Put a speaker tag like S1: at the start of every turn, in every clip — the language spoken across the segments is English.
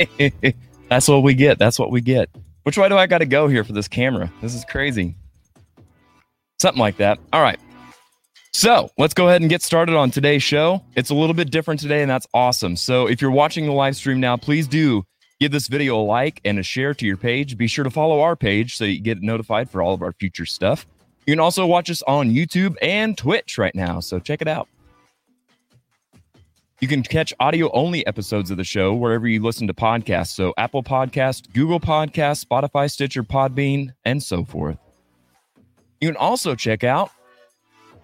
S1: That's what we get. That's what we get. Which way do I got to go here for this camera? This is crazy. Something like that. All right. So let's go ahead and get started on today's show. It's a little bit different today, and that's awesome. So if you're watching the live stream now, please do give this video a like and a share to your page. Be sure to follow our page so you get notified for all of our future stuff. You can also watch us on YouTube and Twitch right now. So check it out. You can catch audio only episodes of the show wherever you listen to podcasts. So Apple Podcast, Google Podcast, Spotify, Stitcher, Podbean, and so forth. You can also check out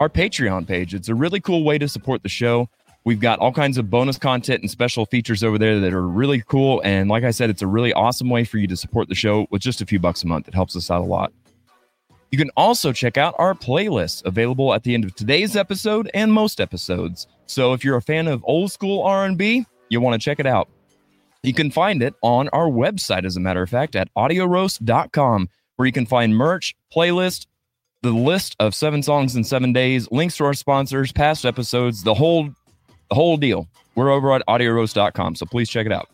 S1: our Patreon page. It's a really cool way to support the show. We've got all kinds of bonus content and special features over there that are really cool. And like I said, it's a really awesome way for you to support the show with just a few bucks a month. It helps us out a lot. You can also check out our playlist available at the end of today's episode and most episodes. So if you're a fan of old school R&B, you want to check it out. You can find it on our website as a matter of fact at audioroast.com where you can find merch, playlist, the list of 7 songs in 7 days, links to our sponsors, past episodes, the whole the whole deal. We're over at audioroast.com, so please check it out.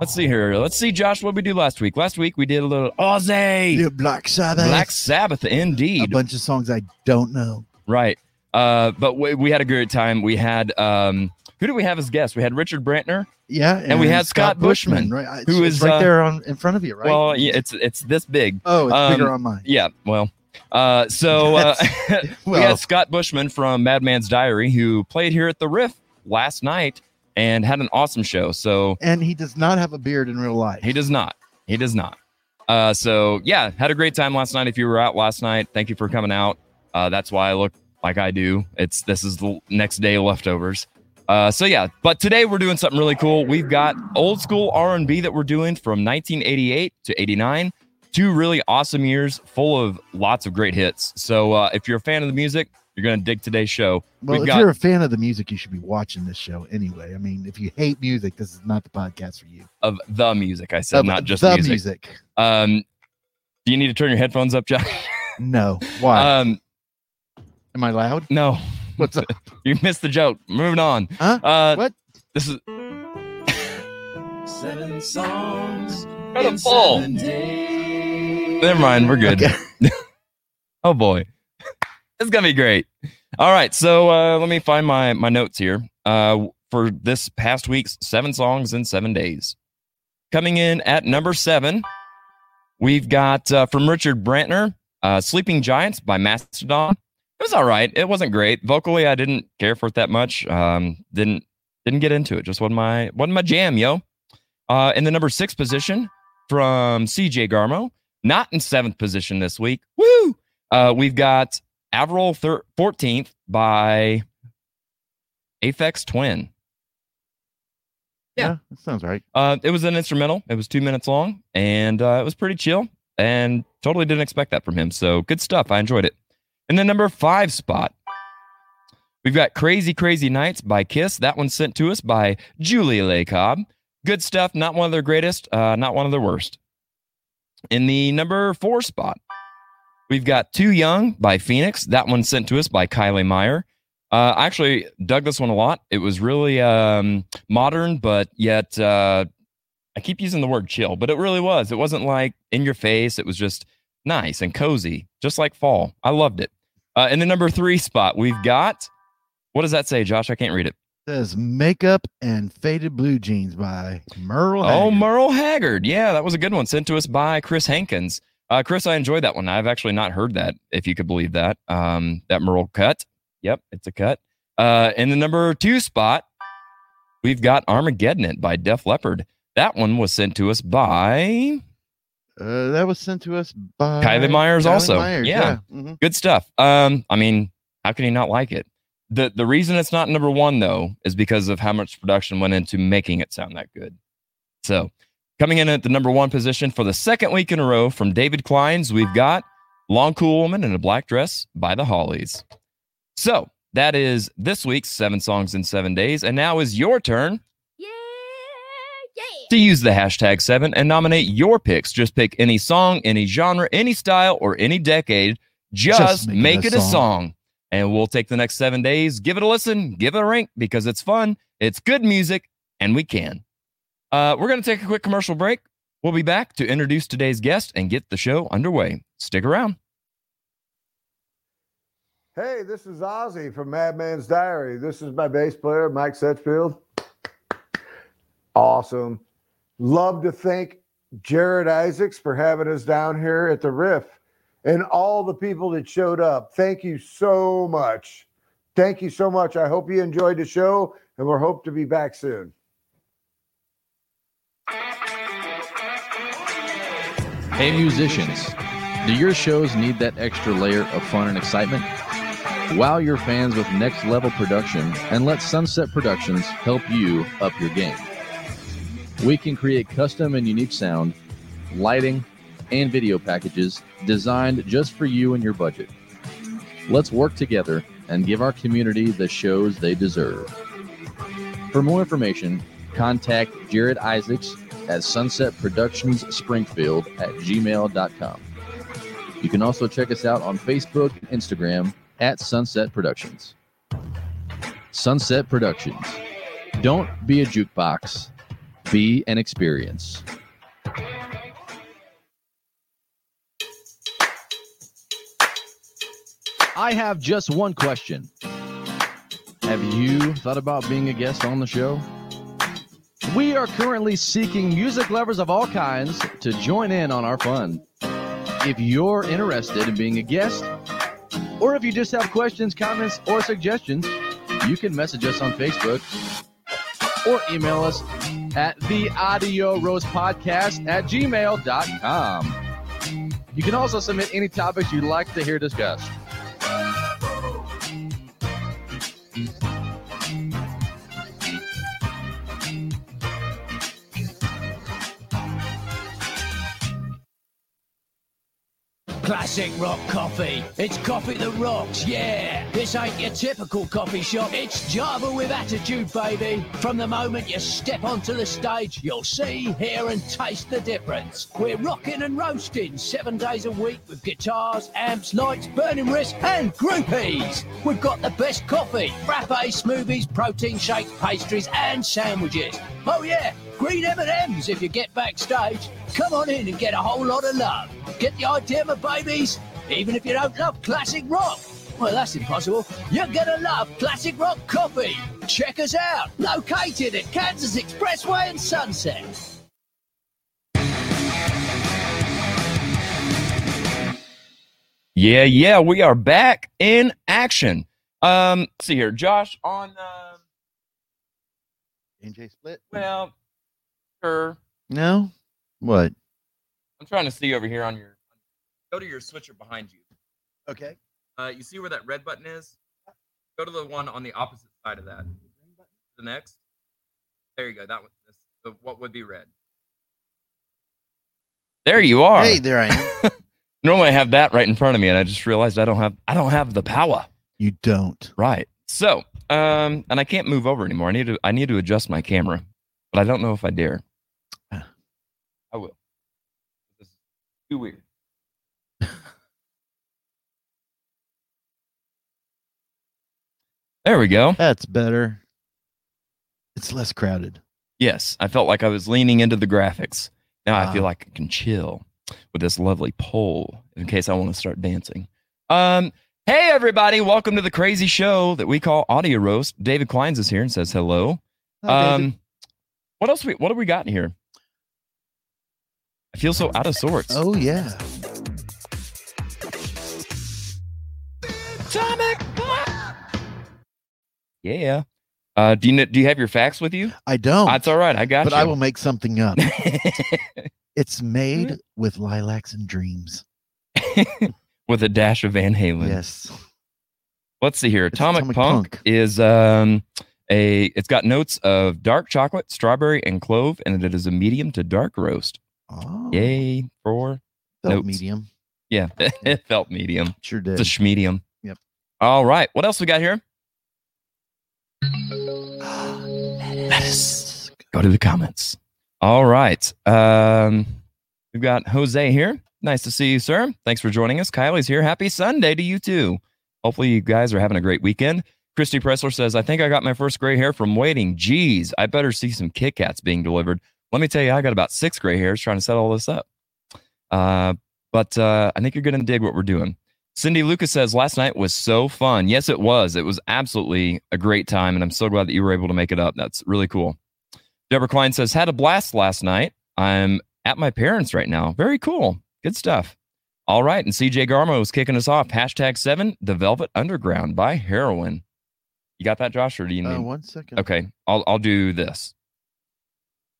S1: Let's see here. Let's see, Josh, what we do last week. Last week we did a little Aussie
S2: Yeah, Black Sabbath.
S1: Black Sabbath,
S2: a
S1: indeed.
S2: bunch of songs I don't know.
S1: Right. Uh, but we, we had a great time. We had um, who did we have as guests? We had Richard Brantner.
S2: Yeah,
S1: we had Scott Bushman,
S2: right? I- It's,
S1: who
S2: it's
S1: is,
S2: right
S1: uh,
S2: there on in front of you, right?
S1: Well, yeah, it's it's this big.
S2: oh, it's bigger
S1: um,
S2: on mine.
S1: Yeah. Well. Uh, so uh, we
S2: Well,
S1: had Scott Bushman from Madman's Diary, who played here at the Riff last night and had an awesome show. So
S2: and he does not have a beard in real life.
S1: He does not. He does not. Uh, so yeah, had a great time last night. If you were out last night, thank you for coming out. Uh, that's why I look like I do. It's this is the next day leftovers. Uh, so yeah, but today we're doing something really cool. We've got old school R and B that we're doing from 1988 to 89. Two really awesome years, full of lots of great hits. So uh, if you're a fan of the music, you're gonna dig today's show.
S2: Well,
S1: we've
S2: if
S1: got-
S2: you're a fan of the music, you should be watching this show anyway. I mean, if you hate music, this is not the podcast for you.
S1: Of the music, I said,
S2: Of
S1: not just
S2: the
S1: music. Um, do you need to turn your headphones up, John?
S2: No, why?
S1: Um,
S2: Am I loud?
S1: no.
S2: What's up?
S1: You missed the joke. Moving on.
S2: Huh?
S1: Uh,
S2: What?
S1: This is
S3: Seven songs.
S1: Got a
S3: in
S1: ball.
S3: seven days.
S1: Never mind. We're good.
S2: Okay.
S1: Oh boy, it's gonna be great. All right, so uh, let me find my my notes here uh, for this past week's seven songs in seven days. Coming in at number seven, we've got uh, from Richard Brantner, uh, "Sleeping Giants" by Mastodon. It was all right. It wasn't great vocally. I didn't care for it that much. Um, didn't didn't get into it. Just wasn't my wasn't my jam, yo. Uh, in the number six position from CJ Garmo, not in seventh position this week. Woo! Uh, we've got Avril thir- 14th by Aphex Twin. Yeah.
S2: that sounds right.
S1: Uh, it was an instrumental. It was two minutes long, and uh, it was pretty chill. And totally didn't expect that from him. So good stuff. I enjoyed it. In the number five spot, we've got "Crazy Crazy Nights" by Kiss. That one's sent to us by Julia Leigh Cobb. Good stuff. Not one of their greatest. Uh, not one of their worst. In the number four spot, we've got "Too Young" by Phoenix. That one's sent to us by Kylie Meyer. Uh, I actually dug this one a lot. It was really um, modern, but yet uh, I keep using the word chill, but it really was. It wasn't like in your face. It was just nice and cozy, just like fall. I loved it. Uh, in the number three spot, we've got what does that say, Josh? I can't read it.
S2: Says makeup and faded blue jeans by Merle.
S1: Oh,
S2: Haggard.
S1: Merle Haggard. Yeah, that was a good one sent to us by Chris Hankins. Uh, Chris, I enjoyed that one. I've actually not heard that, if you could believe that. Um, that Merle cut. Yep, it's a cut. Uh, in the number two spot, we've got Armageddon by Def Leppard. That one was sent to us by
S2: Uh, that was sent to us by
S1: Uh, Kylie Myers also. Yeah. Mm-hmm.
S2: Mhm.
S1: good stuff. Um, I mean, how can you not like it? The the reason it's not number one though is because of how much production went into making it sound that good. So coming in at the number one position for the second week in a row from David Klein's, we've got Long Cool Woman in a Black Dress by the Hollies. So that is this week's seven songs in seven days. And now is your turn
S4: Yeah, yeah.
S1: to use the hashtag seven and nominate your picks. Just pick any song, any genre, any style, or any decade. Just, make, it, a, song. And we'll take the next seven days, give it a listen, give it a rank because it's fun. It's good music. and we can. Uh, we're going to take a quick commercial break. We'll be back to introduce today's guest and get the show underway. Stick around.
S5: Hey, this is Ozzy from Madman's Diary. This is my bass player, Mike Setchfield. Awesome. Love to thank Jared Isaacs for having us down here at the Riff and all the people that showed up. Thank you so much. Thank you so much. I hope you enjoyed the show and we're hope to be back soon.
S6: Hey, musicians, do your shows need that extra layer of fun and excitement? Wow your fans with next level production and let Sunset Productions help you up your game. We can create custom and unique sound, lighting, and video packages designed just for you and your budget. Let's work together and give our community the shows they deserve. For more information, contact Jared Isaacs at Sunset Productions Springfield at gmail.com. You can also check us out on Facebook and Instagram at Sunset Productions. Sunset Productions. Don't be a jukebox, be an experience. I have just one question. Have you thought about being a guest on the show? We are currently seeking music lovers of all kinds to join in on our fun. If you're interested in being a guest, or if you just have questions, comments, or suggestions, you can message us on Facebook or email us at the audio rose podcast at gmail.com. You can also submit any topics you'd like to hear discussed.
S7: Classic rock coffee. It's coffee that rocks, yeah. This ain't your typical coffee shop. It's Java with attitude, baby. From the moment you step onto the stage, you'll see, hear, and taste the difference. We're rocking and roasting seven days a week with guitars, amps, lights, burning wrists, and groupies. We've got the best coffee, frappe, smoothies, protein shakes, pastries, and sandwiches. Oh yeah, green M&Ms if you get backstage. Come on in and get a whole lot of love. Get the idea, my babies? Even if you don't love classic rock. Well, that's impossible. You're gonna love classic rock coffee. Check us out. Located at Kansas Expressway and Sunset.
S1: Yeah, yeah, we are back in action. Um, let's see here, Josh on. Uh,
S2: NJ Split?
S1: well, sure.
S2: No. What?
S1: I'm trying to see over here on your. Go to your switcher behind you.
S2: Okay.
S1: Uh, you see where that red button is? Go to the one on the opposite side of that. The next. There you go. That one. That's the, what would be red? There you are.
S2: Hey, there I am.
S1: Normally I have that right in front of me, and I just realized I don't have I don't have the power.
S2: you don't.
S1: Right. So, um, and I can't move over anymore. I need to I need to adjust my camera, but I don't know if I dare. I
S2: Ah.
S1: will. This is too weird. there we go.
S2: That's better. It's less crowded.
S1: Yes, I felt like I was leaning into the graphics. Now I feel
S2: Ah.
S1: like I can chill with this lovely pole in case I want to start dancing. Um, hey everybody, welcome to the crazy show that we call Audio Roast. David Kleins is here and says hello.
S2: Hi, David.
S1: um, what else? We what have we got in here? I feel so out of sorts.
S2: oh yeah.
S1: Atomic bomb! Yeah. Uh, do you kn- do you have your facts with you?
S2: I don't.
S1: That's all right. I got
S2: but
S1: you.
S2: I will make something up.
S1: will.
S2: it's made with lilacs and dreams.
S1: with a dash of Van Halen.
S2: Yes.
S1: let's see here.
S2: It's
S1: Atomic,
S2: Atomic
S1: Punk,
S2: Punk.
S1: is um a it's got notes of dark chocolate, strawberry, and clove, and it is a medium to dark roast.
S2: Oh.
S1: Yay for
S2: Felt
S1: notes.
S2: medium.
S1: yeah, it felt medium.
S2: Sure
S1: It's
S2: did.
S1: a schmedium.
S2: Yep.
S1: All right. What else we got here?
S2: Lettuce.
S1: Go to the comments. All right. Um we've got Jose here. Nice to see you, sir. Thanks for joining us. Kylie's here. Happy Sunday to you too. Hopefully you guys are having a great weekend. Christy Pressler says, I think I got my first gray hair from waiting. Geez, I better see some Kit Kats being delivered. Let me tell you, I got about six gray hairs trying to set all this up. Uh, but uh, I think you're going to dig what we're doing. Cindy Lucas says, Last night was so fun. Yes, it was. It was absolutely a great time. And I'm so glad that you were able to make it up. That's really cool. Deborah Klein says, Had a blast last night. I'm at my parents right now. Very cool. Good stuff. All right. And CJ Garmo is kicking us off. Hashtag seven, The Velvet Underground by Heroin. You got that, Josh? Or do you need?
S8: Uh, one second.
S1: okay. I'll, I'll do this.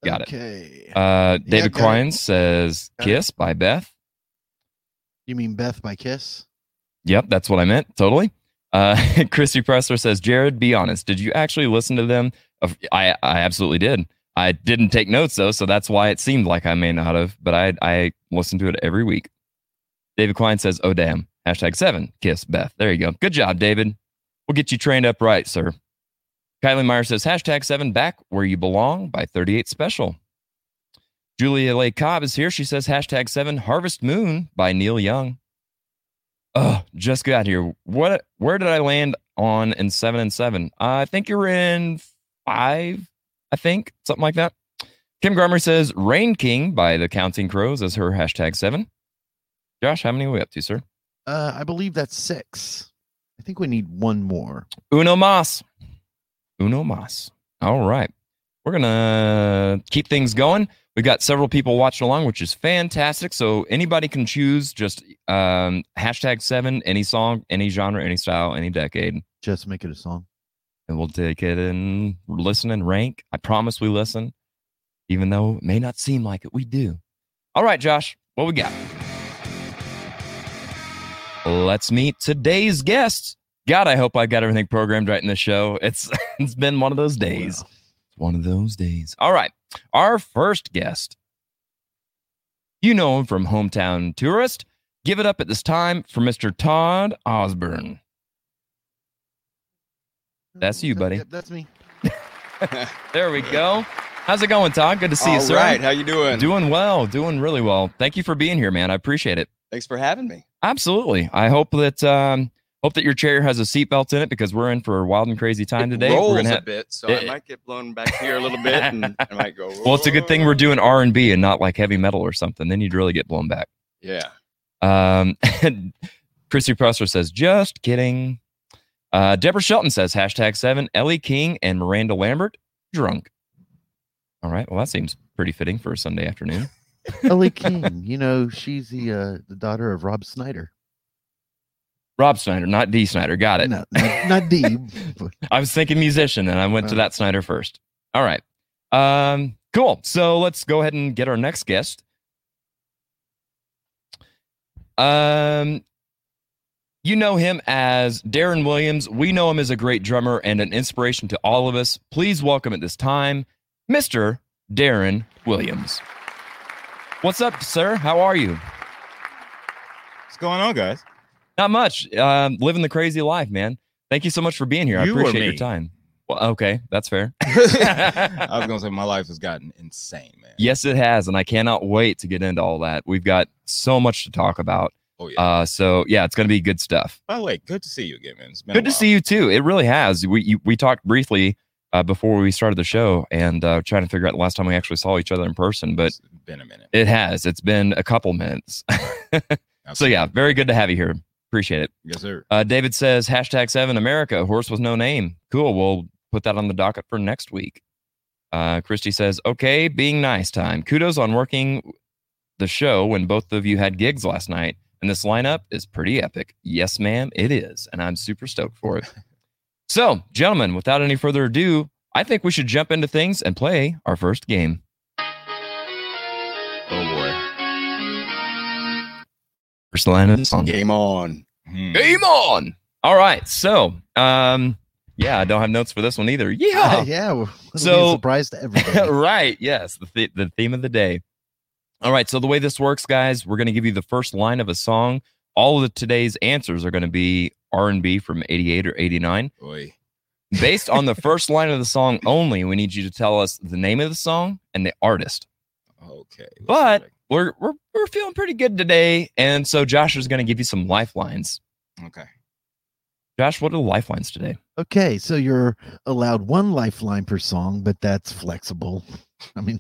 S1: got it.
S8: okay. it.
S1: Uh,
S8: Yeah,
S1: David
S8: got it.
S1: Klein says,
S8: Got it.
S1: Kiss by Beth.
S8: You mean Beth by Kiss?
S1: Yep, that's what I meant. Totally. Uh, Christy Pressler says, Jared, be honest. Did you actually listen to them? Of- I, I absolutely did. I didn't take notes though, so that's why it seemed like I may not have, but I, I listen to it every week. David Klein says, Oh, damn. Hashtag seven, kiss Beth. There you go. Good job, David. We'll get you trained up right, sir. Kylie Meyer says, Hashtag seven, back where you belong by 38 special. Julia Leigh Cobb is here. She says, Hashtag seven, harvest moon by Neil Young. Oh, just got here. What? Where did I land on in seven and seven? I think you're in five. I think something like that. Kim Garmer says "Rain King" by the Counting Crows as her hashtag seven. Josh, how many are we up to, sir?
S8: Uh, I believe that's six. I think we need one more.
S1: Uno mas. Uno mas. All right. We're going to keep things going. We've got several people watching along, which is fantastic. So anybody can choose just um, hashtag seven, any song, any genre, any style, any decade.
S8: Just make it a song.
S1: and we'll take it and listen and rank. I promise we listen, even though it may not seem like it. We do. All right, Josh, what we got? Let's meet today's guests. God, I hope I got everything programmed right in the show. It's it's been one of those days.
S8: Wow.
S1: Oh, One of those days. All right. Our first guest. You know him from Hometown Tourist. Give it up at this time for Mr. Todd Osborne. That's you,
S8: That-
S1: buddy.
S8: yep, that's me.
S1: There we go. How's it going, Todd? Good to see you,
S9: All
S1: sir.
S9: right, how you doing?
S1: Doing well, doing really well. Thank you for being here, man. I appreciate it.
S9: Thanks for having me.
S1: Absolutely. I hope that um hope that your chair has a seatbelt in it because we're in for a wild and crazy time
S9: It
S1: today.
S9: rolls
S1: We're gonna
S9: a
S1: have-
S9: bit, so
S1: It-
S9: I might get blown back here a little bit, and I might go.
S1: well, it's a good thing we're doing R and B and not like heavy metal or something. Then you'd really get blown back.
S9: Yeah,
S1: Um, Christy Presser says, just kidding. Uh, Deborah Shelton says, hashtag seven, Ellie King and Miranda Lambert, drunk. All right. Well, that seems pretty fitting for a Sunday afternoon.
S8: Ellie King. You know, she's the uh, the daughter of Rob Snyder.
S1: Rob Snyder, not D. Snyder. Got it.
S8: No, not, not D. but
S1: I was thinking musician and I went to that Snyder first. All right. Um, cool. So let's go ahead and get our next guest. Um, you know him as Darren Williams. We know him as a great drummer and an inspiration to all of us. Please welcome at this time, Mr. Darren Williams. What's up, sir? How are you?
S10: What's going on, guys?
S1: Not much. Um, living the crazy life, man. Thank you so much for being here.
S10: You
S1: I
S10: or
S1: appreciate your
S10: me?
S1: time. Well, okay, that's fair.
S10: I was gonna say my life has gotten insane, man.
S1: Yes, it has, and I cannot wait to get into all that. We've got so much to talk about.
S10: Oh yeah.
S1: Uh, so yeah, it's going to be good stuff.
S10: By the way, good to see you again, man. It's been
S1: Good to see you too. It really has. We you, we talked briefly uh, before we started the show, and uh, trying to figure out the last time we actually saw each other in person, but
S10: It's been a minute.
S1: it has. It's been a couple minutes. so
S10: Absolutely.
S1: yeah, very good to have you here. Appreciate it.
S10: Yes, sir.
S1: Uh, David says hashtag seven America horse with no name. Cool. We'll put that on the docket for next week. Uh, Christy says, okay, being nice time. Kudos on working the show when both of you had gigs last night. And this lineup is pretty epic. Yes, ma'am, it is. And I'm super stoked for it. so, gentlemen, without any further ado, I think we should jump into things and play our first game.
S10: Oh
S1: First line of the song.
S9: game on.
S10: boy. Hmm.
S1: Game on. All right. So, um, yeah, I don't have notes for this one either. Yeah.
S8: yeah, well, it'll be
S1: So-
S8: a surprise to everybody.
S1: right. Yes. The, th- the theme of the day. All right. So, the way this works, guys, we're going to give you the first line of a song. All of today's answers are going to be R&B from 88 or 89.
S10: Boy.
S1: Based on the first line of the song only, we need you to tell us the name of the song and the artist.
S10: Okay. let's
S1: But-
S10: see
S1: We're, we're, we're feeling pretty good today. And so Josh is going to give you some lifelines.
S10: if I- Okay.
S1: Josh, what are the lifelines today?
S8: Okay, so you're allowed one lifeline per song, but that's flexible. I mean,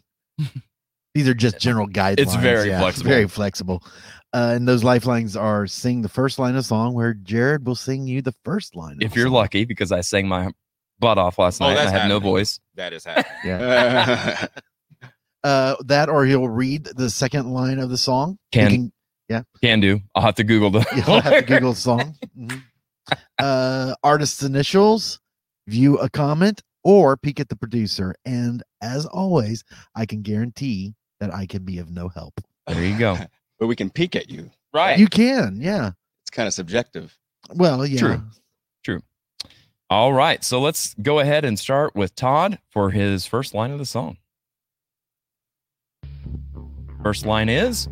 S8: these are just general guidelines.
S1: very flexible.
S8: Very flexible. Uh, and those lifelines are sing the first line of song, where Jared will sing you the first line. of
S1: If you're
S8: song.
S1: lucky, because I sang my butt off last
S10: Oh,
S1: night and I
S10: that's
S1: have no
S10: happening.
S1: voice.
S10: That is happening.
S8: yeah,
S10: Uh,
S8: uh, that or he'll read the second line of the song. You
S1: Can- Can do. I'll have to Google the.
S8: You'll have to Google song. Mhm. Uh, artist's initials, view a comment, or peek at the producer. And as always, I can guarantee that I can be of no help.
S1: There you go.
S10: but we can peek at you.
S1: Right.
S8: You can, yeah.
S10: It's kind of subjective.
S8: Well, yeah.
S1: True. All right. So let's go ahead and start with Todd for his first line of the song. First line is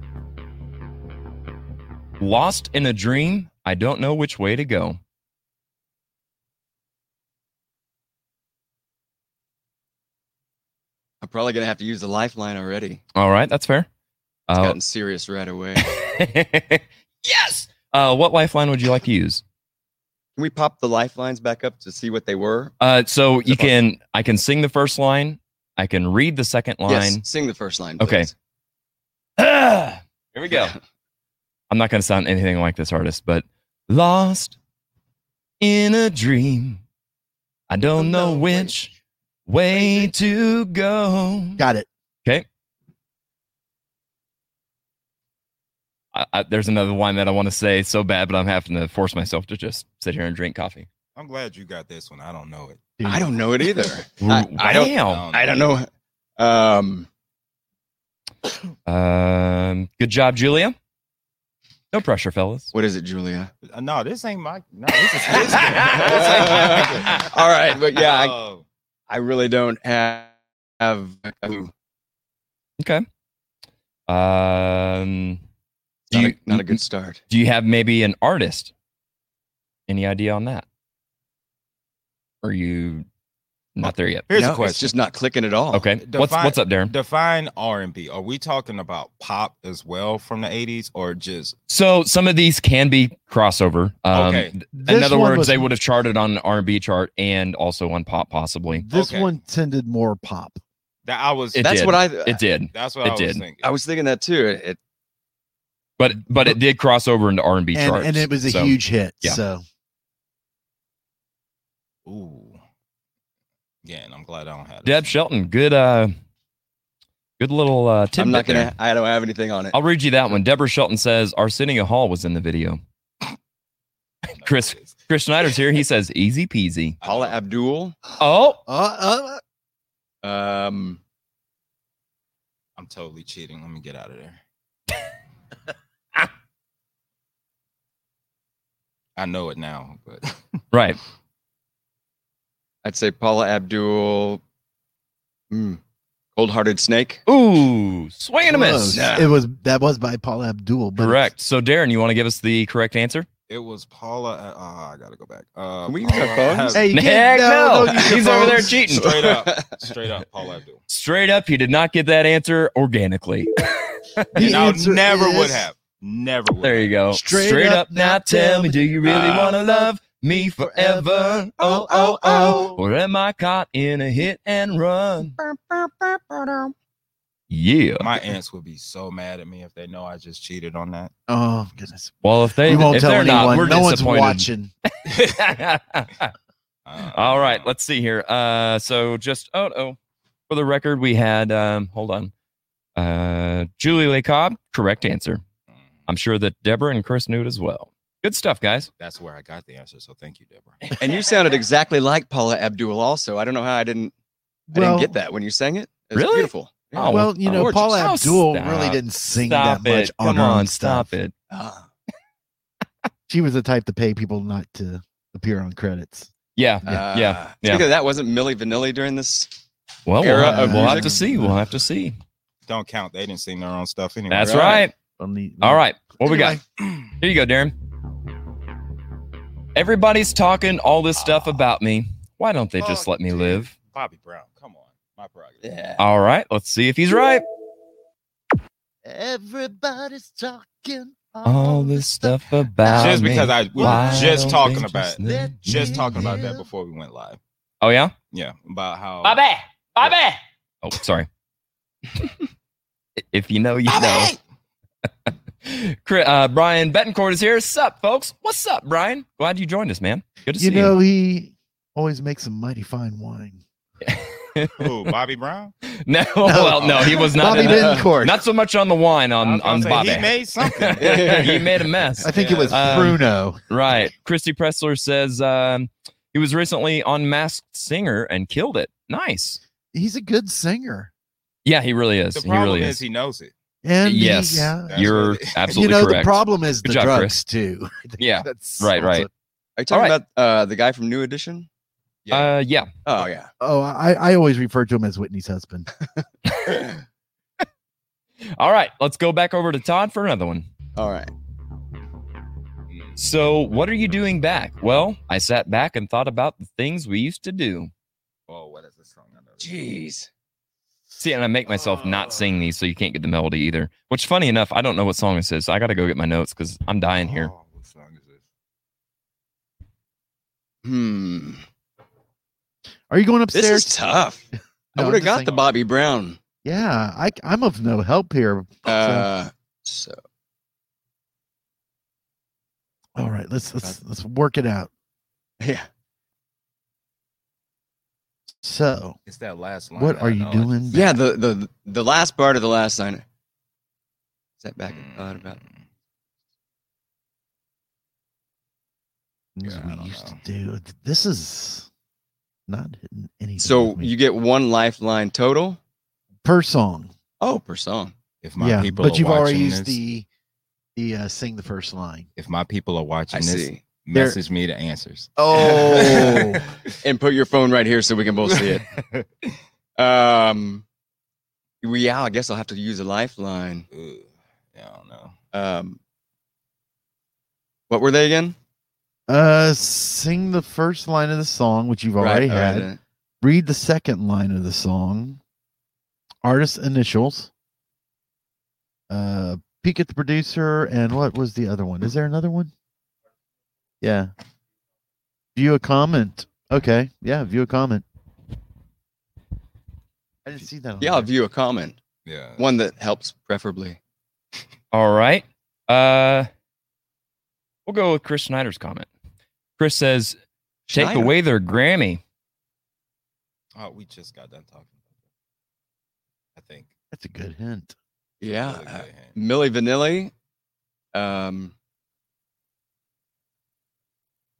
S1: Lost in a dream. I don't know which way to go.
S9: I'm probably gonna have to use the lifeline already.
S1: All right. That's fair.
S9: It's
S1: Uh,
S9: gotten serious right away.
S1: yes. Uh, what lifeline would you like to use?
S9: Can we pop the lifelines back up to see what they were?
S1: Uh, so you
S9: If I-
S1: can, I can sing the first line. I can read the second line.
S9: Yes. Sing the first line.
S1: Okay.
S9: please.
S1: Ah, here we go. I'm not going to sound anything like this artist, but lost in a dream. I don't know which way to go.
S8: Got it.
S1: I, I, there's another line that I want to say so bad, but I'm having to force myself to just sit here and drink coffee.
S10: I'm glad you got this one. I don't know it.
S9: I don't know it either.
S1: Wow.
S9: I, I don't. I don't know. Um,
S1: Um, good job, Julia. No pressure, fellas.
S9: what is it, Julia?
S10: Uh, No, this ain't my. No, this is his.
S9: All right, but yeah, I,
S10: Oh.
S9: I really don't have. have a clue.
S1: Um,
S9: not,
S1: do you,
S9: a, not a good start.
S1: do you have maybe an artist? Any idea on that? Are you not there yet?
S10: here's
S9: No,
S10: a question.
S9: It's just not clicking at all.
S1: Okay. What's
S10: Define-
S1: what's up, Darren?
S10: Define R and B. Are we talking about pop as well from the '80s, or just
S1: So some of these can be crossover. Um,
S10: Okay.
S1: th- In
S8: This
S1: other
S8: one
S1: words,
S8: was-
S1: they would have charted on an R&B chart and also on pop, possibly.
S8: This
S10: Okay.
S8: one tended more pop.
S10: that? I was.
S1: It
S9: That's
S1: did.
S9: what I.
S1: It did,
S10: that's what
S1: it
S10: I was
S1: did.
S10: thinking.
S9: I was thinking that too. It, it-
S1: but but it did cross over into R&B
S8: And,
S1: charts,
S8: and it was a
S1: so-
S8: huge hit.
S1: yeah.
S8: So
S10: Ooh. Yeah, and I'm glad I don't have.
S1: Deb Shelton, good uh, good little uh, tidbit
S9: I'm not
S1: there.
S9: gonna. I don't have anything on it.
S1: I'll read you that one. Deborah Shelton says Arsenio Hall was in the video.
S10: that.
S1: Chris- Chris Schneider's here. He says easy peasy.
S9: Paula Abdul.
S1: Oh,
S8: uh, uh,
S9: Um,
S10: I'm totally cheating. Let me get out of there. I know it now, but
S1: right.
S9: I'd say Paula Abdul. Hmm. Cold Hearted Snake.
S1: Ooh, swing and a
S8: close.
S1: miss.
S8: It was that was by Paul Abdul. But
S1: Correct. So Darren, you want to give us the correct answer?
S10: it was Paula. Uh, oh, I gotta go back. Uh,
S9: Can we use our
S10: Paula
S9: phones?
S10: Ab-
S8: Hey, you
S1: Heck
S8: can't, no,
S1: no.
S8: don't use your
S1: He's over there
S8: phones.
S1: cheating.
S10: Straight up, straight up, Paula Abdul.
S1: Straight up, he did not get that answer organically.
S8: The
S10: and I
S8: answer
S10: never would
S8: is-
S10: have. Never would.
S1: There you go.
S8: Straight up now tell me, uh,
S1: do you
S10: really
S1: wanna love me
S8: forever? Oh, oh, oh.
S1: Or am I caught in a hit and run? Yeah.
S10: My aunts would be so mad at me if they know I just cheated on that.
S8: Oh goodness.
S1: Well, if they
S8: We won't
S1: if
S8: tell
S1: they're
S8: anyone.
S1: not, we're
S8: no one's
S1: disappointed.
S8: watching.
S10: Uh,
S1: All right, let's see here. Uh, so just oh oh, for the record, we had um, hold on, uh, Julie Lee Cobb, correct answer.
S8: Hmm.
S1: I'm sure that Deborah and Chris knew it as well. Good stuff, guys.
S10: That's where I got the answer. So thank you, Deborah.
S9: And you sounded exactly like Paula Abdul. Also, I don't know how I didn't. I
S8: Well-
S9: didn't get that when you sang it. It was
S1: Really?
S9: beautiful.
S1: Oh,
S8: well, you know,
S1: gorgeous.
S8: Paul
S1: Oh,
S8: Abdul really
S1: stop.
S8: didn't sing
S1: stop
S8: that much
S1: it!
S8: on
S1: Come
S8: her own
S1: on,
S8: stuff.
S1: stop it.
S9: Ah,
S8: She was the type to pay people not to appear on credits.
S1: Yeah, yeah, yeah.
S9: uh, Speaking of that, wasn't Millie Vanilli during this?
S1: Well, we'll,
S9: era
S1: have,
S8: of
S1: we'll have
S8: music.
S1: to see. We'll have to see.
S10: Don't count. They didn't sing their own stuff anyway.
S1: That's
S9: right.
S1: right.
S8: On the,
S1: All right, what we got?
S8: Anyway,
S1: Here you go, Darren. Everybody's talking all this stuff about me. Why don't they just
S10: Fuck,
S1: let me
S10: Oh, dude.
S1: live?
S10: Bobby Brown. Come on, my prerogative.
S9: Yeah.
S1: All right, let's see if he's right.
S8: Everybody's talking
S1: all this stuff about
S10: just because
S1: me.
S10: I we were
S1: Why
S10: just
S1: don't
S10: talking
S1: they
S10: about
S1: just let
S10: just
S1: me
S10: talking about that
S1: live?
S10: before we went live.
S1: Oh yeah.
S10: Yeah, about how
S3: Bobby, Bobby,
S1: Oh, sorry. if you know, you know. Cri- uh, Brian Betancourt is here. Sup, folks? What's up, Brian? Glad you joined us, man. Good to
S8: You
S1: see
S8: know, he always makes some mighty fine wine.
S1: you.
S10: who Bobby Brown.
S1: no, well, no, he was not.
S8: Bobby
S1: in the-
S8: Bencourt.
S1: not so much on the wine
S10: I was
S1: on
S10: gonna
S1: on
S10: say,
S1: Bobby.
S10: He made something.
S1: he made a mess.
S8: I think it was
S1: Um,
S8: Bruno.
S1: Right. Christy Pressler says um, he was recently on Masked Singer and killed it. Nice.
S8: He's a good singer.
S1: Yeah, he really is.
S10: The
S1: He
S10: problem
S1: really
S10: is,
S1: is.
S10: he knows it.
S8: And he-
S1: yes,
S8: yeah.
S10: That's
S1: you're
S10: what it-
S8: You
S1: absolutely
S8: know,
S1: correct.
S8: the problem is
S1: Good
S8: the
S1: job,
S8: drugs
S1: Chris.
S8: too.
S1: Yeah,
S8: That's
S1: right,
S8: also-
S9: Are
S1: right.
S9: you talking
S1: All right.
S9: about uh, the guy from New Edition?
S1: Uh, yeah.
S9: Oh yeah.
S8: Oh, I, I always refer to him as Whitney's husband.
S1: All right, let's go back over to Todd for another one.
S9: All right.
S1: So, what are you doing back? Well, I sat back and thought about the things we used to do.
S10: Oh, what is this song? I know this.
S9: Jeez.
S1: See, and I make myself
S8: Oh.
S1: not sing these, so you can't get the melody either. Which, funny enough, I don't know what song this is. So I got to go get my notes because I'm dying here.
S10: Oh, what song is this?
S9: Hmm.
S8: Are you going
S9: This
S8: upstairs?
S9: is tough. I
S8: No, I'm
S9: would have
S8: just
S9: got
S8: saying-
S9: the Bobby Brown.
S8: Yeah, I, I'm of no help here. so-
S9: Uh, so
S8: all right, let's let's let's work it out.
S9: Uh, yeah.
S8: So,
S10: It's that last line.
S8: what
S10: that
S8: are
S10: I
S8: you
S10: know.
S8: doing?
S9: Yeah, the the the last part of the last line. Step back and thought about.
S10: Hmm.
S8: things
S10: Yeah, I
S8: we
S10: don't
S8: used
S10: know.
S8: to do. This is not hitting anything.
S9: So
S8: with me.
S9: you get one lifeline total.
S8: per song.
S9: Oh, per song.
S10: If my
S8: yeah,
S10: people
S8: but
S10: are
S8: you've
S10: watching
S8: already used
S10: this,
S8: the the uh, sing the first line.
S10: if my people are watching
S9: I
S10: this,
S9: see.
S8: They're-
S10: message me the answers.
S8: Oh,
S9: And put your phone right here so we can both see it. Um, well, yeah, I guess I'll have to use a lifeline.
S10: Ugh, yeah, I don't know.
S9: Um, what were they again?
S8: uh, sing the first line of the song, which you've already
S9: all
S8: had.
S9: then.
S8: Read the second line of the song. Artist initials. Uh, peek at the producer, and what was the other one? Is there another one? Yeah. View a comment. Okay. Yeah. View a comment. I didn't see that. on
S9: Yeah, I'll
S8: there.
S9: view a comment.
S10: Yeah.
S9: One that helps, preferably.
S1: All right. Uh, we'll go with Chris Schneider's comment. Chris says, "Take
S9: Schneider.
S1: away their Grammy."
S10: Oh, we just got done talking about that. I think.
S8: That's a good hint.
S9: Yeah.
S10: Really
S9: uh,
S10: good hand.
S9: Millie Vanilli. Um,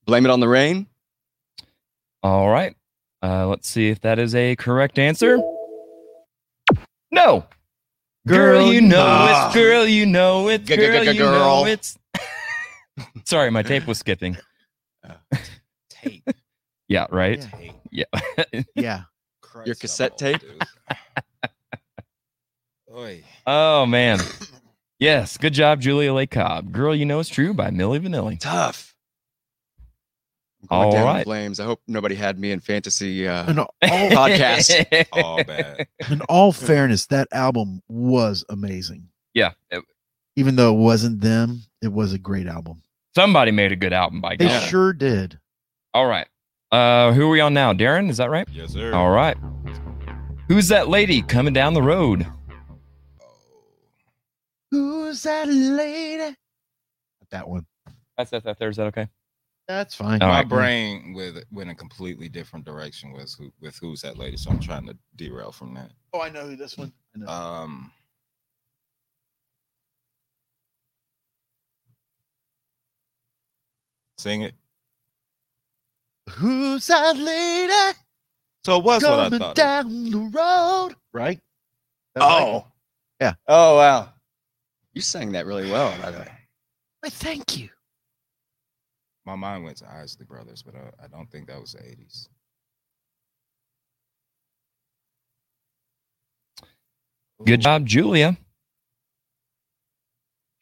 S9: blame it on the rain.
S1: All right. Uh, let's see if that is a correct answer. No. Girl,
S8: Girl,
S1: you
S8: you
S1: know
S9: know.
S1: it's girl, you know it's girl, you know
S9: G-g-g-girl.
S1: it's. Sorry, my tape was skipping.
S8: Uh,
S10: Tape,
S1: Yeah, right.
S10: tape,
S8: Yeah.
S10: Christ,
S9: Your
S10: I'm
S9: cassette
S10: old,
S9: tape?
S10: dude. Oy.
S1: Oh man. Yes, good job, Julia Lake Cobb. Girl, you know it's true by Millie Vanilli.
S9: Tough.
S1: All
S9: All right.
S1: right.
S9: Flames. I hope nobody had me in fantasy. Uh,
S8: In all,
S9: Podcast.
S10: All bad.
S8: in all fairness, that album was amazing.
S1: yeah, it-
S8: Even though it wasn't them, it was a great album.
S1: somebody made a good album by
S8: They
S1: God.
S9: Yeah.
S8: sure did.
S1: All right. Uh, who are we on now? Darren, is that right?
S10: Yes, sir.
S1: All right. Who's that lady coming down the road?
S10: Oh.
S8: Who's that lady? That one.
S1: That's that, that there. Is that okay?
S8: That's fine.
S1: All
S10: my
S1: right.
S10: brain with went a completely different direction with who with who's that lady. So I'm trying to derail from that.
S8: Oh, I know who this one. I know.
S10: Um Sing it.
S8: Who's that lady
S10: So it was what I
S8: coming
S10: thought. it-
S8: down the road? Right. That right?
S9: oh.
S8: Yeah.
S9: Oh, wow. You sang that really well, by the way.
S8: Well, thank you.
S10: My mind went to Isley Brothers, but uh, I, I don't think that was the 80s.
S1: Good job, Julia.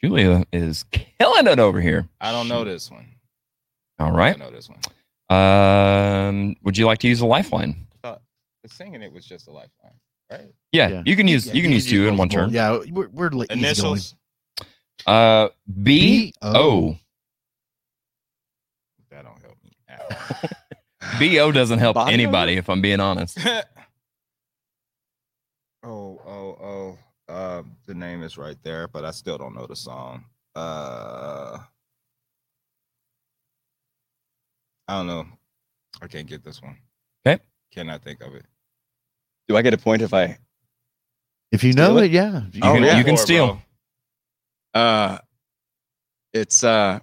S1: Julia is killing it over here.
S10: I don't know this one.
S1: All
S10: I
S1: right.
S10: don't know this one.
S1: Um, would you like to use a lifeline?
S10: The singing it was just a lifeline, right?
S1: Yeah,
S8: Yeah.
S1: you can use
S8: Yeah,
S1: you can use two in one
S8: multiple.
S1: turn.
S8: Yeah, we're, we're late.
S10: Initials.
S1: Uh, B O.
S10: That don't help me. at
S1: B O doesn't help
S9: Body odor?
S1: anybody, if I'm being honest.
S10: all. oh, oh, oh. Uh, the name is right there, but I still don't know the song. Uh, I don't know. I can't get this one.
S1: Okay.
S10: Cannot think of it.
S9: Do I get a point if I?
S8: If you
S9: Steal
S8: know
S9: it?
S8: it, yeah. If you-
S1: Oh, can- yeah. you can
S10: Or,
S1: steal.
S10: bro.
S9: Uh, it's uh,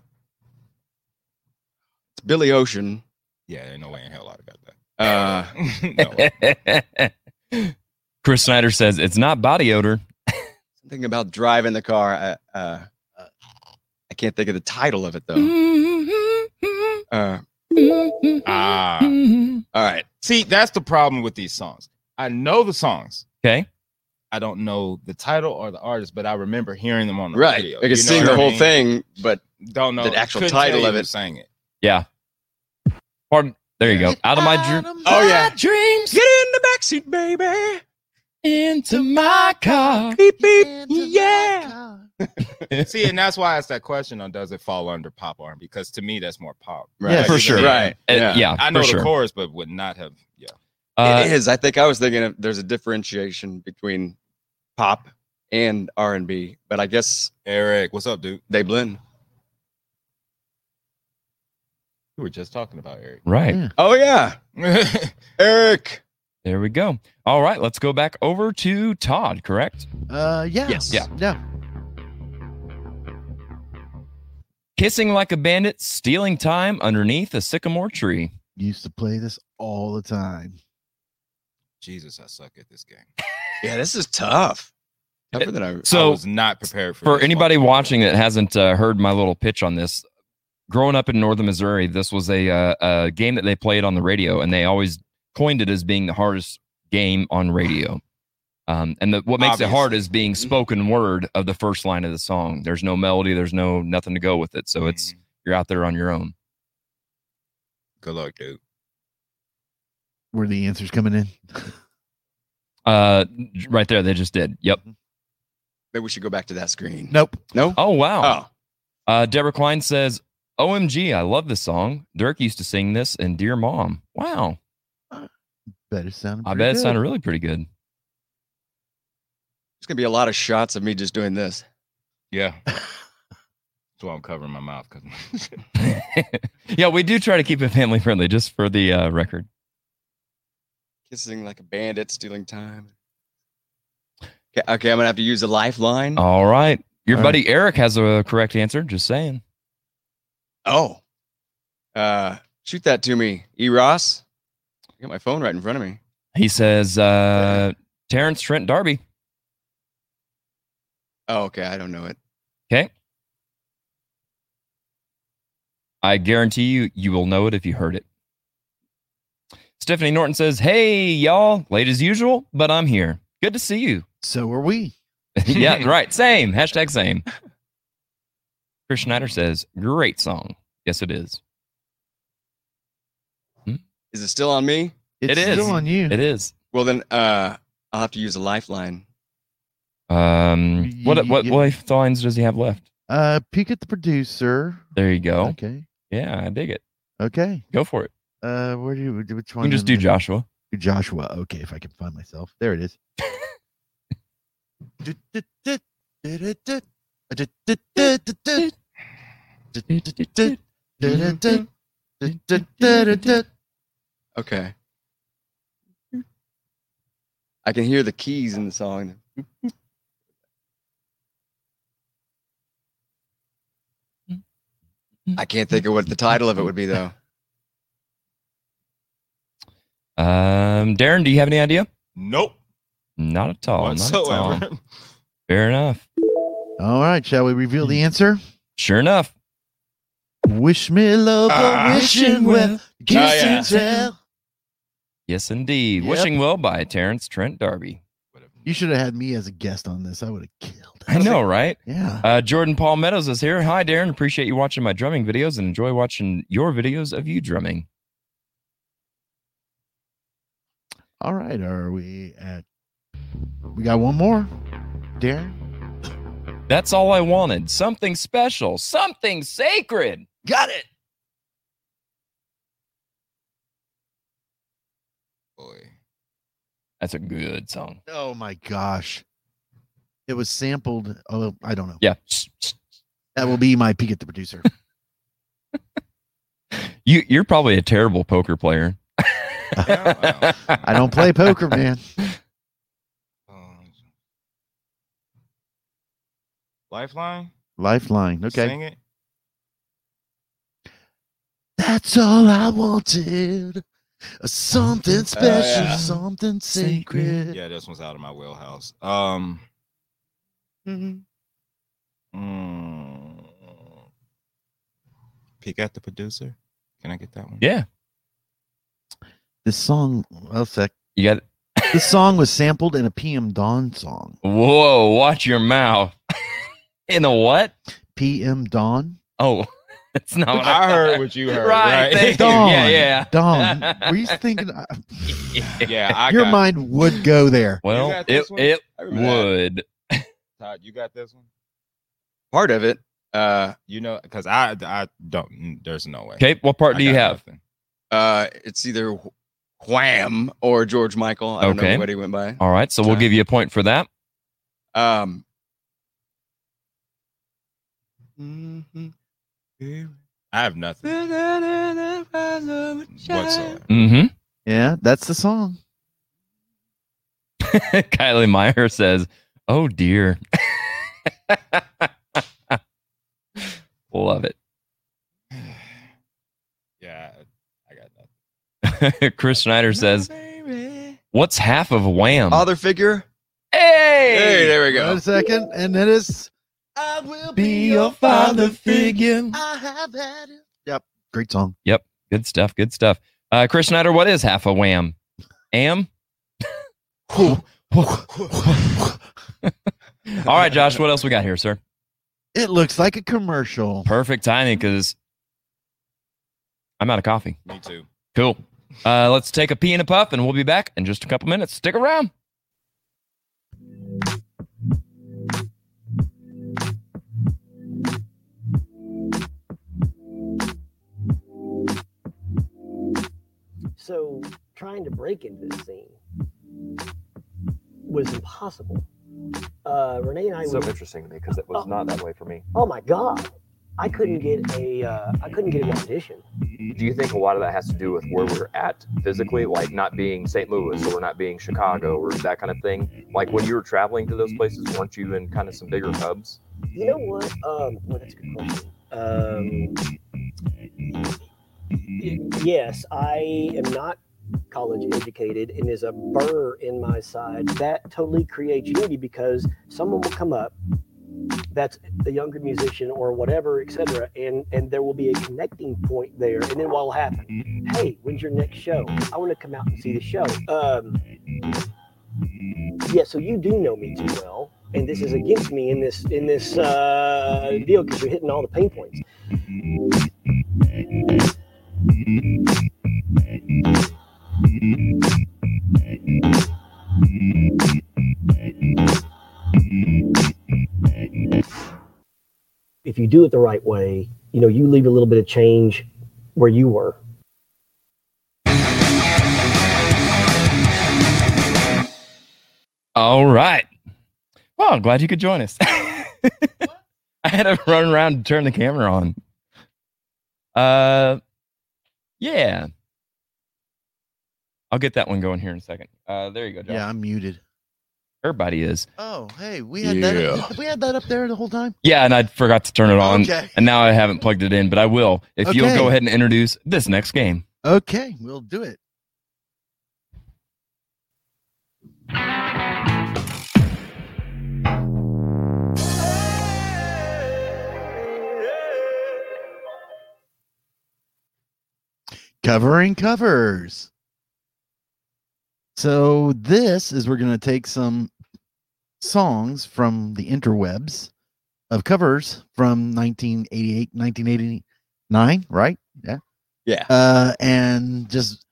S9: it's Billy Ocean.
S10: Yeah, ain't no way in hell I'd have got that.
S9: Uh,
S10: no way.
S1: Chris Snyder says it's not body odor.
S9: something about driving the car. I, uh, I can't think of the title of it though. Uh,
S10: Ah,
S9: all right.
S10: see, that's the problem with these songs. I know the songs.
S1: Okay.
S10: I don't know the title or the artist, but I remember hearing them on the
S9: Right.
S10: radio.
S9: I
S10: You
S9: could
S10: know
S9: sing
S10: what
S9: the
S10: I
S9: whole
S10: mean?
S9: thing, but
S10: Don't know
S9: the actual
S10: couldn't tell
S9: title
S10: you
S9: of
S10: who
S9: it.
S10: Sang it.
S1: Pardon. There you go.
S8: Get
S1: Out of my dream.
S8: of
S9: Oh, yeah.
S1: dreams
S9: Get in the backseat, baby.
S1: into my car.
S9: Beep beep.
S8: my-
S9: Yeah.
S10: See, and that's why I asked that question on does it fall under pop R because to me that's more pop.
S9: Right.
S8: Yeah,
S10: Like,
S1: for
S10: even
S1: sure.
S10: though-
S9: Right.
S1: Uh,
S9: yeah.
S1: yeah.
S10: I know
S1: for
S10: the
S1: sure.
S10: chorus, but would not have yeah.
S1: Uh,
S9: it is. I think I was thinking of, there's a differentiation between pop and R and B, but I guess
S10: Eric, what's up, dude?
S9: they blend.
S10: We were just talking about Eric.
S1: right.
S9: Oh yeah, Eric.
S1: There we go. All right. Let's go back over to Todd, correct?
S8: Uh, yeah.
S9: Yes.
S8: Yeah. Yeah.
S1: Kissing like a bandit, stealing time underneath a sycamore tree.
S8: Used to play this all the time.
S10: Jesus, I suck at this game.
S9: Yeah, this is tough. Tougher than I.
S10: I
S1: So,
S10: was not prepared for
S1: for
S10: this
S1: anybody
S10: one.
S1: watching that hasn't uh, heard my little pitch on this, growing up in northern Missouri, this was a, uh, a game that they played on the radio, and they always coined it as being the hardest game on radio. Um, and the, what makes it hard
S10: Obviously. Mm-hmm.
S1: is being spoken word of the first line of the song. There's no melody, there's no nothing to go with it. So it's you're out there on your own.
S10: Mm-hmm. good luck, dude.
S8: Were the answers coming in?
S1: Uh, right there, they just did. Yep.
S9: Maybe we should go back to that screen.
S8: Nope.
S9: No.
S1: Oh wow.
S9: Oh.
S1: Uh, Deborah Klein says, "OMG, I love this song. Dirk used to sing this in Dear Mom. Wow,
S8: Better sounded.
S1: I
S8: pretty
S1: bet it
S8: good.
S1: sounded really pretty good."
S9: There's gonna be a lot of shots of me just doing this.
S10: Yeah. That's why I'm covering my mouth because
S1: yeah, we do try to keep it family friendly, just for the uh, record.
S9: Kissing like a bandit, stealing time. Okay, okay, I'm gonna have to use a lifeline.
S1: All right, your
S8: Mm. All right.
S1: buddy Eric has a correct answer. Just saying.
S9: Oh. Uh, shoot that to me, E. Ross. I got my phone right in front of me.
S1: He says, uh, "Terrence Trent Darby."
S9: Oh, okay. I don't know it.
S1: Okay. I guarantee you, you will know it if you heard it. Stephanie Norton says, Hey, y'all, late as usual, but I'm here. Good to see you.
S8: So are we.
S1: yeah, right. Same. Hashtag same. Chris Schneider says, Great song. Yes, it is.
S9: Is it still on me?
S8: It's
S1: It is.
S8: still on you.
S1: It is.
S9: Well, then uh, I'll have to use a lifeline.
S1: Um, what what
S8: Yeah.
S1: lifelines does he have left?
S8: Uh, peek at the producer.
S1: There you go.
S8: Okay.
S1: Yeah, I dig it.
S8: Okay.
S1: Go for it.
S8: Uh, where do you do which
S1: We
S8: one?
S1: can just do
S8: in the-
S1: Joshua.
S8: do Joshua. Okay, if I can find myself. There it is.
S9: Okay. I can hear the keys in the song. I can't think of what the title of it would be though.
S1: Um, Darren, do you have any idea?
S10: nope
S1: Not at all. Not at all.
S10: whatsoever.
S1: Fair enough.
S8: All right, shall we reveal the answer?
S1: Sure enough. Ah.
S8: Wish me love, a wishing well, kiss and tell.
S1: Yes, indeed.
S8: Yep.
S1: Wishing Well by Terrence Trent Darby.
S8: You should have had me as a guest on this. I would have killed.
S1: I know, right?
S8: Yeah.
S1: Uh, Jordan Paul Meadows is here. Hi, Darren. Appreciate you watching my drumming videos and enjoy watching your videos of you drumming.
S8: All right. Are we at? We got one more, Darren.
S1: That's all I wanted. Something special, something sacred. Got it.
S10: Boy.
S1: That's a good song.
S8: Oh my gosh. It was sampled. Oh, I don't know.
S1: Yeah.
S8: That will be my peek at the producer.
S1: You you're probably a terrible poker player.
S10: Yeah,
S8: I don't play poker, man.
S10: Um, Lifeline?
S8: Lifeline. Okay.
S10: Sing it.
S8: That's all I wanted. A
S1: Oh,
S8: Something special,
S10: Oh, yeah.
S8: something sacred.
S10: Yeah, this one's out of my wheelhouse. Um mm, Peek at the producer. Can I get that one?
S1: Yeah.
S8: This song, well, sec.
S1: You got
S8: This song was sampled in a PM Dawn song.
S1: Whoa, watch your mouth. In a what?
S8: PM Dawn?
S1: Oh, that's not what
S10: I heard what you heard.
S1: Right.
S10: Right.
S1: thank you.
S8: Dawn.
S1: Yeah, yeah.
S8: Dawn. Were you thinking? I-
S10: yeah, I
S8: your
S10: got
S8: mind would go there.
S10: You
S1: Well,
S10: got
S1: it
S10: this one?
S1: it
S10: I remember that.
S1: would.
S10: Todd, you got this one?
S9: Part of it. Uh,
S10: You know, because I I don't mm, there's no way.
S1: Okay, what part
S10: I
S1: do you
S10: got
S1: have?
S10: nothing.
S9: uh, it's either Wh- Wham or George Michael. I don't
S1: Okay.
S9: know what he went by.
S1: All right, so we'll give you a point for that.
S9: Um,
S8: Mm-hmm.
S10: I have nothing whatsoever.
S1: Mm-hmm.
S8: Yeah, that's the song.
S1: Kylie Meyer says, "Oh dear." Love
S10: Yeah, I got nothing.
S1: it. Chris Schneider says, "What's half of Wham?"
S9: father figure.
S1: hey,
S9: Hey, there we
S8: Wait
S9: go.
S8: a second, and it is. I will be your father figure. I have had it. Yep, great song.
S1: Good stuff. Good stuff. Uh, Chris Snyder, what is half a wham? Am? All right, Josh, what else we got here, sir?
S8: It looks like a commercial.
S1: Perfect timing because I'm out of coffee.
S10: Me too.
S1: Cool. Uh, let's take a pee and a puff, and we'll be back in just a couple minutes. Stick around.
S11: So trying to break into the scene was impossible. Uh, Renee and I
S12: so
S11: were.
S12: interesting to me because it was not that way for me.
S11: oh my god, I couldn't get a uh, I couldn't get an audition.
S12: Do you think a lot of that has to do with where we're at physically, like not being St. Louis or not being Chicago or that kind of thing? Like when you were traveling to those places, weren't you in kind of some bigger hubs?
S11: You know what? Um, well, that's a good question. Um, y- Um, yes, I am not college educated and is a burr in my side. That totally creates unity because someone will come up that's a younger musician or whatever, etc. And and there will be a connecting point there. And then what will happen? Hey, when's your next show? I want to come out and see the show. Um, yeah, so you do know me too well, and this is against me in this in this uh, deal because you're hitting all the pain points. If you do it the right way, you know you leave a little bit of change where you were.
S1: All right. Well, I'm glad you could join us. I had to run around and turn the camera on. Uh, yeah. I'll get that one going here in a second. Uh, there you go, Josh.
S8: Yeah, I'm muted.
S1: Everybody is.
S8: Oh, hey, we had that. We had that up there the whole time.
S1: Yeah, and I forgot to turn it on,
S8: Okay.
S1: and now I haven't plugged it in, but I will if you'll
S8: Okay.
S1: go ahead and introduce this next game.
S8: Okay, we'll do it. Covering covers. So this is we're going to take some songs from the interwebs of covers from 1988, 1989, right?
S9: Yeah.
S8: uh, and just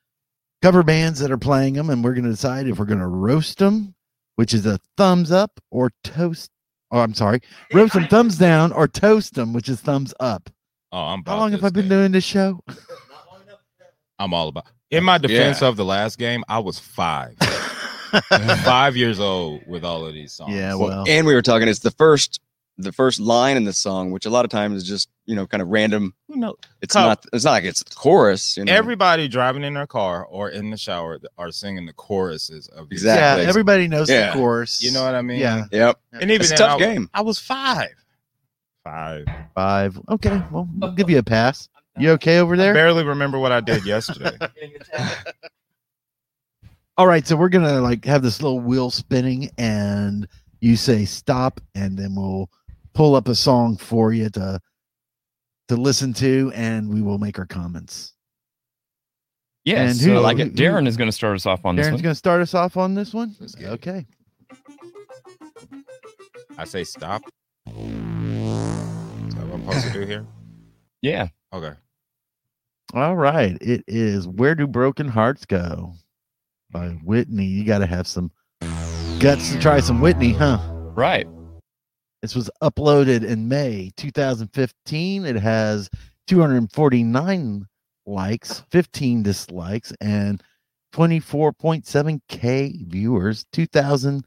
S8: cover bands that are playing them. And we're going to decide if we're going to roast them, which is a thumbs up or toast Oh, I'm sorry. Rub some thumbs down or toast them, which is thumbs up.
S10: Oh, I'm about
S8: How long have
S10: this
S8: I been doing this show?
S10: I'm all about. In my defense of the last game, I was five, five years old with all of these songs.
S8: Yeah,
S10: So-
S8: well.
S9: and we were talking it's the first the first line in the song which a lot of times is just you know kind of random
S10: you know,
S9: it's
S10: Col-
S9: not it's not like it's the chorus you know
S10: everybody driving in their car or in the shower th- are singing the choruses of these
S9: Exactly.
S10: songs.
S8: Yeah, everybody knows
S9: Yeah.
S8: the course.
S10: You know what I mean?
S8: Yeah.
S9: yep
S10: And even
S9: It's a
S10: then,
S9: tough
S10: I-
S9: game.
S10: I was five. Five.
S8: Five. Okay. Well, I'll give you a pass. You okay over there?
S10: Barely remember what I did yesterday.
S8: All right, so we're gonna like have this little wheel spinning, and you say stop, and then we'll pull up a song for you to to listen to, and we will make our comments.
S1: Yeah,
S8: And
S1: so
S8: who-
S1: I like
S8: who-
S1: it. Darren is going to start us off on this
S8: Darren's
S1: one.
S8: gonna start us off on this one.
S10: Let's get it.
S8: Okay.
S10: I say stop. Is that what I'm supposed to do here?
S1: yeah,
S10: Okay.
S8: All right. It is Where Do Broken Hearts Go by Whitney. You gotta have some guts to try some Whitney, huh?
S1: right.
S8: This was uploaded in May 2015. It has 249 likes, 15 dislikes, and 24.7k viewers, 2,000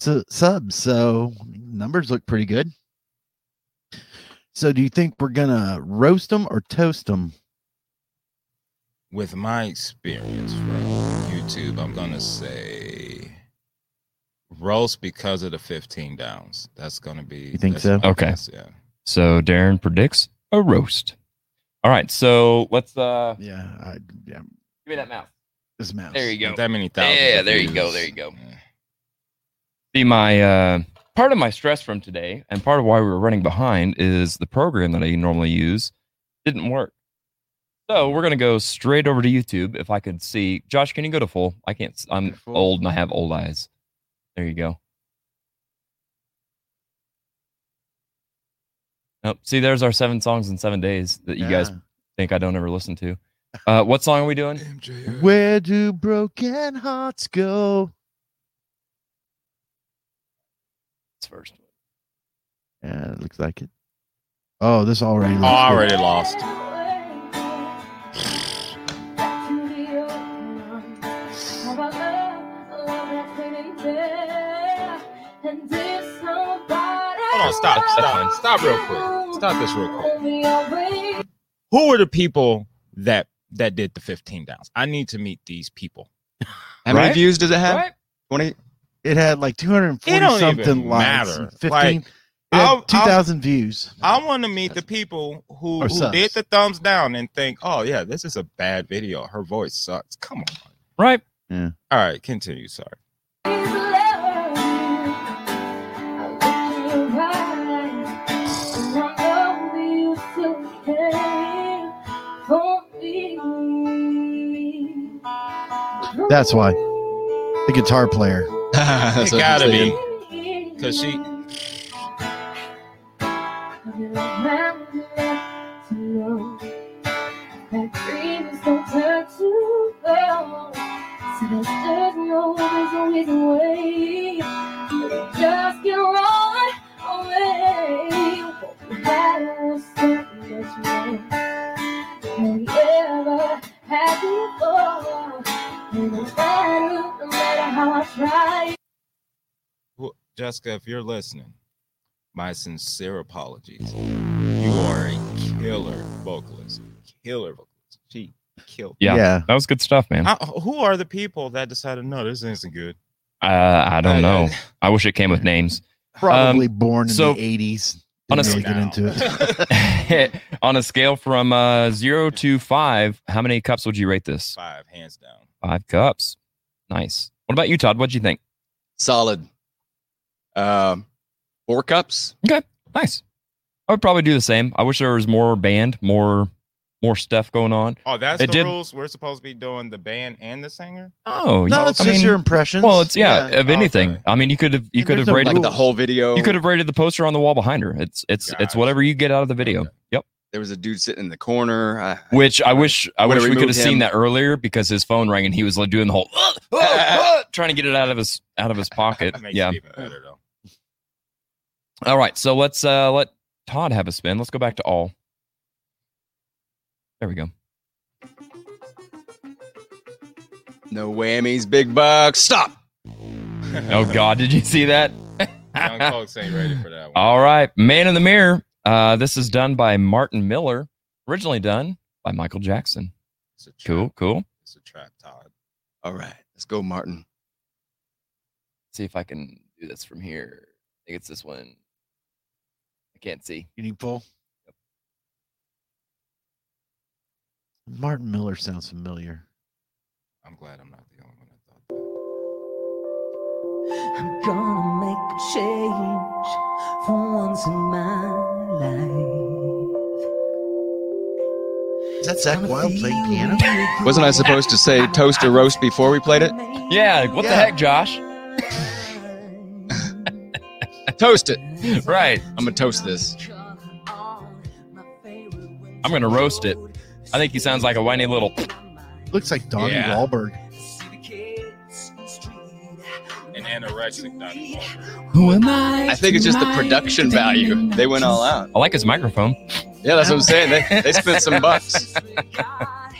S8: su- subs. So numbers look pretty good. So do you think we're gonna roast them or toast them?
S10: With my experience from YouTube, I'm gonna say roast because of the 15 downs. That's gonna be.
S8: You think
S10: that's
S8: so?
S10: my
S1: Okay.
S10: guess, yeah.
S1: So Darren predicts a roast. All right, so let's uh
S8: Yeah, I, yeah.
S1: give me that mouth.
S8: This mouse.
S1: There you go.
S10: Not that many thousands.
S1: Yeah,
S10: of
S1: there you go,
S10: views.
S1: there you go.
S10: Yeah.
S1: See, my uh, part of my stress from today, and part of why we were running behind, is the program that I normally use didn't work. So we're gonna go straight over to YouTube. If I could see, Josh, can you go to full? I can't. s- I'm
S8: To full?
S1: old and I have old eyes. There you go. Nope. See, there's our seven songs in seven days that you guys think I don't ever listen to. Uh, what song are we doing?
S8: Yeah. Where do broken hearts go?
S1: It's first.
S8: Yeah, it looks like it. Oh, this already.
S10: Oh,
S8: looks
S10: I
S8: good.
S10: already lost. Hold on, stop, stop, stop real quick. Stop this real quick. Who are the people that that did the 15 downs? I need to meet these people.
S9: how many
S1: Right?
S9: views does it have 20
S8: It had like 240
S10: It don't
S8: something
S10: even
S8: likes.
S10: matter.
S8: and 15.
S10: Like,
S8: it had
S10: I'll- I'll-
S8: 2,000 views.
S10: I want to meet the people who,
S8: Or
S10: who
S8: subs.
S10: did the thumbs down and think, oh yeah, this is a bad video. Her voice sucks. Come on.
S1: Right.
S10: All right, continue. Sorry.
S8: That's why. The guitar player.
S9: That's
S10: It
S9: what I'm
S10: gotta
S9: saying.
S10: be because she. Who- Jessica, if you're listening, my sincere apologies. You are a killer vocalist. Killer vocalist. She killed.
S1: Yeah. That was good stuff, man.
S10: I, who are the people that decided no, this isn't good?
S1: Uh, I don't know. I wish it came with names.
S8: Probably born in
S1: Um, so-
S8: the 80s.
S1: On a
S8: Didn't really get
S10: now.
S8: into it.
S1: on a scale from uh, zero to five, how many cups would you rate this?
S10: Five hands down.
S1: Five cups. Nice. What about you, Todd? What'd you think?
S9: solid um four cups
S1: Nice. I would probably do the same. I wish there was more band, more more stuff going on.
S10: Oh, that's
S1: It
S10: the
S1: did-
S10: rules. We're supposed to be doing the band and the singer.
S1: Oh,
S8: No,
S1: yeah.
S8: it's
S1: I
S8: just
S1: mean,
S8: your impressions.
S1: Well, it's yeah, of
S10: Oh,
S1: anything.
S10: okay.
S1: I mean, you could have you
S8: And
S1: could
S8: there's
S1: have
S8: no
S1: rated
S9: like
S8: Cool.
S9: the whole video
S1: you could have rated the poster on the wall behind her. It's it's it's
S10: Gotcha.
S1: whatever you get out of the video.
S10: Okay.
S1: Yep.
S9: there was a dude sitting in the corner I,
S1: Which I wish I
S9: Would've
S1: wish we could have
S9: removed him.
S1: seen that earlier because his phone rang and he was like doing the whole "Ugh, ugh, Ah, ugh," trying to get it out of his out of his pocket.
S10: That makes
S1: yeah.
S10: it even better though.
S1: All right, so let's uh let Todd have a spin. Let's go back to all. There we go.
S9: No whammies, big bucks. Stop.
S1: Oh God, did you see that?
S10: John Cox ain't ready for that one.
S1: All right, Man in the Mirror. Uh, this is done by Martin Miller. Originally done by Michael Jackson.
S10: It's a trap.
S1: Cool, cool.
S10: It's a trap, Todd.
S9: All right, let's go, Martin.
S1: see if I can do this from here. I think it's this one. I can't see.
S8: You need pull. Martin Miller sounds familiar.
S10: I'm glad I'm not the only one that thought that.
S3: I'm gonna make a change for once in my life.
S8: Is that Zach Wild playing piano?
S9: Wasn't I supposed to say toast or roast before we played it?
S1: Yeah, what the
S8: Yeah.
S1: heck, Josh?
S9: Toast it.
S1: Right.
S9: I'm gonna toast this.
S1: I'm gonna roast it. I think he sounds like a whiny little
S8: Looks like Donnie
S10: Yeah.
S8: Wahlberg.
S10: An anorexic Donnie Wahlberg.
S1: Who am I?
S9: I think it's just the production value. They went all out.
S1: I like his microphone.
S9: Yeah, that's what I'm saying. They, they spent some bucks. I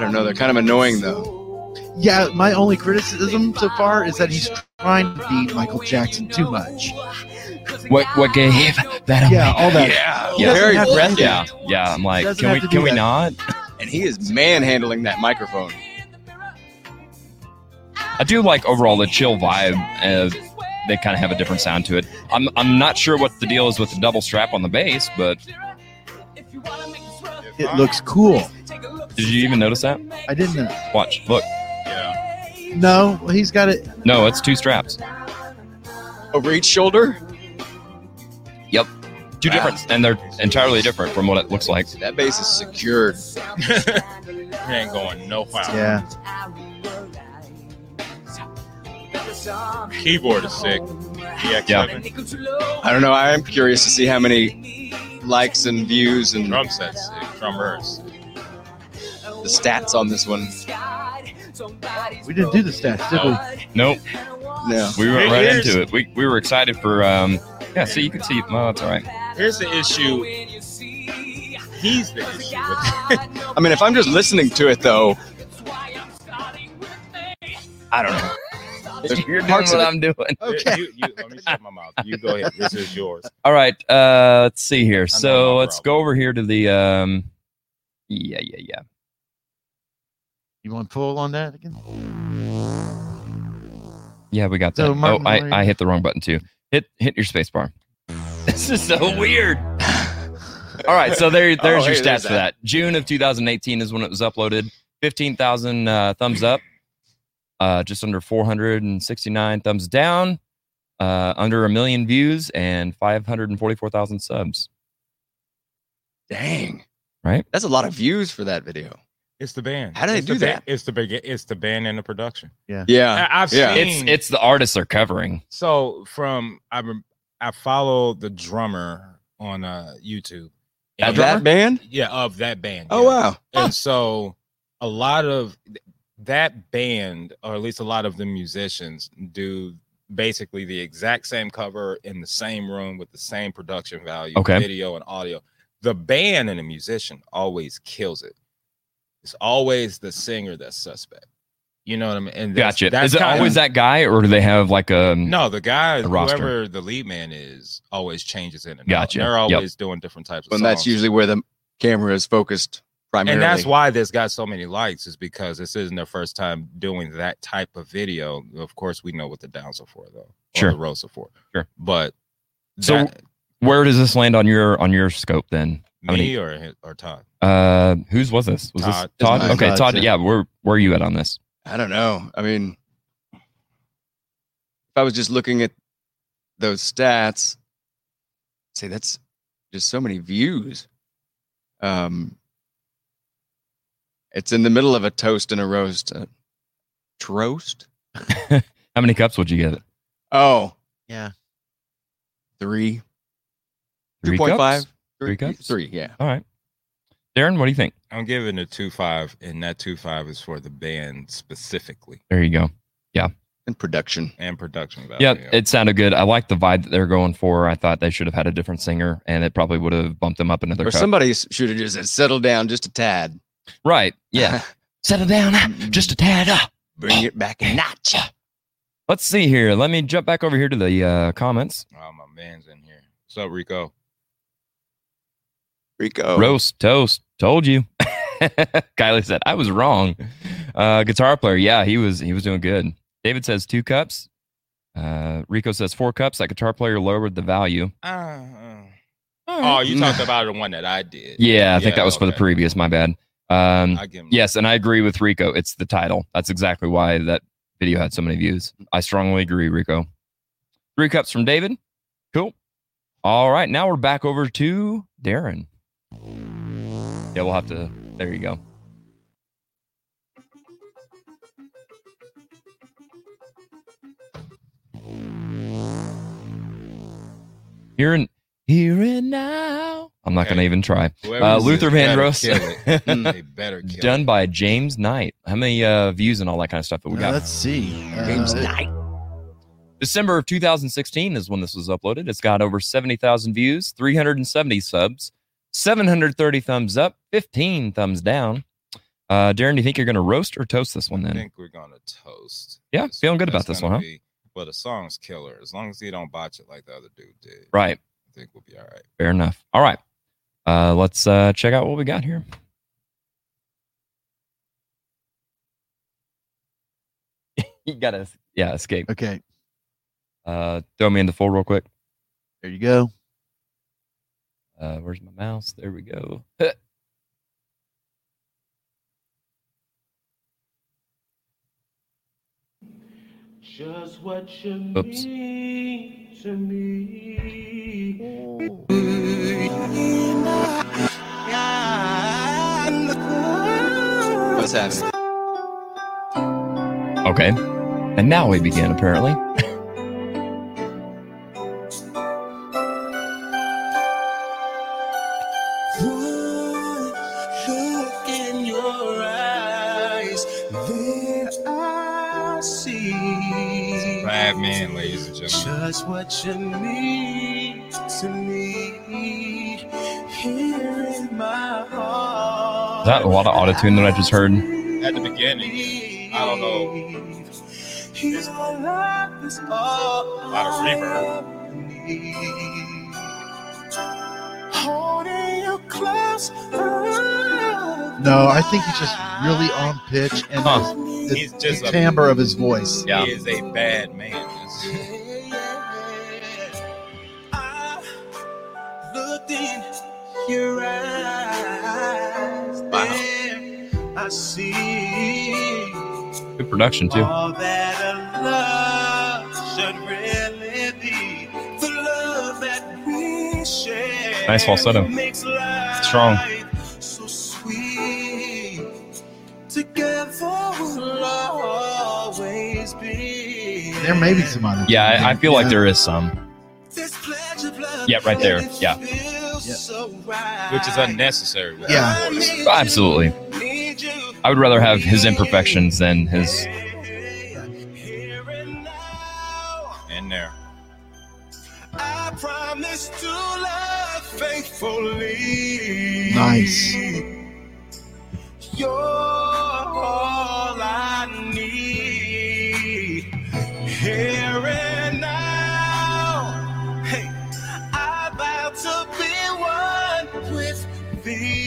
S9: don't know. They're kind of annoying though.
S8: Yeah, my only criticism so far is that he's trying to be Michael Jackson too much.
S1: What what gave that?
S8: Yeah, all that.
S9: Yeah,
S8: He doesn't
S9: very
S8: have to do
S9: breathy.
S1: Yeah, yeah. I'm like,
S8: Doesn't
S1: can we
S8: have to do
S1: can we
S8: that.
S1: not?
S9: And he is manhandling that microphone.
S1: I do like overall the chill vibe. Uh, they kind of have a different sound to it. I'm I'm not sure what the deal is with the double strap on the bass, but
S10: If
S8: It
S10: I'm-
S8: looks cool.
S1: did you even notice that?
S8: I didn't. uh,
S1: Watch, look.
S10: Yeah.
S8: No, he's got it.
S1: No, it's two straps.
S9: Over each shoulder.
S1: Two
S9: Wow.
S1: different, and they're entirely different from what it looks like.
S9: That bass is secured.
S10: He ain't going no how.
S8: Yeah.
S10: Keyboard is sick. DX7.
S9: I don't know. I am curious to see how many likes and views and
S10: Drum set's sick. Drummer is sick.
S9: the stats on this one.
S8: We didn't do the stats, did we?
S1: Nope,
S9: No.
S1: we went
S10: Here-
S1: right
S10: here's-
S1: into it. We, we were excited for um. Yeah, see, you can see. No, that's all right.
S10: Here's the issue. He's the issue. With
S9: I mean, if I'm just listening to it though, I don't know. There's
S1: You're doing
S9: parts
S1: what
S9: of it.
S1: I'm doing.
S8: Okay.
S10: You, you, let me shut my mouth. You go ahead. This is yours.
S1: All right, uh, let's see here. So
S10: no
S1: let's go over here to the um. Yeah, yeah, yeah.
S8: You want pull on that again?
S1: Yeah, we got that.
S8: So
S1: oh,
S8: Martin Murray-
S1: I, I hit the wrong button too. Hit hit your space bar. This is so weird. All right, so there there's
S9: Oh,
S1: your
S9: hey,
S1: stats
S9: there's
S1: for
S9: that.
S1: that. June of 2018 is when it was uploaded. 15,000 uh, thumbs up, uh, just under 469 thumbs down, uh, under a million views, and 544,000 subs.
S9: Dang.
S1: Right?
S9: That's a lot of views for that video.
S10: It's the band.
S9: How do they
S10: It's
S9: do
S10: the ba-
S9: that?
S10: It's the big. It's the band and the production.
S9: Yeah.
S10: I- I've
S9: yeah.
S10: seen.
S1: It's it's the artists are covering.
S10: so from I rem- I follow the drummer on uh YouTube. And-
S1: That
S9: Of that band?
S10: yeah, of that band.
S9: Oh
S10: yeah.
S9: wow.
S10: And so a lot of th- that band, or at least a lot of the musicians, do basically the exact same cover in the same room with the same production value,
S1: Okay.
S10: video and audio. The band and the musician always kills it. It's always the singer that's suspect. You know what I mean? And that's-
S1: Gotcha.
S10: that's
S1: Is it
S10: kinda-
S1: always that guy, or do they have like a um,
S10: no, the guy,
S1: The roster.
S10: whoever the lead man is, always changes in and
S1: Gotcha.
S10: out. They're
S1: Yep.
S10: always doing different types of
S9: And
S10: songs.
S9: that's usually where the camera is focused primarily.
S10: and that's why this got so many likes is because this isn't their first time doing that type of video. Of course, we know what the downs are for though. or
S1: Sure.
S10: the roads are for.
S1: Sure.
S10: But
S1: So,
S10: that-
S1: Where does this land on your on your scope then? how
S10: me
S1: many-
S10: or hi- or Todd.
S1: Uh, whose was this? Was
S10: Todd.
S1: this Todd?
S9: It's mine.
S1: okay,
S8: Todd's,
S1: Todd.
S8: yeah.
S1: Yeah, where where are you at on this?
S9: I don't know. I mean, if I was just looking at those stats, I'd say that's just so many views. Um, it's in the middle of a toast and a roast. Uh, troast?
S1: How many cups would you give it?
S9: Oh,
S8: Yeah.
S9: three,
S1: Three
S9: two point five,
S1: cups? Three cups?
S9: three. Yeah,
S1: All right, Darren, what do you think?
S10: I'm giving a two five, and that two five is for the band specifically.
S1: There you go. Yeah,
S9: and production
S10: and production value.
S1: yeah, it sounded good. I like the vibe that they're going for. I thought they should have had a different singer, and it probably would have bumped them up another.
S9: or
S1: cut.
S9: somebody should have just said, settle down just a tad.
S1: right? Yeah, settle down ah, just a tad. ah.
S9: Bring it back a notch.
S1: Let's see here. Let me jump back over here to the uh, comments.
S10: Oh, my man's in here. What's up, Rico? Oh.
S9: Rico.
S1: Roast toast. Told you. Kylie said I was wrong. Uh, guitar player. Yeah, he was. He was doing good. David says two cups. Uh, Rico says four cups. That guitar player lowered the value.
S10: Uh,
S9: Mm-hmm.
S10: Oh, you talked about the one that I did.
S1: Yeah, I think that was for the previous. My bad. Um,
S10: I give 'em-
S1: yes, and I agree with Rico. It's the title. That's exactly why that video had so many views. I strongly agree, Rico. Three cups from David. Cool. All right, now we're back over to Darren. Yeah, we'll have to. There you go. Here and here and now. I'm not gonna
S10: Hey,
S1: even try.
S10: whoever
S1: Uh,
S10: this is
S1: Luther Van
S10: better
S1: Ross.
S10: kill it. They better kill
S1: Done by James Knight. How many uh, views and all that kind of stuff that we
S8: Now,
S1: got?
S8: Uh, let's see.
S9: James
S8: Uh,
S9: Knight.
S1: December of 2016 is when this was uploaded. It's got over 70,000 views, 370 subs, 730 thumbs up, 15 thumbs down. Uh, Darren, do you think you're going to roast or toast this one
S10: I
S1: then?
S10: think we're gonna toast.
S1: Yeah, feeling good about
S10: That's
S1: this one, huh?
S10: gonna be- Well, the song's killer. As long as he don't botch it like the other dude did,
S1: Right.
S10: I think we'll be all right.
S1: Fair enough. All right. Uh, let's uh, check out what we got here. you got to, yeah, escape.
S8: Okay,
S1: Uh, throw me in the full real quick.
S8: there you go.
S1: Uh, where's my mouse? There we go.
S3: Just what you
S1: Oops.
S3: mean to me.
S9: What's happening?
S1: Okay. And now we begin, apparently.
S3: One look in your eyes, then I see
S10: Bad man, ladies and gentlemen.
S3: just what you mean to me here in my heart.
S1: Is that a lot of autotune that I just heard?
S10: At the beginning, I don't know.
S3: Here's my life is all
S10: A lot of reverb.
S3: Holding you close.
S8: No, I think he's just really on pitch and
S1: Huh.
S8: the,
S10: He's just
S8: the
S10: a-
S8: timbre of his voice.
S1: Yeah.
S10: He is a bad man. That's-
S3: I looked in your eyes. There I see
S1: Good production, too.
S3: all that a love should really be. The love that we share
S1: Nice falsetto.
S3: makes life
S1: Strong.
S3: So sweet. Together we'll always be.
S8: There may be some other.
S1: Yeah, I, I feel like there is some.
S3: This pledge of love.
S1: Yeah, right there. Yeah.
S8: Yeah.
S10: Which is unnecessary. with
S8: Yeah.
S10: that voice.
S1: Absolutely. I would rather have his imperfections than his.
S10: In there.
S3: I promise to love faithfully.
S8: Nice.
S3: You're all I need here and now. Hey, I vow to be one with thee.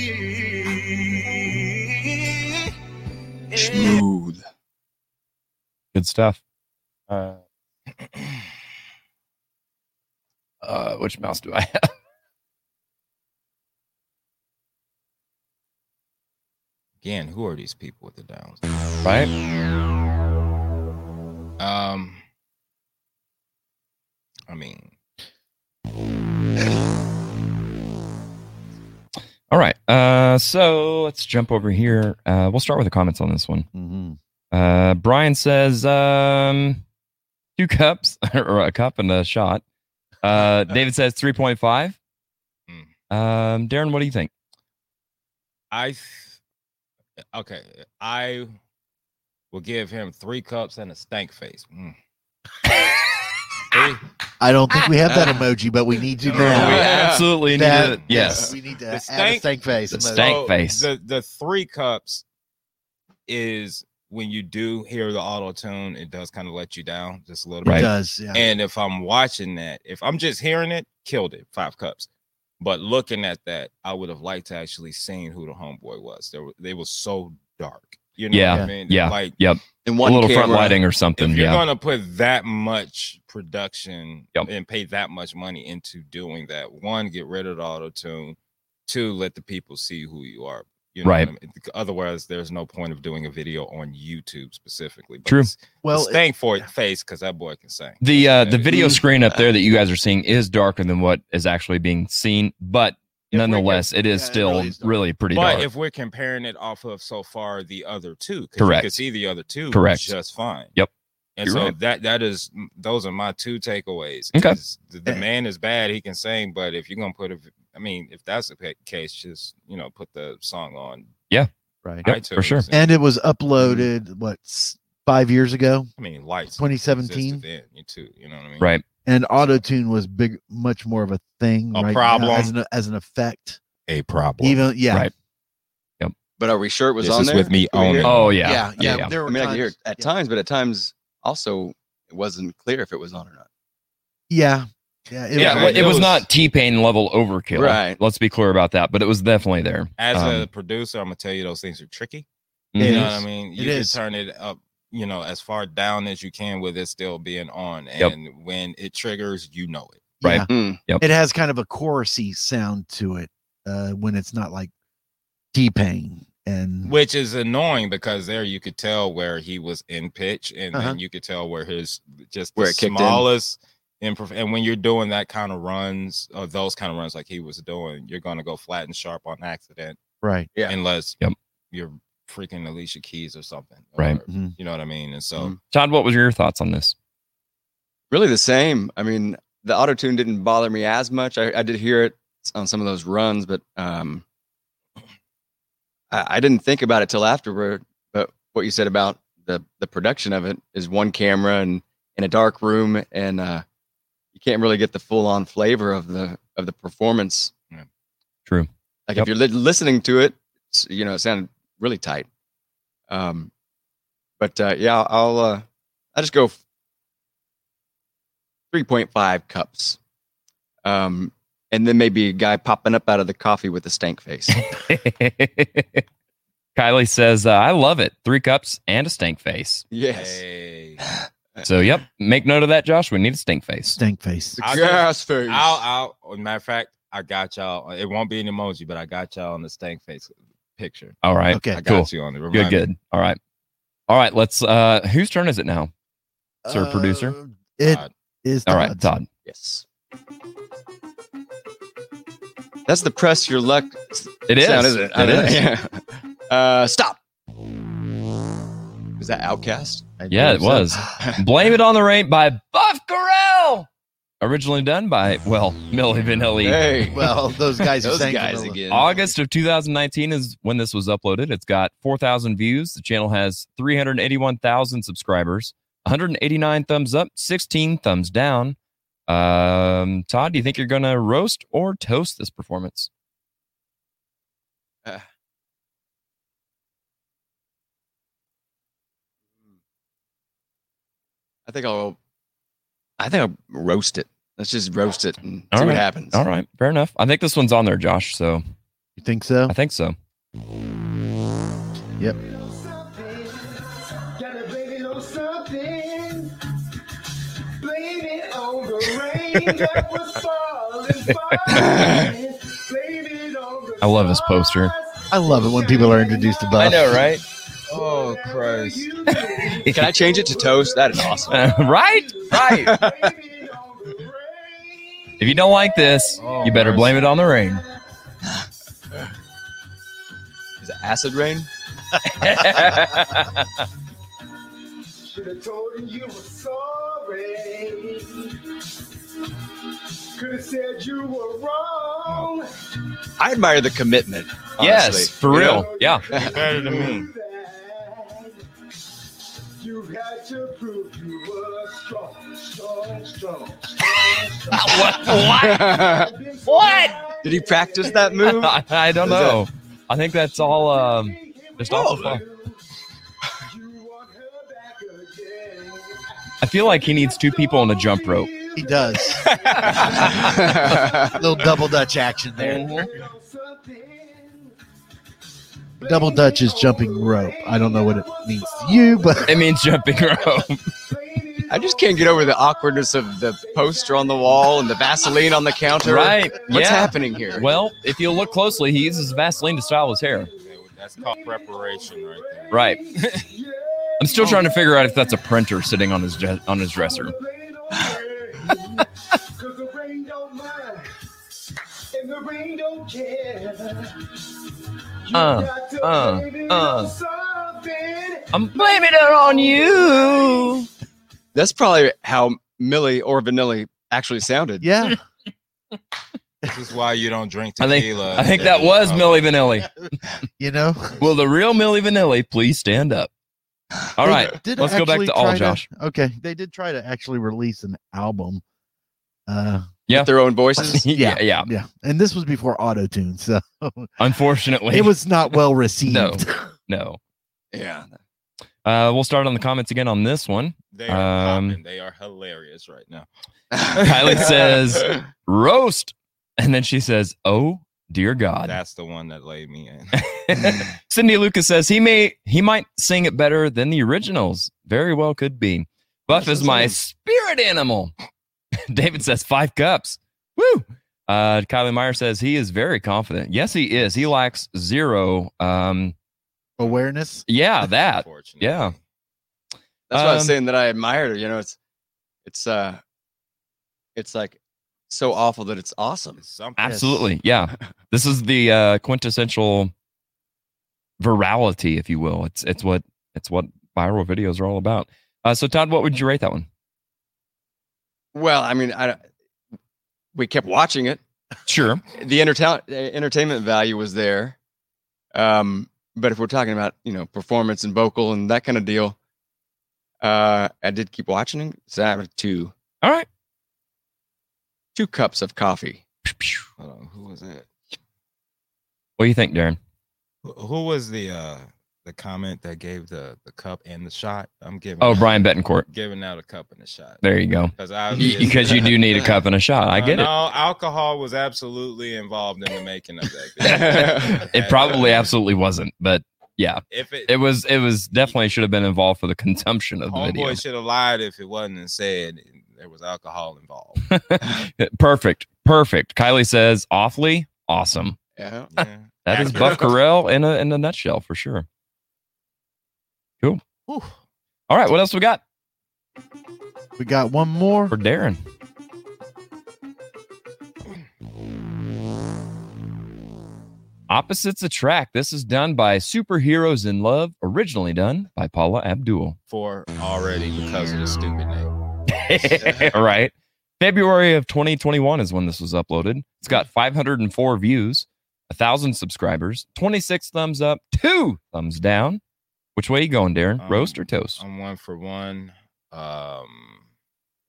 S9: Smooth.
S1: Good stuff. Uh, uh, which mouse do I have?
S10: Again, who are these people with the downs?
S1: Right?
S10: Um, I mean,
S1: All right. Uh, so let's jump over here. Uh, we'll start with the comments on this one.
S8: hmm
S1: Uh, Brian says um, two cups or a cup and a shot. Uh, David says 3.5. Um, Darren, what do you think?
S10: I th- okay. I will give him three cups and a stank face. Mm.
S8: I don't think we have that emoji, but we need to
S10: No,
S8: now.
S10: we
S1: absolutely need
S8: That-
S1: it. Yes.
S8: we need to
S10: The
S8: add a stank face.
S1: The
S8: emoji.
S1: stank
S10: So
S1: face.
S10: The the three cups is when you do hear the auto tune, it does kind of let you down just a little
S8: It
S10: bit.
S8: does, yeah.
S10: And if I'm watching that, if I'm just hearing it, killed it. Five cups. But looking at that, I would have liked to actually seen who the homeboy was. They were they were so dark. You know
S1: yeah.
S10: what I mean?
S1: Yeah.
S10: Like
S1: yep.
S9: And
S1: a little front
S10: camera,
S1: lighting or something.
S10: If you're
S1: Yeah.
S10: gonna put that much production and pay that much money into doing that, one, get rid of the auto tune. Two, let the people see who you are. You know what
S1: Right.
S10: I mean? Otherwise, there's no point of doing a video on YouTube specifically. But
S1: True.
S10: Well,
S1: Well,
S10: staying for it face because that boy can sing.
S1: the uh, the video
S10: Mhm.
S1: screen up there that you guys are seeing is darker than what is actually being seen, but nonetheless, it is still really, pretty
S10: but
S1: dark.
S10: if we're comparing it off of so far the other two, 'cause You
S1: Correct.
S10: can see the other two
S1: Correct.
S10: just fine.
S1: Yep.
S10: And
S1: You're
S10: so
S1: right.
S10: that that is those are my two takeaways.
S1: Okay.
S10: is The, the man is bad, he can sing, but if you're gonna put a, I mean, if that's the ca- case, just you know, put the song on.
S1: yeah.
S8: Right.
S1: Yep, for sure.
S8: And it was uploaded what s- five years ago?
S10: Mm-hmm. I mean, lights.
S8: 2017.
S10: existed Then, you too. You know what I mean?
S1: Right.
S8: And auto tune was big, much more of a thing,
S10: A
S8: right now
S10: problem.
S8: as an as an effect.
S10: A problem.
S8: Even yeah,
S1: Right.
S9: But are we sure it was
S10: This
S9: on
S10: is
S9: there?
S10: with me
S9: Can we hear
S10: on
S9: it?
S10: it. Oh, yeah. Yeah, yeah,
S9: I
S10: there were
S9: mean, I could hear it at times, but at times also it wasn't clear if it was on or not.
S8: yeah, yeah. It
S1: yeah,
S8: was,
S1: well, it, was, not T Pain level overkill.
S9: Right.
S1: Let's be clear about that, but it was definitely there.
S10: As
S1: Um, Mm-hmm.
S10: a producer, I'm gonna tell you those things are tricky.
S1: It
S10: You know what I
S1: is.
S10: mean?
S1: It
S10: You can
S1: is.
S10: turn it up, you know, as far down as you can with it still being on.
S1: Yep.
S10: And when it triggers, you know it.
S1: right. Yep.
S8: It has kind of a chorusy sound to it uh, when it's not like T Pain and
S10: Which is annoying because there you could tell where he was in pitch, and
S8: Uh-huh.
S10: then you could tell where his just
S9: Where
S10: the
S9: it kicked in.
S10: smallest. improv- and when you're doing that kind of runs, or those kind of runs like he was doing, you're gonna go flat and sharp on accident.
S8: right.
S9: Yeah.
S10: Unless
S1: Yep.
S10: you're freaking Alicia Keys or something.
S1: Right.
S10: or-
S9: Mm-hmm.
S10: You know what I mean? And so
S1: Todd, what was your thoughts on this?
S9: Really the same. I mean, the auto tune didn't bother me as much. I, I did hear it on some of those runs, but um, I, I didn't think about it till afterward. But what you said about the the production of it is one camera and in a dark room, and uh, you can't really get the full on flavor of the of the performance.
S1: True.
S9: Like
S1: Yep.
S9: if you're li- listening to it, it's- you know, it sounded really tight. Um, but uh, yeah, I'll uh, I just go three point five cups, um, and then maybe a guy popping up out of the coffee with a stank face.
S1: Kylie says, uh, "I love it. Three cups and a stink face."
S9: yes,
S1: So, yep, make note of that, Josh. We need a stink face.
S8: Stink face.
S10: I'll
S9: Gas
S10: give-
S9: face.
S10: I'll, I'll, as a matter of fact, I got y'all. It won't be an emoji, but I got y'all on the stank face picture.
S1: All right.
S10: I got
S1: Cool.
S10: you on it.
S1: Good.
S10: Remind me.
S1: Good. All right. All right. Let's. uh Whose turn is it now, sir? producer.
S8: Uh, It is
S1: All right,
S8: Todd's.
S1: Todd.
S9: yes. That's the press your luck. s-
S1: It is.
S9: Sound, isn't it?
S1: It is.
S9: Yeah. Uh, stop. Is that Outcast?
S1: Yeah, it was. Blame it on the rain by Buff Corral. Originally done by well Millie Vanilli.
S9: Hey.
S8: Well, those guys who
S9: Those
S8: sang
S9: guys
S8: Camilla.
S9: again.
S1: August of 2019 is when this was uploaded. It's got 4,000 views. The channel has 381,000 subscribers, 189 thumbs up, 16 thumbs down. Um, Todd, do you think you're going to roast or toast this performance?
S9: Uh, I think I'll. I think I'll roast it. Let's just roast it and see
S1: All
S9: what
S1: right.
S9: happens.
S1: All right, fair enough. I think this one's on there, Josh. So
S8: You think so?
S1: I think so.
S8: Yep.
S3: Got a baby know something. Blame it on the rain that was falling, falling. Blame it on the
S8: I love this poster. I love it when people are introduced to Buff.
S1: right?
S10: Oh Christ!
S9: Can I change it to toast? That is awesome.
S1: Uh, right? Right. if you don't like this,
S9: Oh,
S1: you better blame it on the rain.
S9: Is it acid rain?
S3: Should have told him you were sorry. Could have said you were wrong.
S9: I admire the commitment.
S1: Yes,
S9: honestly.
S1: for
S9: You
S1: real.
S9: know?
S1: Yeah.
S10: Better than me.
S3: You've had to prove you were strong, strong, strong.
S9: what? What? Did he practice that move?
S1: I don't know. I think that's all. Um, just off the fly. I feel like he needs two people on a jump rope.
S8: He does. Little double dutch action there. Double dutch is jumping rope. I don't know what it means to you, but
S1: it means jumping rope.
S9: I just can't get over the awkwardness of the poster on the wall and the Vaseline on the counter.
S1: Right.
S9: What's
S1: yeah.
S9: happening here?
S1: Well, if you look closely, he uses Vaseline to style his hair.
S10: That's called preparation right there.
S1: Right. I'm still trying to figure out if that's a printer sitting on his dre- on his dresser.
S3: Cause the rain don't mind. And the rain don't care.
S1: Uh, uh, uh. I'm
S3: blaming it on you.
S9: That's probably how Millie or Vanilli actually sounded.
S8: Yeah.
S10: This is why you don't drink
S1: I think-
S10: tequila.
S1: I think that was Millie Vanilli.
S8: you know,
S1: Will the real Millie Vanilli please stand up? All
S8: They
S1: right,
S8: did
S1: let's go back
S8: actually
S1: to all
S8: try
S1: Josh.
S8: Okay, they did try to actually release an album. Uh,
S1: Yeah.
S9: Their own voices.
S1: yeah, yeah.
S8: yeah, and this was before auto tune, so
S1: Unfortunately,
S8: it was not well received.
S1: no, no.
S9: Yeah.
S1: Uh, we'll start on the comments again on this one.
S10: They are
S1: Um,
S10: popping. They are hilarious right now.
S1: Kylie says roast, and then she says, "Oh dear God."
S10: That's the one that laid me in.
S1: Cindy Lucas says he may he might sing it better than the originals. Very well could be. Buff is my spirit animal. David says five cups. Woo. Uh, Kylie Meyer says he is very confident. Yes, he is. He lacks zero. Um,
S8: Awareness.
S1: yeah, that.
S10: Unfortunately.
S1: Yeah.
S9: That's what I was
S1: Um,
S9: saying that I admired her. You know, it's it's uh it's like so awful that it's awesome.
S10: It's something.
S1: Absolutely. Yeah. This is the uh, quintessential virality, if you will. It's it's what it's what viral videos are all about. Uh, so Todd, what would you rate that one?
S9: Well, I mean, I don't- we kept watching it.
S1: Sure.
S9: The entertain entertainment value was there. Um, but if we're talking about, you know, performance and vocal and that kind of deal, uh I did keep watching it. So I have two
S1: All right.
S9: two cups of coffee.
S10: Hold on, who was that?
S1: What do you think, Darren?
S10: Who- Who was the uh the comment that gave the the cup and the shot? I'm giving.
S1: Oh,
S10: out-
S1: Brian Betancourt.
S10: Giving out a cup and a shot.
S1: There you go.
S10: Because I Uh,
S1: Because you do need a cup and a shot. I get
S10: no,
S1: it.
S10: alcohol was absolutely involved in the making of that.
S1: It probably absolutely wasn't, but yeah,
S10: If it,
S1: it was. It was definitely should have been involved for the consumption of the video.
S10: homeboy should have lied if it wasn't and said there was alcohol involved.
S1: perfect, perfect. Kylie says, "Awfully awesome."
S9: Yeah.
S10: Yeah.
S1: That is Buff
S10: Accurate.
S1: Corral in a in a nutshell for sure. Cool. All right, what else we got
S8: We got one more.
S1: for Darren? Opposites attract. This is done by Superheroes in Love, originally done by Paula Abdul.
S10: for already because of the stupid name.
S1: right. February of 2021 is when this was uploaded. It's got 504 views, 1,000 subscribers, 26 thumbs up, two thumbs down. Which way you going, Darren?
S10: Um,
S1: Roast or toast?
S10: I'm one for one. Um,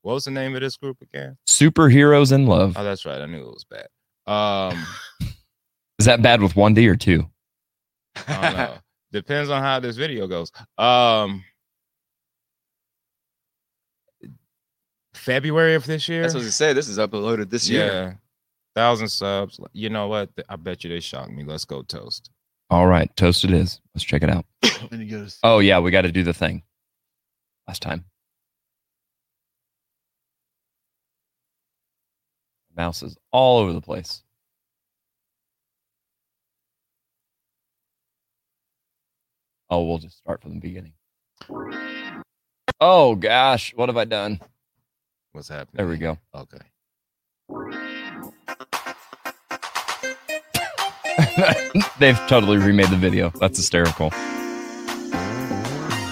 S10: what was the name of this group again?
S1: Superheroes in Love.
S10: Oh, that's right. I knew it was bad. Um,
S1: Is that bad with one D or two?
S10: I don't know. Depends on how this video goes. Um, February of this year.
S9: That's what I was gonna say. This is uploaded this year.
S10: yeah, thousand subs. You know what? I bet you they shocked me. Let's go toast.
S1: All right, toast it is. Let's check it out.
S8: And he goes,
S1: Oh, yeah, we got to do the thing last time. Mouse is all over the place. Oh, we'll just start from the beginning. Oh, gosh. What have I done?
S10: What's happening?
S1: There we go.
S10: Okay.
S1: They've totally remade the video. That's hysterical.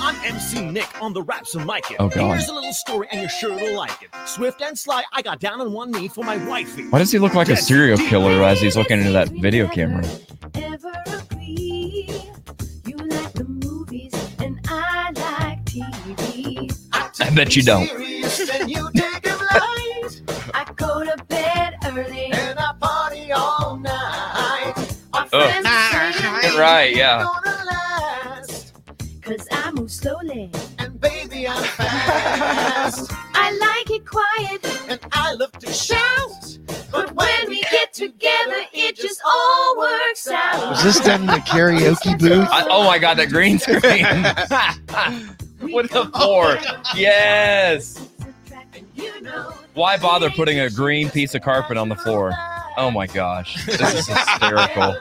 S7: I'm MC Nick on the Raps of Mike It.
S1: Oh, God.
S7: Here's a little story, and you're sure to like it. Swift and Sly, I got down on one knee for my wifey.
S1: Why does he look like a serial killer as he's looking into that video camera?
S4: Never agree. You like the movies and I like TV.
S1: bet you don't.
S3: then you take a light. I go to bed early and I party all night. My friends say
S1: Oh. Ah, Right,
S3: it's
S1: yeah.
S3: gonna last. Cause I move slowly and baby I'm fast. I like it quiet and I love to shout. But when we get together, it just all works out.
S8: Was this done in the karaoke booth?
S1: I- oh my god, that green screen. what the four? Yes. Why bother putting a green piece of carpet on the floor? Oh my gosh, this is hysterical.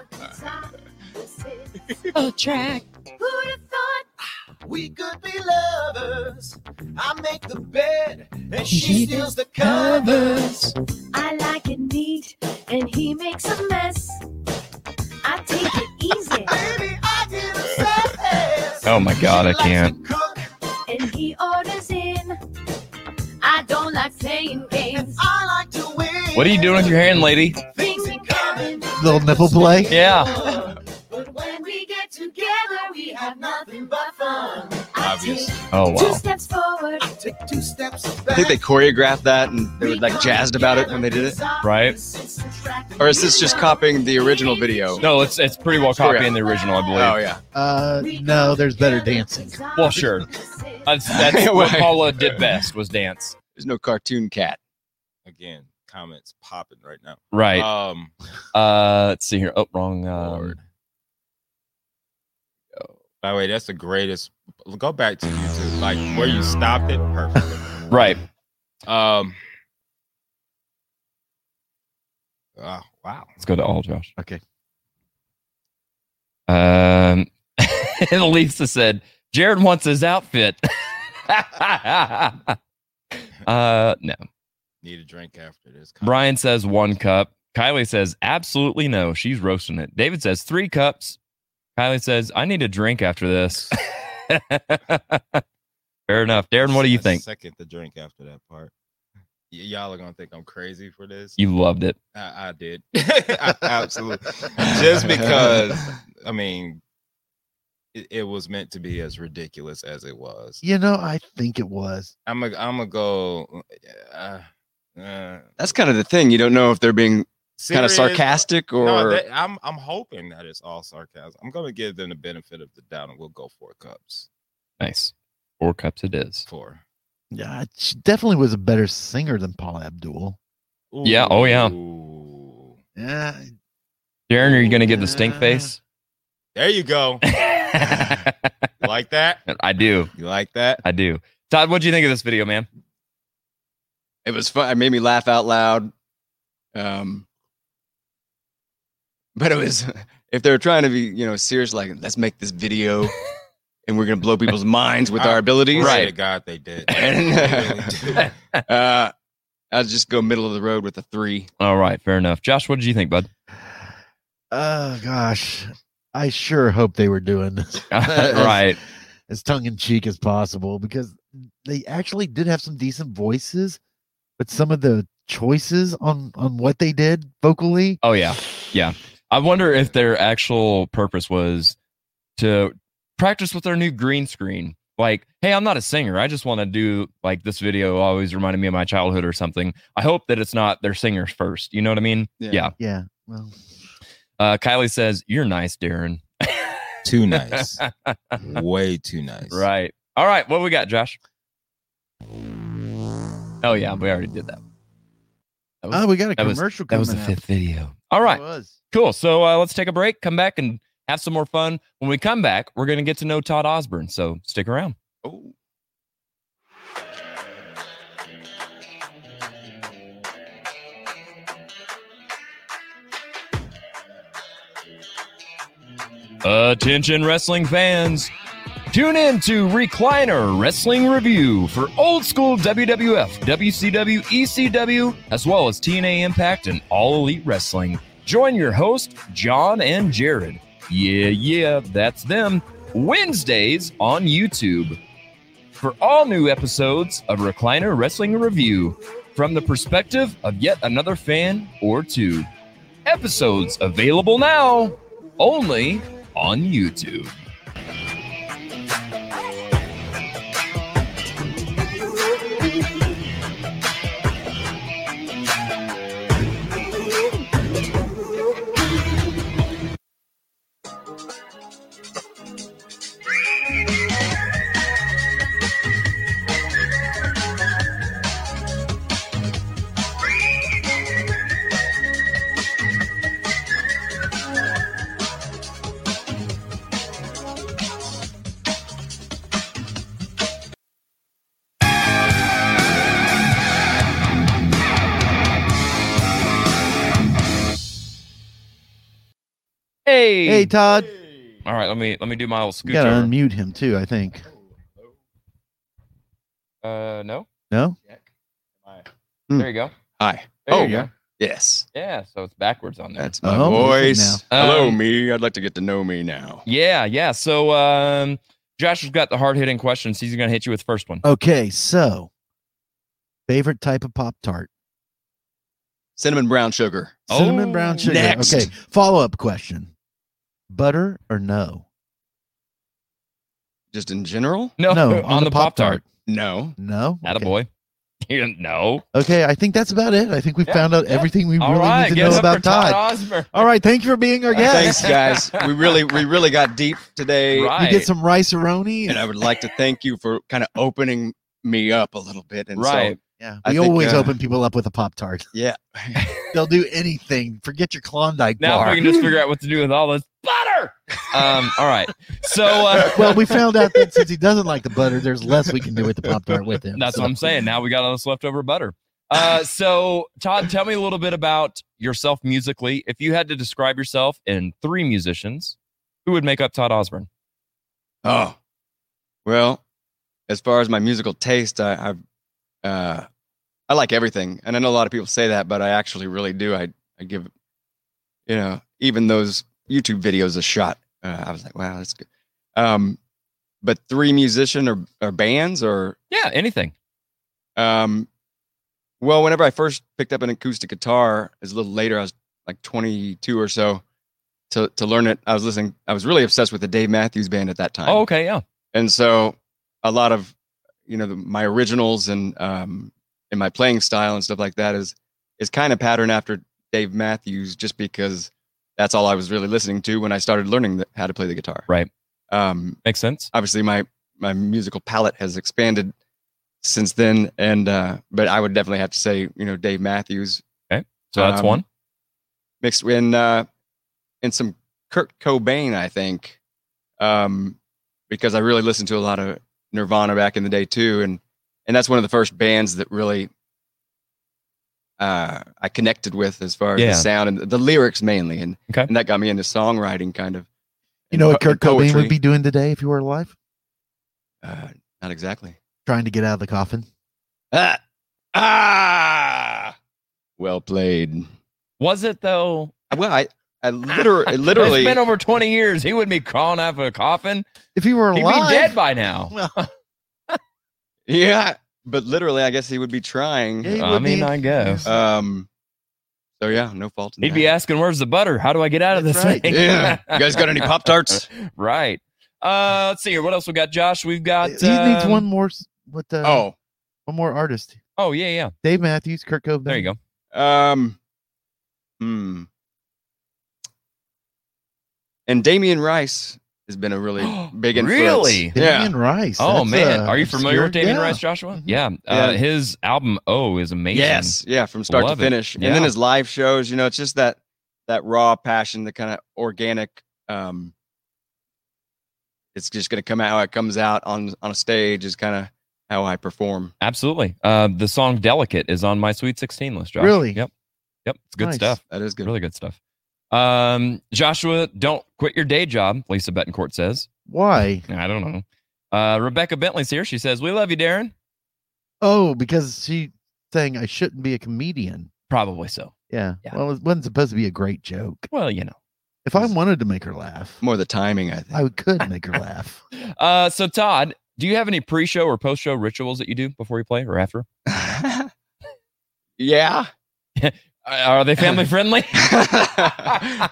S3: Oh, track. Who'd have thought we could be lovers? I make the bed and she steals the covers.
S4: I like it neat, and he makes a mess. I take it easy.
S3: Baby, I get obsessed.
S1: Oh my god, I can't.
S4: and he orders in. I don't like playing games.
S3: I like to win.
S1: What are you doing with your hand, lady?
S3: Things in common.
S8: Little nipple play?
S1: Yeah.
S3: But when we get together, we have nothing but fun.
S10: Obvious.
S1: Oh wow.
S4: steps forward.
S3: I take two steps
S9: I
S3: back.
S9: think they choreographed that and they were like jazzed about it when they did it.
S1: Right?
S9: Or is this just copying the original video?
S1: No, it's it's pretty well copying the original, I believe.
S9: Oh yeah.
S8: Uh, no, there's better dancing.
S1: Well, sure. That's, that's what
S9: Right.
S1: Paula did best was dance.
S9: There's no cartoon cat.
S10: Again, comments popping right now.
S1: Right.
S10: Um,
S1: Uh, let's see here. Oh, wrong. Um,
S10: Lord. by the way, that's the greatest. Go back to YouTube, like where you stopped it. Perfect.
S1: right.
S10: Um. ah, wow.
S1: Let's go to all, Josh.
S8: Okay.
S1: Um, and Lisa said, Jared wants his outfit. uh, no.
S10: Need a drink after this.
S1: Brian says one cup. Kylie says, absolutely no. She's roasting it. David says, three cups. Kylie says, I need a drink after this. Fair enough. Darren, what do you
S10: I
S1: think?
S10: Second the drink after that part. Y- y'all are gonna think I'm crazy for this.
S1: You loved it.
S10: I, I did. I- absolutely. Just because. I mean, it, it was meant to be as ridiculous as it was.
S8: You know, I think it was.
S10: I'm gonna. I'm gonna go. Uh, uh,
S9: That's kind of the thing. You don't know if they're being kind of
S10: serious-
S9: sarcastic or
S10: No, that, I'm I'm hoping that it's all sarcasm. I'm gonna give them the benefit of the doubt, and we'll go four cups.
S1: Nice. Four cups it is.
S10: Four.
S8: Yeah, she definitely was a better singer than Paula Abdul.
S1: Yeah, oh, yeah.
S10: Ooh.
S8: Yeah,
S1: Darren, are you going to give the stink face?
S10: There you go.
S1: I
S10: You like that?
S1: do.
S10: You like that?
S1: I do. Todd, what do you think of this video, man?
S9: it was fun. It made me laugh out loud. Um, but it was if they were trying to be, you know, serious, like let's make this video and we're gonna blow people's minds with our abilities.
S10: Pray to God they did. They really did.
S9: Uh, I'll just go middle of the road with a three.
S1: All right, fair enough. Josh, what did you think, bud?
S8: Oh gosh, I sure hope they were doing this as-
S1: right.
S8: as tongue in cheek as possible because they actually did have some decent voices, but some of the choices on on what they did vocally,
S1: Oh yeah, yeah. I wonder if their actual purpose was to practice with their new green screen. Like, hey, I'm not a singer. I just want to do like this video always reminded me of my childhood or something. I hope that it's not their singers first. You know what I mean?
S9: Yeah.
S8: yeah. Well,
S1: Uh, Kylie says, "You're nice, Darren."
S10: too nice. Way too nice.
S1: Right. All right. What we got, Josh? Oh yeah, we already did that. That was,
S8: oh, we got a
S1: that was-
S8: commercial
S1: that was the
S8: coming up.
S1: fifth video. All right.
S8: It was.
S1: Cool. So uh, let's take a break, come back, and have some more fun. When we come back, we're going to get to know Todd Osborne. So stick around.
S9: Oh,
S1: Attention, wrestling fans. Tune in to Recliner Wrestling Review for old school WWF, WCW, ECW, E as well as TNA Impact and All Elite Wrestling. Join your host, John and Jared. Yeah, yeah, that's them. Wednesdays on YouTube. For all new episodes of Recliner Wrestling Review, from the perspective of yet another fan or two. Episodes available now only on YouTube.
S3: Ooh,
S1: Hey.
S8: Hey, Todd.
S1: All right, let me let me do my old
S8: You
S1: scooter.
S8: gotta unmute him too. I think.
S1: Uh, no.
S8: No.
S1: There you go.
S9: Hi.
S1: There
S9: oh,
S1: you go.
S9: yes.
S1: Yeah, so it's backwards on there.
S9: That's my
S8: Uh-huh.
S1: Oh, listen
S9: voice.
S1: now.
S9: Hello,
S1: Um,
S9: me. I'd like to get to know me now.
S1: Yeah, yeah. So um, Josh has got the hard hitting questions. He's gonna hit you with the first one.
S8: Okay, so favorite type of Pop Tart?
S9: Cinnamon brown sugar. Oh,
S8: Cinnamon
S1: Oh,
S8: brown sugar.
S9: Next.
S8: Okay. Follow up question: Butter or no?
S9: Just in general?
S1: No,
S8: No,
S1: on, the pop tart.
S9: No.
S8: No.
S1: Not a boy. no.
S8: Okay, I think that's about it. I think we found out everything we
S1: All
S8: really
S1: right,
S8: need to
S1: give it
S8: know
S1: up
S8: about
S1: for Todd
S8: Todd.
S1: Osmer.
S8: All right, thank you for being our guest.
S9: Thanks, guys. We really, we really got deep today.
S8: We did some rice aroni.
S9: And I would like to thank you for kind of opening me up a little bit. And so
S8: Right. Yeah,
S9: I
S8: we
S9: think,
S8: always
S9: uh,
S8: open people up with a pop tart.
S9: Yeah.
S8: They'll do anything. Forget your Klondike
S1: Now
S8: bar.
S1: we can just figure out what to do with all this butter. Um, all right. So uh,
S8: well, we found out that since he doesn't like the butter, there's less we can do with the pop tart with him.
S1: That's
S8: so.
S1: what I'm saying. Now we got all this leftover butter. Uh, so, Todd, tell me a little bit about yourself musically. If you had to describe yourself in three musicians, who would make up Todd Osborne?
S9: Oh, well, as far as my musical taste, I, I've, uh, I like everything, and I know a lot of people say that, but I actually really do. I, I give, you know, even those YouTube videos a shot. Uh, I was like, wow, that's good. Um, but three musician or, or bands or
S1: yeah, anything.
S9: Um, well, whenever I first picked up an acoustic guitar, it was a little later. I was like 22 or so to to learn it. I was listening. I was really obsessed with the Dave Matthews Band at that time.
S1: Oh, okay, yeah.
S9: And so a lot of, you know, the, my originals and um and my playing style and stuff like that is is kind of pattern after Dave Matthews just because that's all I was really listening to when I started learning the, how to play the guitar.
S1: Right.
S9: Um
S1: makes sense.
S9: Obviously my my musical palette has expanded since then and uh but I would definitely have to say, you know, Dave Matthews.
S1: Okay. So that's
S9: Um,
S1: one.
S9: Mixed in uh in some Kurt Cobain, I think um, because I really listened to a lot of Nirvana back in the day too, and and that's one of the first bands that really uh, I connected with as far as
S8: Yeah.
S9: the sound and the lyrics mainly, and
S1: okay.
S9: and that got me into songwriting kind of.
S8: You know what
S9: po-
S8: Kurt Cobain
S9: poetry.
S8: would be doing today if you were alive?
S9: Uh, not exactly.
S8: Trying to get out of the coffin.
S9: Ah, ah! Well played.
S1: Was it though?
S9: Well, I I literally literally
S1: it's been over 20 years. He would be crawling out of a coffin.
S8: If he were
S1: He'd
S9: alive-
S1: be dead by now.
S9: Yeah, but literally, I guess he would be trying.
S1: he I would mean, be. I guess.
S9: Um. So yeah, no fault. In
S1: He'd
S9: that.
S1: be asking, "Where's the butter? How do I get out of this
S9: right.
S1: thing?"
S9: Yeah. You guys got any Pop-Tarts?
S1: right. Uh, let's see here. What else we got, Josh? We've got.
S8: He needs
S1: um,
S8: one more. s- What? Uh,
S1: Oh.
S8: one more artist.
S1: Oh yeah, yeah.
S8: Dave Matthews, Kurt Cobain.
S1: There you
S9: go. Um. Hmm. And Damien Rice has been a really big influence.
S1: Really?
S9: Yeah.
S8: Damien Rice.
S1: Oh
S8: that's,
S1: man,
S8: uh,
S1: are you familiar with
S8: obscure. Mm-hmm.
S1: Damien
S8: Yeah.
S1: Rice, Joshua? Yeah. Uh,
S9: Mm-hmm. Yeah.
S1: His album O is amazing.
S9: Yes. Yeah. From start
S1: Love
S9: to
S1: it.
S9: finish,
S1: Yeah.
S9: and then his live shows. You know, it's just that that raw passion, the kind of organic. Um. It's just going to come out how it comes out on on a stage is kind of how I perform.
S1: Absolutely. Uh, the song "Delicate" is on my Sweet Sixteen list, Josh.
S9: Really?
S1: Yep. Yep. It's good
S9: Nice.
S1: stuff.
S9: That is good.
S1: Really good stuff. Um, Joshua, don't quit your day job. Lisa Betancourt says.
S8: Why?
S1: I don't know. Uh, Rebecca Bentley's here. She says, "We love you, Darren."
S8: Oh, because she saying I shouldn't be a comedian.
S1: Probably so.
S8: Yeah. Well, it wasn't supposed to be a great joke.
S1: Well, you know.
S8: If I wanted to make her laugh,
S9: more the timing, I think.
S8: I could make her laugh.
S1: Uh, so Todd, do you have any pre-show or post-show rituals that you do before you play or after?
S9: Yeah.
S1: Are they family friendly?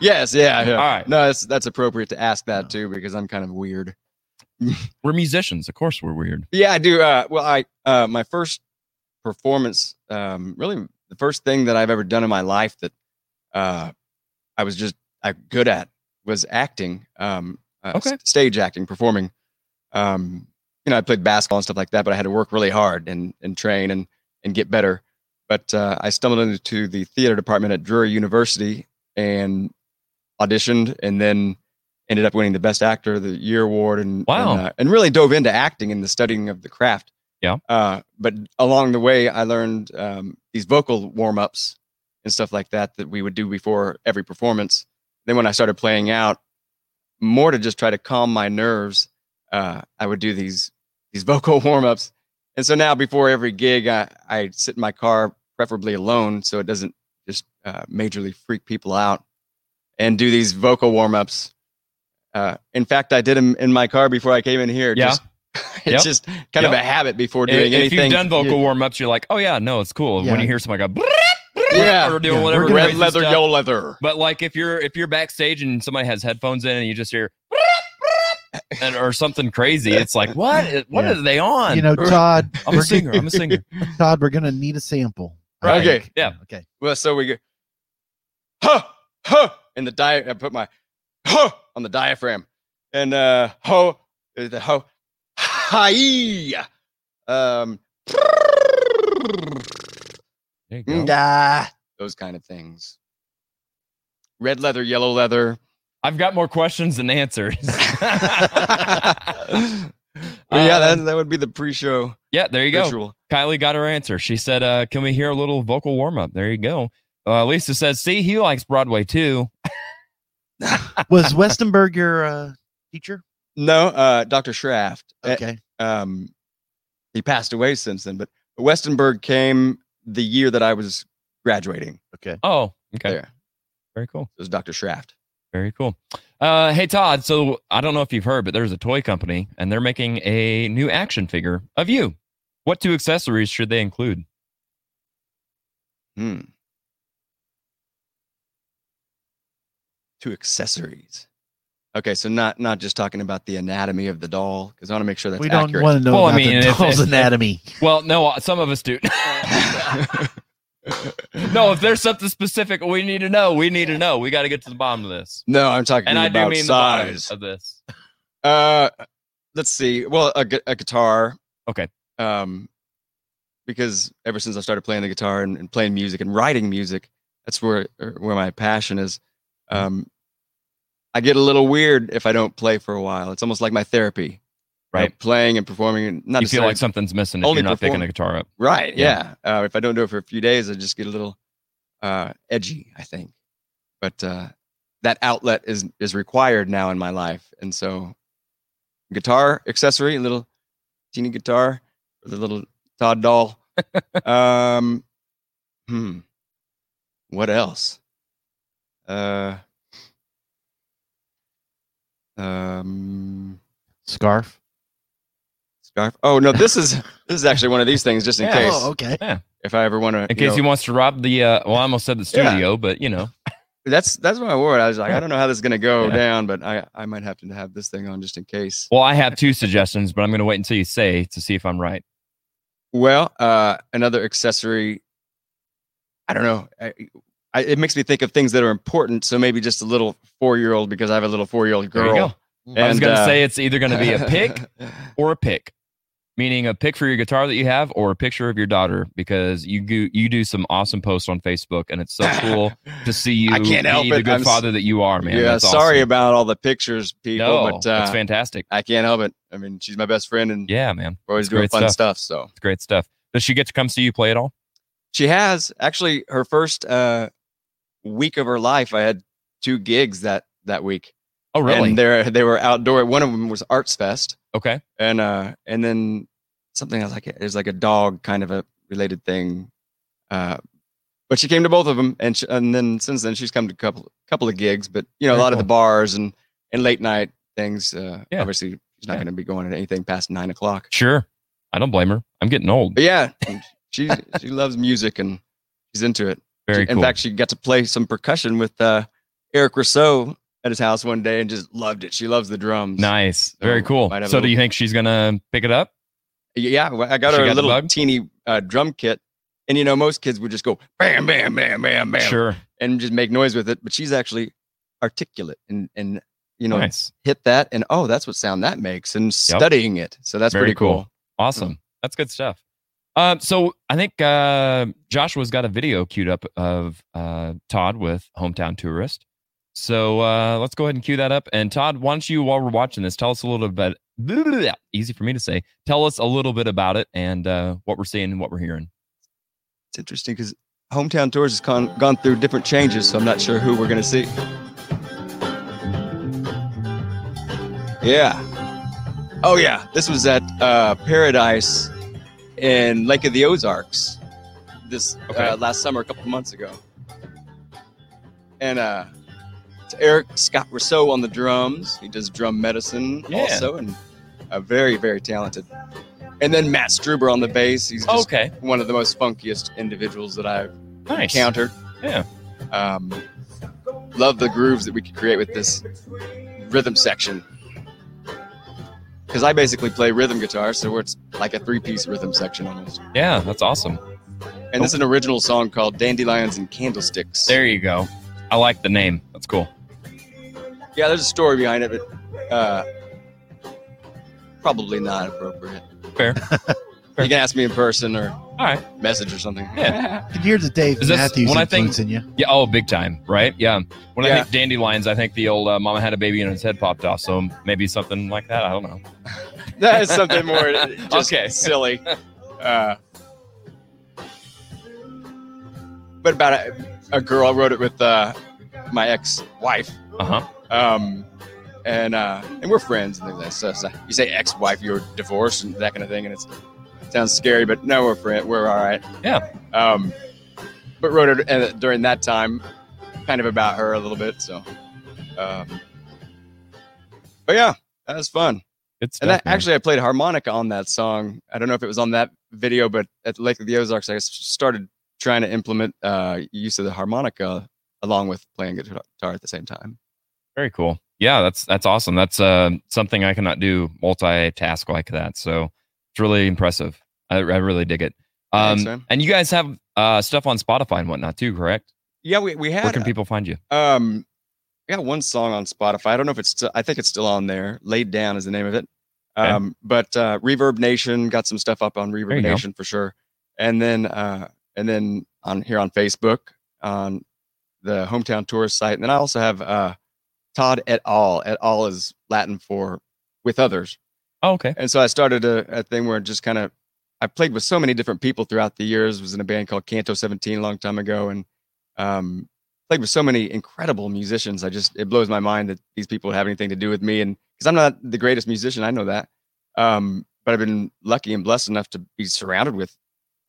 S9: yes, yeah, yeah.
S1: All right. Oh.
S9: No, that's that's appropriate to ask that too because I'm kind of weird.
S1: We're musicians, of course. We're weird.
S9: Yeah, I do. Uh, well, I uh, my first performance, um, really the first thing that I've ever done in my life that uh, I was just I good at was acting. Um, uh, s- stage acting, performing. Um, you know, I played basketball and stuff like that, but I had to work really hard and and train and and get better. But uh, I stumbled into the theater department at Drury University and auditioned, and then ended up winning the best actor of the year award and
S1: Wow.
S9: and, uh, and really dove into acting and the studying of the craft
S1: Yeah.
S9: uh, but along the way i learned um, these vocal warm-ups and stuff like that that we would do before every performance then when I started playing out, more to just try to calm my nerves, uh, I would do these these vocal warm ups. And so now, before every gig, I, I sit in my car, preferably alone, so it doesn't just uh, majorly freak people out, and do these vocal warm ups. Uh, in fact, I did them in my car before I came in here.
S1: Yeah.
S9: Just, it's
S1: Yep.
S9: just kind of a
S1: Yep.
S9: habit before
S1: If-
S9: doing
S1: if,
S9: anything.
S1: you've done vocal
S9: Yeah.
S1: warm ups, you're like, oh yeah, no, it's cool. When
S9: Yeah.
S1: you hear somebody go,
S9: Yeah.
S1: or doing
S9: Yeah.
S1: whatever
S9: Red
S1: crazy
S9: leather,
S1: stuff.
S9: yo leather.
S1: But like if you're if you're backstage and somebody has headphones in and you just hear and or something crazy, it's like what is- what
S8: Yeah.
S1: are they on?
S8: You know, Todd.
S1: I'm a
S8: we're-
S1: singer. I'm a singer.
S8: Todd, we're gonna need a sample.
S9: Right. Okay.
S1: Yeah.
S8: Okay.
S9: Well, so we go, huh, huh, and the di. I put my huh on the diaphragm, and uh, ho, uh, the ho, hi, um, ndah, those kind of things. Red leather, yellow leather.
S1: I've got more questions than answers.
S9: But yeah,
S1: Um,
S9: that, that would be the pre-show.
S1: Yeah, there you go.
S9: Ritual.
S1: Kylie got her answer. She said, uh, "Can we hear a little vocal warm up?" There you go. Uh, Lisa says, "See, he likes Broadway too."
S8: Was Westenberg your uh, teacher?
S9: No, uh, Dr. Schraft. eh,
S8: Okay.
S9: um, he passed away since then, but Westenberg came the year that I was graduating.
S8: Okay.
S1: Oh, okay. Very cool.
S9: It was Dr. Schraft.
S1: Very cool. Uh, hey Todd, so I don't know if you've heard, but there's a toy company and they're making a new action figure of you. What two accessories should they include?
S9: Hmm. Two accessories. Okay, so not not just talking about the anatomy of the doll because I want to make sure that's
S8: We don't
S9: accurate.
S8: wanna know Well, I about the mean, if- doll's if- anatomy.
S1: Well, no, uh, some of us do. no, if there's something specific we need to know, we need to know. We got to get to the bottom of this.
S9: No, I'm talking
S1: And I
S9: about
S1: do mean
S9: size.
S1: the bottom of this.
S9: Uh, let's see. Well, a, gu- a guitar.
S1: Okay.
S9: Um, because ever since I started playing the guitar and, and playing music and writing music, that's where er, where my passion is.
S1: Mm-hmm.
S9: Um, I get a little weird if I don't play for a while. It's almost like my therapy.
S1: Right.
S9: Playing and performing. and Not
S1: you feel
S9: necessarily-
S1: like something's missing if
S9: only
S1: you're not picking
S9: perform-
S1: the guitar up.
S9: Right. Yeah. Uh, if I don't do it for a few days, I just get a little uh, edgy, I think. But uh, that outlet is is required now in my life, and so guitar accessory, little teeny guitar, or the little Todd doll. um, hmm. What else? Uh. Um.
S8: Scarf.
S9: Scarf. Oh no, this is this is actually one of these things just in
S8: Yeah.
S9: case.
S8: Oh, okay.
S1: Yeah.
S9: If I ever want to
S1: In case he wants to rob the, uh, well, I almost said the
S9: Yeah.
S1: studio, but you know,
S9: that's that's what I wore. I was like, I don't know how this is gonna go
S1: Yeah.
S9: down, but I I might have to have this thing on just in case.
S1: well, I have two suggestions, but I'm going to wait until you say to see if I'm right.
S9: Well, uh, another accessory. I don't know. I, I, it makes me think of things that are important. So maybe just a little four year old because I have a little four year old
S1: There you
S9: girl.
S1: I was
S9: And,
S1: going to
S9: uh,
S1: say it's either going to be a pick or a pick, meaning a pick for your guitar that you have or a picture of your daughter because you go, you do some awesome posts on Facebook and it's so cool to see you
S9: I can't help
S1: be
S9: it.
S1: the good
S9: I'm s-
S1: father that you are, man.
S9: yeah,
S1: That's
S9: sorry
S1: awesome.
S9: about all the pictures, people.
S1: No,
S9: but uh,
S1: that's fantastic.
S9: I can't help it. I mean, she's my best friend, and
S1: Yeah, man.
S9: we're always
S1: It's
S9: doing
S1: great
S9: fun stuff.
S1: stuff.
S9: So
S1: It's great stuff. Does she get to come see you play at all?
S9: She has actually her first uh, week of her life. I had two gigs that that week.
S1: Oh, really?
S9: And they they were outdoor. One of them was Arts Fest,
S1: Okay.
S9: and uh, and then something else like it was like a dog kind of a related thing. Uh, but she came to both of them, and sh and then since then she's come to a couple couple of gigs. But you know, a
S1: Very
S9: lot of the
S1: cool.
S9: bars and and late night things. Uh,
S1: Yeah.
S9: Obviously, she's not
S1: Yeah.
S9: going to be going to anything past nine o'clock.
S1: Sure. I don't blame her. I'm getting old.
S9: But yeah, she she loves music and she's into it.
S1: Very
S9: She- in
S1: cool.
S9: fact, she got to play some percussion with uh, Eric Rousseau at his house one day and just loved it. She loves the drums.
S1: Nice. Very cool.
S9: Oh, might have a
S1: So do
S9: little-
S1: you think she's going to pick it up?
S9: Yeah, well, I got
S1: She
S9: her
S1: got
S9: a
S1: the
S9: little
S1: bug?
S9: teeny uh, drum kit, and you know most kids would just go bam, bam, bam, bam, bam,
S1: Sure.
S9: and just make noise with it. But she's actually articulate and and you know
S1: Nice.
S9: hit that and oh that's what sound that makes and studying it. So that's
S1: Very
S9: pretty cool. Mm.
S1: Awesome. That's good stuff. Um, so I think uh, Joshua's got a video queued up of uh, Todd with Hometown Tourist. So uh, let's go ahead and cue that up. And Todd, why don't you, while we're watching this, tell us a little bit. Easy for me to say. Tell us a little bit about it and uh, what we're seeing and what we're hearing.
S9: It's interesting because hometown tours has con- gone through different changes, so I'm not sure who we're gonna see. Yeah. Oh yeah, this was at uh, Paradise in Lake of the Ozarks this uh, last summer, a couple months ago. And uh, it's Eric Scott Rousseau on the drums. He does drum medicine
S1: Yeah.
S9: also, and uh, very very talented. And then Matt Struber on the bass. He's just
S1: Okay.
S9: one of the most funkiest individuals that I've
S1: Nice.
S9: encountered.
S1: Yeah.
S9: Um, love the grooves that we could create with this rhythm section because I basically play rhythm guitar, so it's like a three-piece rhythm section almost.
S1: Yeah, that's awesome.
S9: And this is an original song called "Dandelions and Candlesticks."
S1: There you go. I like the name. That's cool.
S9: Yeah, there's a story behind it, but uh, probably not appropriate.
S1: Fair.
S9: You can ask me in person or
S1: All right.
S9: message or something.
S1: Yeah.
S8: You can hear the Dave
S1: Is this
S8: Matthews
S1: when I think-
S8: influence in you.
S1: Yeah. Oh, big time. Right. Yeah. When I
S9: Yeah.
S1: think dandelions, I think the old uh, mama had a baby and its head popped off. So maybe something like that. I don't know.
S9: that is something more just
S1: Okay.
S9: silly. Uh, but about a, a girl, I wrote it with uh, my ex-wife.
S1: Uh huh.
S9: Um, and uh, and we're friends and things like that. So, so you say ex-wife, you're divorced and that kind of thing, and it's, it sounds scary, but no, we're friend, we're all right.
S1: Yeah.
S9: Um, but wrote it uh, during that time, kind of about her a little bit. So, um, but yeah, that was fun.
S1: It's
S9: And that, actually, I played harmonica on that song. I don't know if it was on that video, but at Lake of the Ozarks, I s- started trying to implement uh, use of the harmonica along with playing guitar at the same time.
S1: Very cool. Yeah, that's that's awesome. That's uh, something I cannot do multitask like that. So it's really impressive. I, I really dig it. Um,
S9: Thanks, man.
S1: and you guys have uh, stuff on Spotify and whatnot too, correct?
S9: Yeah, we, we
S1: Where
S9: had
S1: can people find you?
S9: um, I got one song on Spotify. I don't know if it's still, I think it's still on there. Laid Down is the name of it.
S1: Okay.
S9: Um, But uh, Reverb Nation got some stuff up on
S1: you
S9: Reverb
S1: go.
S9: Nation for sure. And then uh, and then on here on Facebook on the hometown tourist site. And then I also have uh, Todd et al. Et al is Latin for with others.
S1: Oh, okay.
S9: And so I started a, a thing where just kind of I played with so many different people throughout the years. Was in a band called Canto 17 a long time ago, and um, played with so many incredible musicians. I just it blows my mind that these people would have anything to do with me, and because I'm not the greatest musician, I know that. Um, but I've been lucky and blessed enough to be surrounded with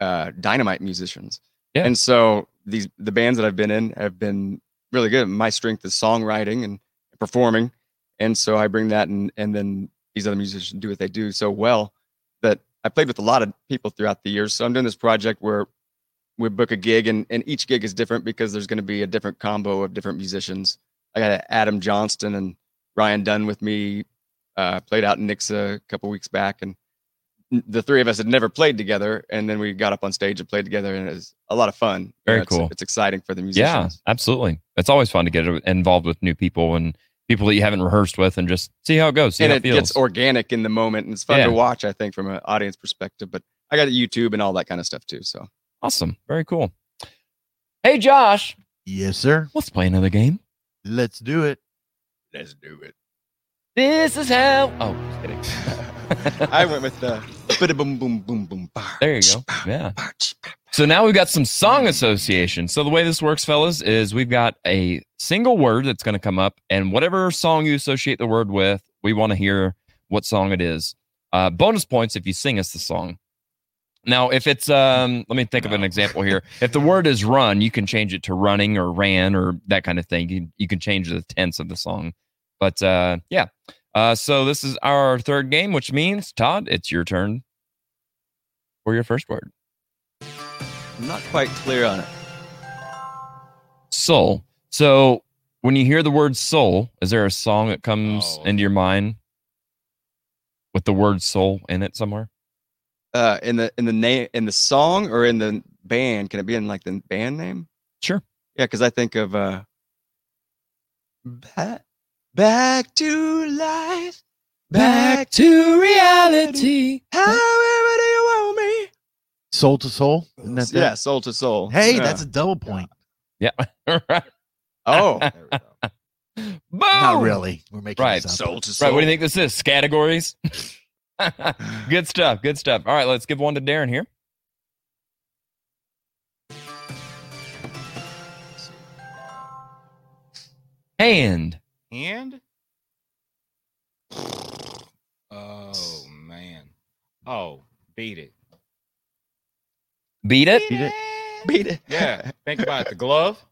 S9: uh, dynamite musicians.
S1: Yeah.
S9: And so these the bands that I've been in have been really good. My strength is songwriting and performing, and so I bring that and and then these other musicians do what they do so well that I played with a lot of people throughout the years. So I'm doing this project where we book a gig and, and each gig is different because there's going to be a different combo of different musicians. I got uh, Adam Johnston and Ryan Dunn with me, uh, played out in Nixa a couple weeks back. And n- the three of us had never played together. And then we got up on stage and played together. And it was a lot of fun. You
S1: Very
S9: know, it's-
S1: cool.
S9: It's, exciting for the
S1: Yeah,
S9: musicians.
S1: absolutely. It's always fun to get involved with new people and people that you haven't rehearsed with, and just see how it goes. See
S9: and
S1: how
S9: it
S1: it feels.
S9: gets organic in the moment. And it's fun
S1: Yeah.
S9: to watch, I think, from an audience perspective. But I got YouTube and all that kind of stuff too. So
S1: awesome. Very cool. Hey, Josh.
S8: Yes, sir.
S1: Let's play another game.
S8: Let's do it.
S9: let's do it.
S1: This is how. Oh, just kidding.
S9: I went with the boom boom boom boom bar.
S1: There you go. Yeah. So now we've got some song association. So the way this works, fellas, is we've got a single word that's going to come up, and whatever song you associate the word with, we want to hear what song it is. Uh, bonus points if you sing us the song. Now, if it's um, let me think of an example here. If the word is run, you can change it to running or ran or that kind of thing. You, you can change the tense of the song. But uh, yeah, uh, so this is our third game, which means Todd, it's your turn for your first word.
S9: I'm not quite clear on it.
S1: soul. So when you hear the word soul, is there a song that comes
S9: Oh.
S1: into your mind with the word soul in it somewhere?
S9: Uh, in the in the name in the song or in the band? Can it be in like the band name?
S1: Sure.
S9: Yeah, because I think of uh, back, back to life, back
S1: to reality.
S9: however do you want me?
S8: Soul to soul. Isn't that
S9: yeah,
S8: that?
S9: soul to soul.
S8: Hey,
S9: Yeah.
S8: that's a double point.
S1: Yeah. right.
S9: oh,
S1: Boom.
S8: Not really. We're making
S1: Right.
S8: this up.
S9: soul to soul.
S1: Right. What do you think this is? Categories? good stuff. Good stuff. All right. Let's give one to Darren here. Hand.
S10: And Oh, beat it.
S1: Beat it. Beat
S6: it.
S9: Beat it.
S10: Yeah. Think about it. The glove.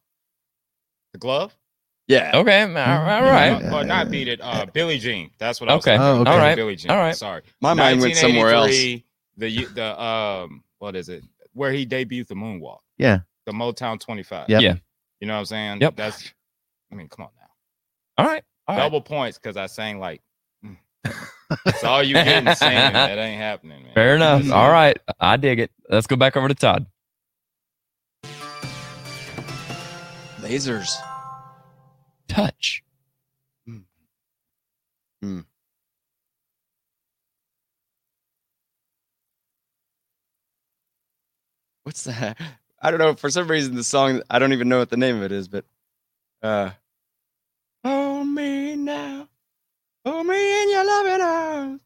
S10: The glove.
S9: Yeah.
S1: Okay. All right.
S10: Or, or not beat it. Uh, Billie Jean. That's what I was
S1: Okay.
S10: thinking.
S1: Oh, okay. All right.
S10: Billie Jean.
S1: All right.
S10: Sorry.
S9: My mind went somewhere else.
S10: 1983, The the um what is it? Where he debuted the moonwalk.
S8: Yeah.
S10: The Motown 25.
S8: Yep. Yeah.
S10: You know what I'm saying?
S1: Yep.
S10: That's. I mean, come on now.
S1: All right. All right.
S10: Double points because I sang like. mm. That's all you getting singing. That ain't happening, man.
S1: Fair enough. All right. I dig it. Let's go back over to Todd.
S9: Lasers.
S1: Touch.
S9: Hmm. What's that? I don't know. For some reason, the song I don't even know what the name of it is, but uh, oh me now, oh me in your loving arms.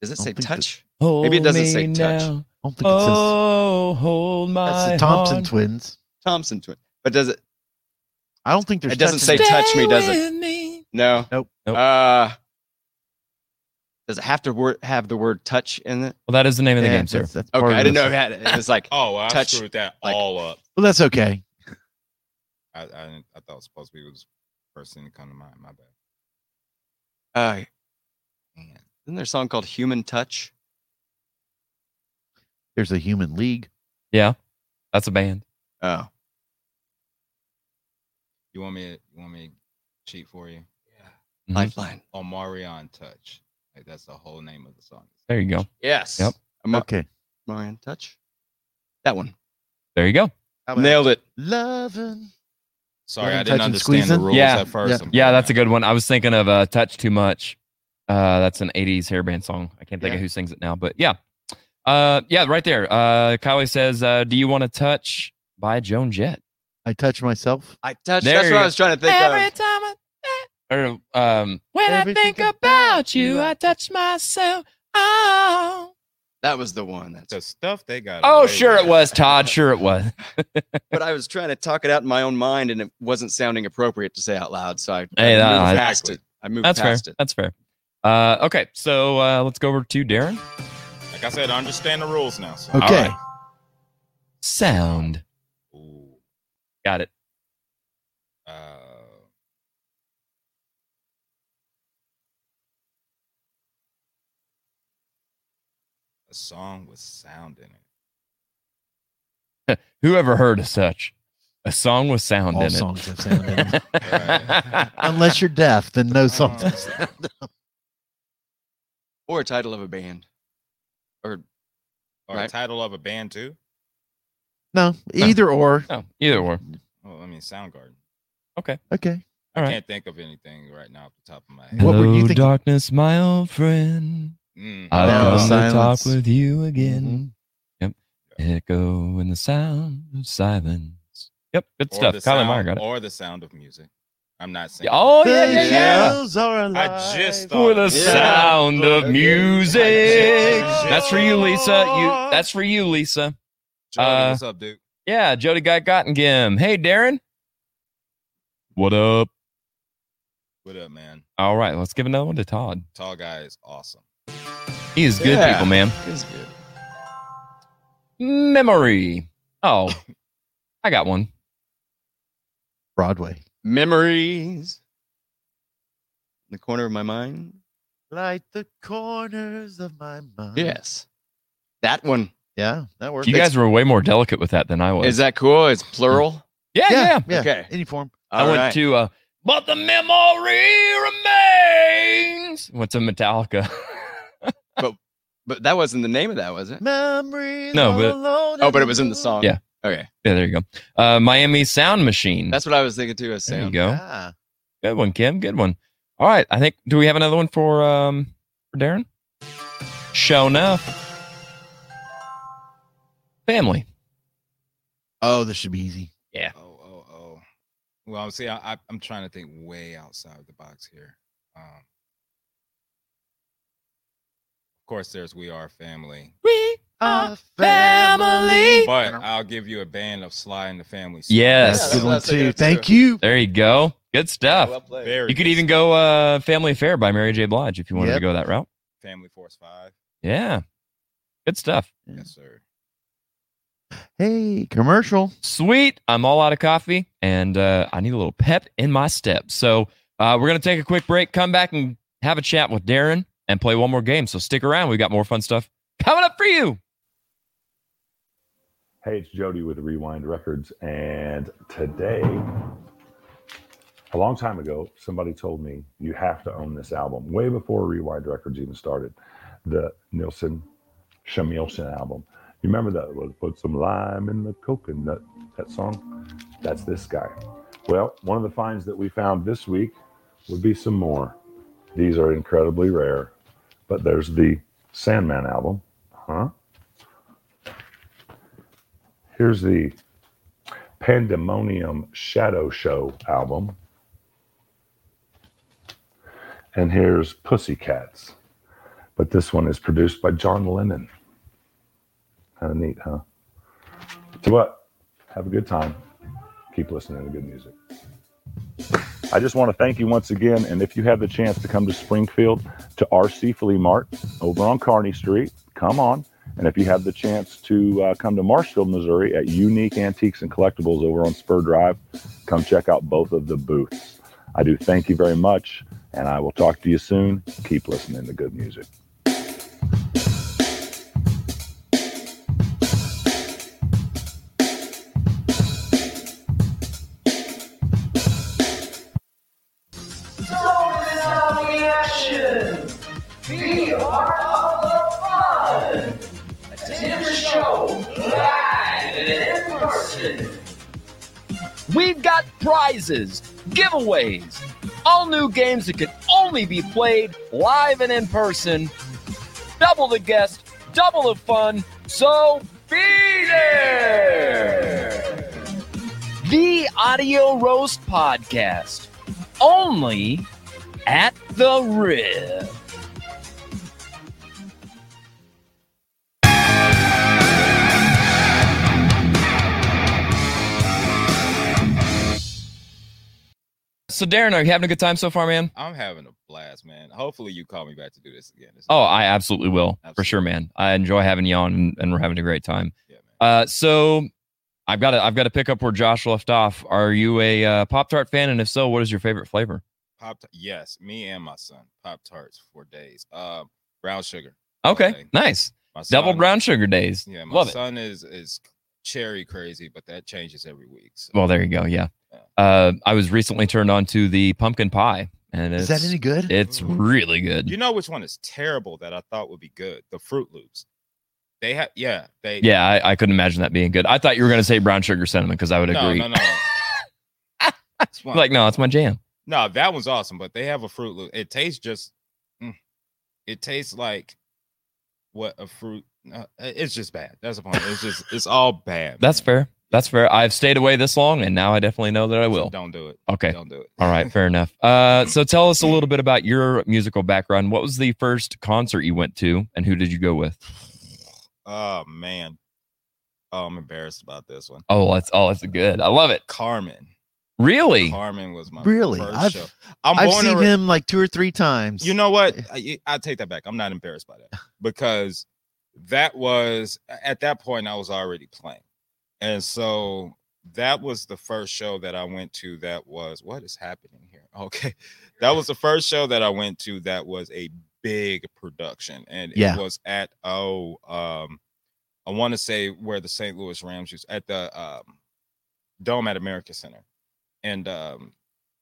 S9: Does it say touch? Maybe it doesn't say touch.
S8: don't think it says-
S1: Oh, hold my
S8: That's the Thompson
S1: heart.
S8: twins.
S9: Thompson twin, but does it?
S8: I don't think there's.
S9: It doesn't
S8: touch
S9: say
S8: in it.
S9: touch me, does
S1: Stay
S9: it?
S1: with me.
S9: No.
S8: Nope.
S1: Nope.
S9: Uh, does it have to wor- have the word touch in it?
S1: Well, that is the name of the
S8: Yeah,
S1: game, sir.
S8: that's- that's part
S9: Okay,
S8: of
S9: I didn't
S8: this.
S9: know it had it. It was like
S10: Oh, well, I
S9: touch.
S10: screwed that
S9: like-
S10: all up.
S8: Well, that's okay.
S10: I, I didn't- I thought it was supposed to be the first thing to come to mind. My bad.
S9: Uh, man. Isn't there a song called Human Touch?
S8: There's a human league.
S1: Yeah. That's a band.
S9: Oh,
S10: You want me? To, you want me to cheat for you?
S1: Mhm.
S9: Lifeline.
S10: Omarion Touch. Like that's the whole name of the song.
S1: There you go.
S9: Yes.
S1: Yep.
S9: Am-
S8: okay.
S9: Marion Touch. That one.
S1: There you go.
S9: Nailed it.
S8: Loving.
S10: Sorry,
S8: Loving
S10: I didn't
S8: Touch and
S10: understand the
S8: Squeezing?
S10: rules
S1: Yeah.
S10: at first.
S8: Yeah.
S10: I'm
S1: Yeah,
S10: glad.
S1: that's a good one. I was thinking of uh, Touch Too Much. Uh, that's an 80s hair band song. I can't think of
S9: Yeah.
S1: who sings it now, but yeah. Uh, yeah, right there. Uh, Kylie says, uh, Do you want to touch by Joan Jett?
S8: I touch myself.
S9: I touched.
S1: There
S9: That's
S1: you
S9: what
S1: go.
S9: I was trying to think of.
S1: time I, or, um, when
S8: I Everything think about about you, you, I I
S1: touch myself. Oh,
S9: That was the one. That's.
S10: The stuff they got.
S1: oh,
S10: away
S1: sure it
S10: with.
S1: was, Todd. Sure it was.
S9: But I was trying to talk it out in my own mind, and it wasn't sounding appropriate to say out loud. So I,
S1: Hey,
S9: I
S1: that-
S9: moved past it. I moved
S1: That's fair.
S9: past it.
S1: That's fair. Uh, okay, so uh, let's go over to Darren.
S10: Like I said, I understand the rules now. So.
S8: Okay.
S1: right. Sound.
S10: Ooh,
S1: Got it.
S10: uh, a song with sound in it.
S1: Whoever heard of such a song with sound
S8: All
S1: in
S8: songs have sound in them.
S1: it?
S8: Unless you're deaf, then no songs have sound.
S9: Or a title of a band. Or
S10: Or
S9: Right.
S10: a title of a band too.
S8: No, either or.
S1: no, Oh, either or.
S10: Oh, I mean Soundgarden.
S8: Okay.
S1: All
S10: I
S1: right.
S10: can't think of anything right now off the top of my head.
S8: What were
S1: Hello,
S8: you thinking?
S1: darkness, my old friend.
S10: Mm. Mm-hmm.
S1: I've
S8: Now
S1: come to
S8: silence.
S1: talk with you again. Yep. Echo in the sound of silence. Yep. Good
S10: Or
S1: stuff.
S10: the
S1: Kylie
S10: sound,
S1: Meyer got it.
S10: Or the sound of music. I'm not saying.
S1: Yeah, Oh,
S8: The
S1: yeah, yeah, yeah.
S8: Shells are alive.
S10: I just thought.
S1: For the
S9: Yeah.
S1: sound of
S8: Okay.
S1: music.
S10: Yeah.
S1: That's for you, Lisa. You. That's for you, Lisa.
S10: Jordan,
S1: uh,
S10: what's up, dude?
S1: Yeah, Jody Guy Gottengim. Hey, Darren. What up?
S10: What up, man?
S1: All right, let's give another one to Todd.
S10: Tall guy is awesome.
S1: He is good,
S9: Yeah.
S1: people, man.
S9: it's good.
S1: Memory. Oh, I got one.
S8: Broadway.
S9: Memories. In the corner of my mind.
S8: Light the corners of my mind.
S9: Yes. That one.
S8: Uh-huh. Yeah, that works.
S1: You guys were way more delicate with that than I was.
S9: Is that cool? It's plural.
S1: yeah, yeah.
S9: Okay.
S8: Any form.
S1: I went to, uh, but the memory remains. Went to Metallica.
S9: But that wasn't the name of that, was it?
S8: Memories.
S1: No,
S8: all
S1: but-
S8: alone
S9: Oh, but it was in the song.
S1: Yeah.
S9: Okay.
S1: yeah, there you go. Uh, Miami Sound Machine.
S9: That's what I was thinking too. As
S1: there you
S9: sound.
S1: go.
S8: Ah,
S1: Good one, Kim. Good one. All right, I think. Do we have another one for um for Darren? Show enough. Family.
S8: oh, this should be easy.
S10: Oh, oh, oh. Well, see, I, I, I'm trying to think way outside the box here. Um, of course, there's We Are Family,
S1: We
S8: Ah,
S10: but I'll give you a band of Sly and the Family. Stone.
S1: Yes.
S8: Good
S9: Yeah,
S8: one
S9: that's-
S8: too.
S9: that's
S8: Thank
S9: true.
S8: you.
S1: There you go. Good stuff.
S9: Well played.
S10: Very
S1: You could
S10: good.
S1: even go uh Family Affair by Mary J. Blige if you wanted to
S8: Yep.
S1: go that route.
S10: Family Force Five.
S1: Yeah. Good stuff.
S10: Yes, sir.
S8: Hey, commercial.
S1: Sweet. I'm all out of coffee and uh, I need a little pep in my step. So uh, we're going to take a quick break, come back and have a chat with Darren and play one more game. So stick around. We've got more fun stuff coming up for you.
S13: Hey, it's Jody with Rewind Records. And today, a long time ago, somebody told me you have to own this album way before Rewind Records even started the Nilsson Shamilson album. You remember that? Was put some lime in the coconut. That song? That's this guy. Well, one of the finds that we found this week would be some more. These are incredibly rare, but there's the Sandman album. Huh? Here's the Pandemonium Shadow Show album. And here's Pussycats. But this one is produced by John Lennon. Kind of neat, huh? So what? Have a good time. Keep listening to good music. I just want to thank you once again. And if you have the chance to come to Springfield to RC Flea Mart over on Kearney Street, come on. And if you have the chance to uh, come to Marshfield, Missouri at Unique Antiques and Collectibles over on Spur Drive, come check out both of the booths. I do thank you very much. And I will talk to you soon. Keep listening to good music.
S3: We are of the fun. Attend the show live and in person.
S1: We've got prizes, giveaways, all new games that can only be played live and in person. Double the guest, double the fun. So be there. The Audio Roast Podcast, only at the Rib. So, Darren, are you having a good time so far, man?
S10: I'm having a blast, man. Hopefully, you call me back to do this again. It's-
S1: Oh, I absolutely will for sure, man. I enjoy having you on, and, and we're having a great time. Uh, so I've got to I've got to pick up where Josh left off. Are you a uh, Pop Tart fan, and if so, what is your favorite flavor?
S10: Pop, yes, me and my son, Pop Tarts for days. Uh, brown sugar.
S1: Okay, nice.
S10: My son-
S1: Double brown sugar days.
S10: Yeah, my
S1: love it.
S10: son is is cherry crazy, but that changes every week. So.
S1: Well, there you go. Yeah. Uh, I was recently turned on to the pumpkin pie, and
S10: Is
S1: it's,
S10: that any good?
S1: It's really good.
S10: Mm-hmm. You know which one is terrible that I thought would be good? The Fruit Loops. They have, yeah, they.
S1: Yeah, I, I couldn't imagine that being good. I thought you were going to say brown sugar cinnamon because I would
S10: no,
S1: agree.
S10: no, no, It's fine.
S1: like, no, it's my jam.
S10: No, that one's awesome, but they have a Fruit Loop. It tastes just, mm. it tastes like what a fruit. Uh, it's just bad. That's the point. It's just, it's all bad.
S1: That's fair. That's fair. I've stayed away this long, and now I definitely know that I will.
S10: Don't do it.
S1: Okay.
S10: Don't do it.
S1: All right. Fair enough. Uh, so tell us a little bit about your musical background. What was the first concert you went to, and who did you go with?
S10: Oh man, oh, I'm embarrassed about this one.
S1: Oh, that's oh, that's good. I love it.
S10: Carmen.
S1: Really?
S10: Carmen was my
S8: Really?
S10: first
S8: I've,
S10: show.
S8: i have seen
S10: ra-
S8: him like two or three times.
S10: You know what? I, I take that back. I'm not embarrassed by that because that was at that point I was already playing, and so that was the first show that I went to. That was what is happening here. Okay, that was the first show that I went to. That was a big production, and
S8: Yeah.
S10: it was at oh um, I want to say where the St. Louis Rams used at the um, Dome at America Center, and um,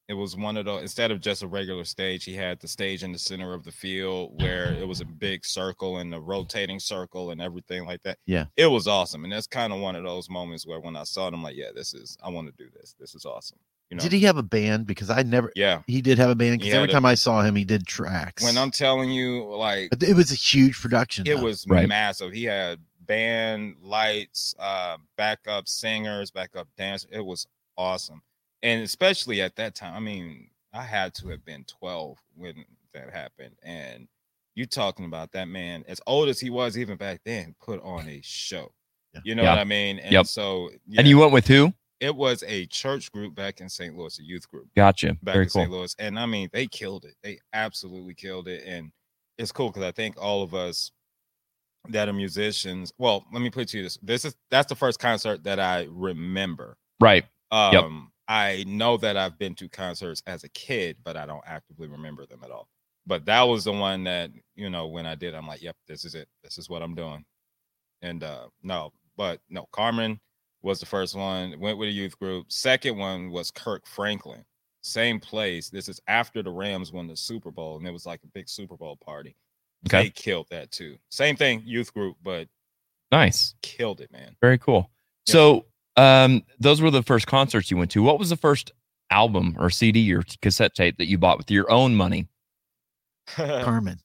S10: it was one of those instead of just a regular stage he had the stage in the center of the field where it was a big circle and a rotating circle and everything like that
S8: Yeah.
S10: it was awesome and that's kind of one of those moments where when i saw it i'm like yeah this is i want to do this this is awesome you know
S8: Did he have a band? Because I never.
S10: Yeah.
S8: He did have a band
S10: He
S8: because
S10: had
S8: every
S10: a-
S8: time I saw him, he did tracks.
S10: when i'm telling you like
S8: But it was a huge production.
S10: it
S8: though.
S10: was massive he had band lights uh backup singers backup dancers it was awesome and especially at that time i mean i had to have been 12 when that happened and you talking about that man as old as he was even back then put on a show you know
S1: Yeah.
S10: what i mean and
S1: Yep.
S10: so
S1: And you went with who?
S10: it was a church group back in St. Louis, a youth group.
S1: Gotcha.
S10: Back
S1: Very
S10: in St.
S1: cool.
S10: Louis. And I mean, they killed it. They absolutely killed it. And it's cool because I think all of us that are musicians. Well, let me put you this. This is that's the first concert that I remember.
S1: Right.
S10: Um
S1: Yep.
S10: I know that I've been to concerts as a kid, but I don't actively remember them at all. But that was the one that, you know, when I did, I'm like, yep, this is it. This is what I'm doing. And uh no, but no, Carmen was the first one, went with a youth group. Second one was Kirk Franklin. Same place. This is after the Rams won the Super Bowl, and it was like a big Super Bowl party.
S1: Okay.
S10: They killed that too. Same thing, youth group, but
S1: Nice.
S10: killed it, man.
S1: Very cool. So, um, those were the first concerts you went to. What was the first album or CD or cassette tape that you bought with your own money?
S10: Carmen.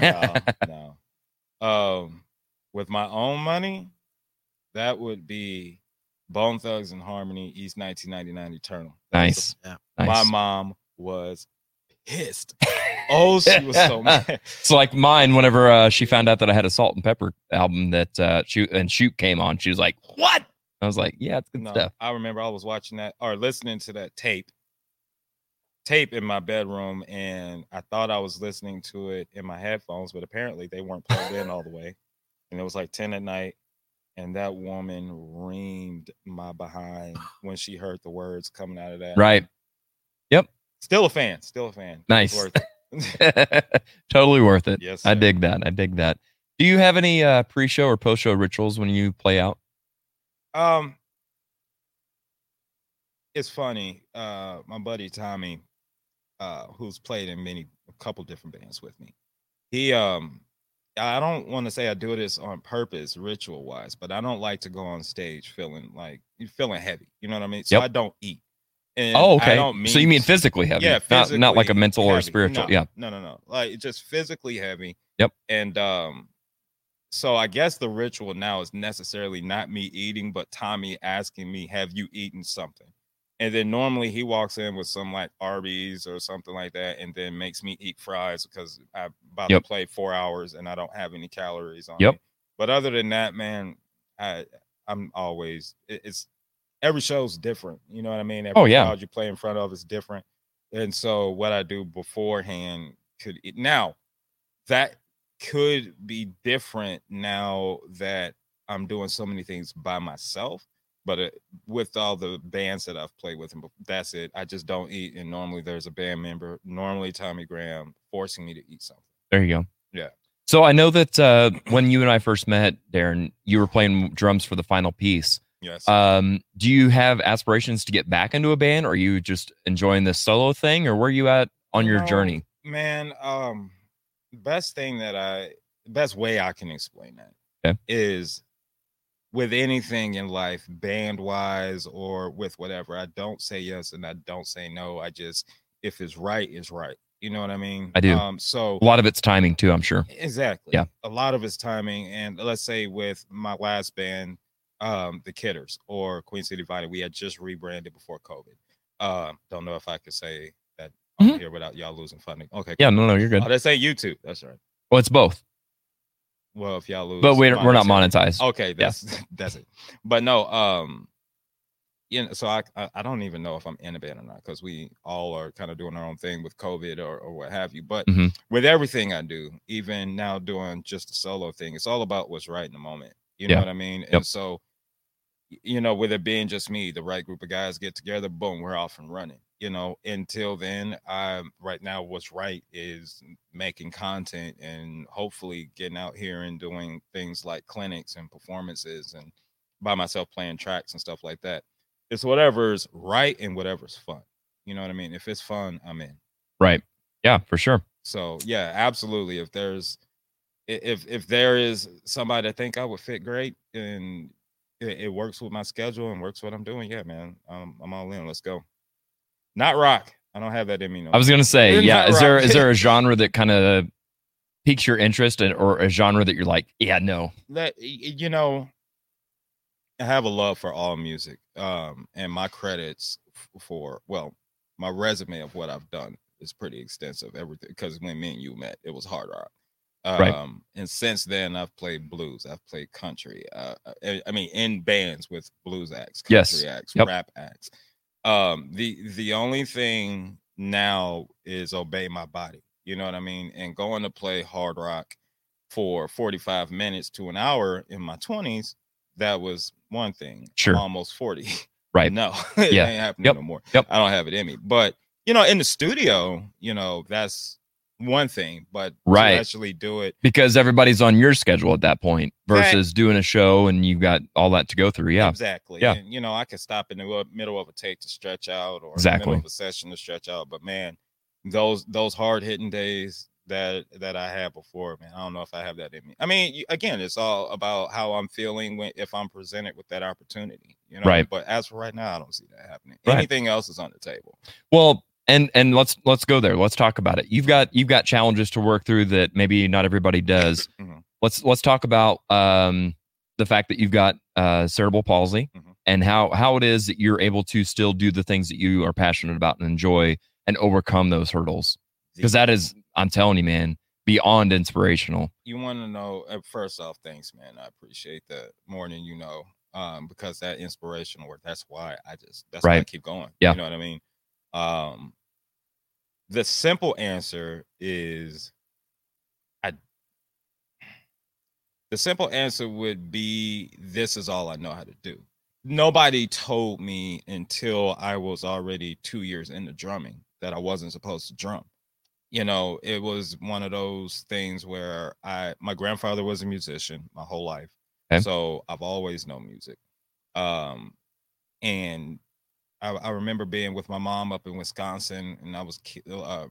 S10: no, no. Um, with my own money, that would be Bone Thugs and Harmony, East 1999 Eternal.
S1: Nice.
S10: So,
S1: Yeah.
S10: My
S1: Nice.
S10: mom was pissed. oh, she was so mad.
S1: it's like mine. Whenever uh, she found out that I had a Salt and Pepper album that uh, shoot and shoot came on, she was like, "What?" I was like, "Yeah, it's good
S10: No,
S1: stuff."
S10: I remember I was watching that or listening to that tape, tape in my bedroom, and I thought I was listening to it in my headphones, but apparently they weren't plugged in all the way. And it was like 10 at night, and that woman reamed my behind when she heard the words coming out of that.
S1: Right. Yep.
S10: Still a fan. Still a fan. It's
S1: Nice.
S10: worth it.
S1: totally worth it.
S10: Yes,
S1: I dig that. I dig that. Do you have any uh, pre-show or post-show rituals when you play out?
S10: Um, it's funny. Uh, my buddy Tommy, uh, who's played in many a couple different bands with me, he um, I don't want to say I do this on purpose, ritual wise, but I don't like to go on stage feeling like you feeling heavy. You know what I mean? So
S1: Yep.
S10: I don't eat. And
S1: Oh,
S10: I
S1: okay.
S10: don't
S1: So you mean physically heavy,
S10: Yeah,
S1: not-
S10: physically
S1: not like a mental or
S10: heavy.
S1: spiritual,
S10: No,
S1: yeah.
S10: No, no, no. Like just physically heavy.
S1: Yep.
S10: And um, so I guess the ritual now is necessarily not me eating, but Tommy asking me, "Have you eaten something?" And then normally he walks in with some like Arby's or something like that, and then makes me eat fries because I'm about
S1: Yep.
S10: to play four hours and I don't have any calories on.
S1: Yep.
S10: me. But other than that, man, I I'm always it- it's every show's different. You know what I mean? Every
S1: Oh, yeah.
S10: crowd you play in front of is different, and so what I do beforehand could e, now that could be different now that I'm doing so many things by myself. But uh with all the bands that I've played with, and bef- that's it. I just don't eat, and normally there's a band member, normally Tommy Graham, forcing me to eat something.
S1: There you go.
S10: Yeah.
S1: So I know that uh, when you and I first met, Darren, you were playing drums for the final piece.
S10: Yes.
S1: Um, do you have aspirations to get back into a band, or are you just enjoying this solo thing, or where are you at on your
S10: No,
S1: journey?
S10: man um best thing that i best way i can explain that
S1: Okay.
S10: is with anything in life band wise or with whatever i don't say yes and i don't say no i just if it's right it's right you know what i mean
S1: I do.
S10: um so
S1: a lot of it's timing too, I'm sure.
S10: Exactly.
S1: Yeah.
S10: A lot of it's timing. And let's say with my last band, um, the Kidders or Queen City Divided, we had just rebranded before COVID. Um, don't know if I could say that on here without y'all losing funding. Okay.
S1: Mm-hmm. Yeah, no, no, you're good.
S10: Oh, that's ain't YouTube. That's right.
S1: Well, it's both.
S10: Well, if y'all lose,
S1: But we're- we're not
S10: monetary-
S1: monetized.
S10: Okay,
S1: Yeah.
S10: that's that's it. But no, um, you know, so I I, I don't even know if I'm in a band or not because we all are kind of doing our own thing with COVID or, or what have you. But
S8: Mm-hmm.
S1: Mhm.
S10: with everything I do, even now doing just a solo thing, it's all about what's right in the moment. You
S1: Yeah.
S10: know what I mean?
S1: Yep.
S10: And so, y- you know, with it being just me, the right group of guys get together, boom, we're off and running. You know, until then, I'm right now. What's right is making content and hopefully getting out here and doing things like clinics and performances and by myself playing tracks and stuff like that. It's whatever's right and whatever's fun. You know what I mean? If it's fun, I'm in.
S1: Right. Yeah, for sure.
S10: So yeah, absolutely. If there's i- if if there is somebody I think I would fit great and it, it works with my schedule and works what I'm doing, yeah, man, um, I'm all in. Let's go. Not rock. I don't have that in me. No
S1: I was gonna say,
S10: Not
S1: yeah. Is there
S10: rock.
S1: is there a genre that kind of piques your interest, and or a genre that you're like, yeah, no,
S10: that y- y- you know i have a love for all music um and my credits f- for well my resume of what i've done is pretty extensive everything because when me and you met it was hard rock um
S1: Right.
S10: and since then i've played blues i've played country uh, uh, I, I mean in bands with blues acts country
S1: Yes.
S10: acts
S1: Yep.
S10: rap acts um the the only thing now is obey my body you know what i mean and going to play hard rock for 45 minutes to an hour in my 20s, that was one thing.
S1: Sure.
S10: Almost 40.
S1: Right.
S10: No, it
S1: Yeah.
S10: ain't happening
S1: Yep.
S10: no more.
S1: Yep.
S10: I don't have it in me. But, you know, in the studio, you know, that's one thing. But
S1: Right.
S10: to actually do it
S1: because everybody's on your schedule at that point versus doing a show and you've got all that to go through. Yeah,
S10: Exactly.
S1: Yeah,
S10: And, you know, I could stop in the wo- middle of a take to stretch out or in the
S1: Exactly.
S10: middle of a session to stretch out. But man, those those hard hitting days that that I had before, man, I don't know if I have that in me. I mean, you- again, it's all about how I'm feeling when if I'm presented with that opportunity, you know.
S1: Right.
S10: But as for right now, I don't see that happening.
S1: Right.
S10: Anything else is on the table.
S1: Well, and and let's let's go there. Let's talk about it. You've got you've got challenges to work through that maybe not everybody does.
S10: Mm-hmm.
S1: Let's let's talk about um, the fact that you've got uh, cerebral palsy
S10: Mm-hmm.
S1: and how how it is that you're able to still do the things that you are passionate about and enjoy and overcome those hurdles because that is I'm telling you, man, beyond inspirational.
S10: you want to know uh, first off thanks man i appreciate that more than you know um because that inspirational work that's why i just that's why i
S1: Right.
S10: keep going
S1: Yeah.
S10: you know what i mean um the simple answer is i the simple answer would be this is all i know how to do nobody told me until i was already two years into drumming that i wasn't supposed to drum you know, it was one of those things where I my grandfather was a musician my whole life.
S1: Okay.
S10: So I've always known music. Um and I, I remember being with my mom up in Wisconsin and I was ki- uh,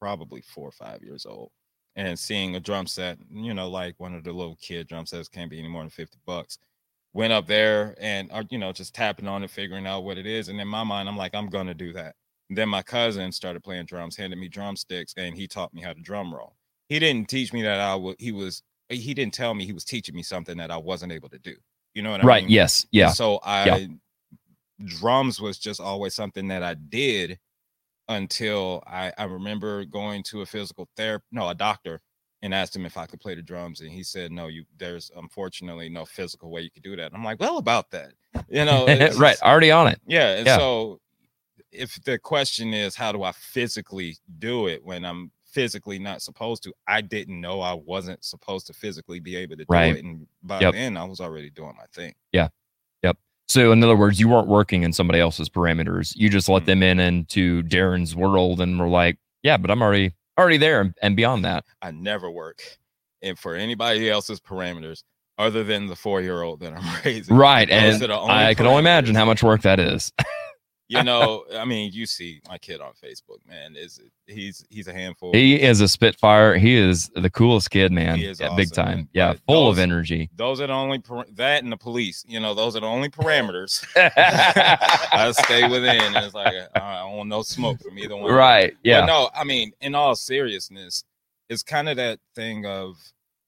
S10: probably 4 or 5 years old and seeing a drum set, you know, like one of the little kid drum sets can't be any more than 50 bucks. Went up there and, uh, you know, just tapping on it, figuring out what it is. And in my mind, I'm like, I'm going to do that. Then my cousin started playing drums, handed me drumsticks, and he taught me how to drum roll. He didn't teach me that I would, he was, he didn't tell me he was teaching me something that I wasn't able to do. You know what I
S1: Right,
S10: mean?
S1: yes, yeah,
S10: So I,
S1: yeah.
S10: drums was just always something that I did until I, I remember going to a physical therapist, no, a doctor, and asked him if I could play the drums. And he said, No, you there's unfortunately no physical way you could do that. And I'm like, Well, about that. You know, it's-
S1: right, already on it.
S10: Yeah. And so if the question is how do I physically do it when I'm physically not supposed to, I didn't know I wasn't supposed to physically be able to do
S1: Right.
S10: it. And by
S1: Yep.
S10: then I was already doing my thing.
S1: Yeah. Yep. So in other words, you weren't working in somebody else's parameters. You just
S10: Mm-hmm.
S1: let them in into Darren's world and were like, yeah, but I'm already already there and, and beyond that.
S10: I never work and for anybody else's parameters other than the four year old that I'm raising.
S1: Right.
S10: Those
S1: And
S10: are the only
S1: I can only imagine how much work that is.
S10: you know, I mean, you see my kid on Facebook, man. Is he's he's a handful.
S1: he is a spitfire. He is the coolest kid, man.
S10: He is
S1: Yeah, big
S10: awesome,
S1: time.
S10: man.
S1: Yeah.
S10: But
S1: Full of
S10: those-
S1: energy.
S10: Those are the only par- that and the police. You know, those are the only parameters I stay within. And it's like uh, I don't want no smoke from either one.
S1: Right,
S10: But
S1: yeah.
S10: no, I mean, in all seriousness, it's kind of that thing of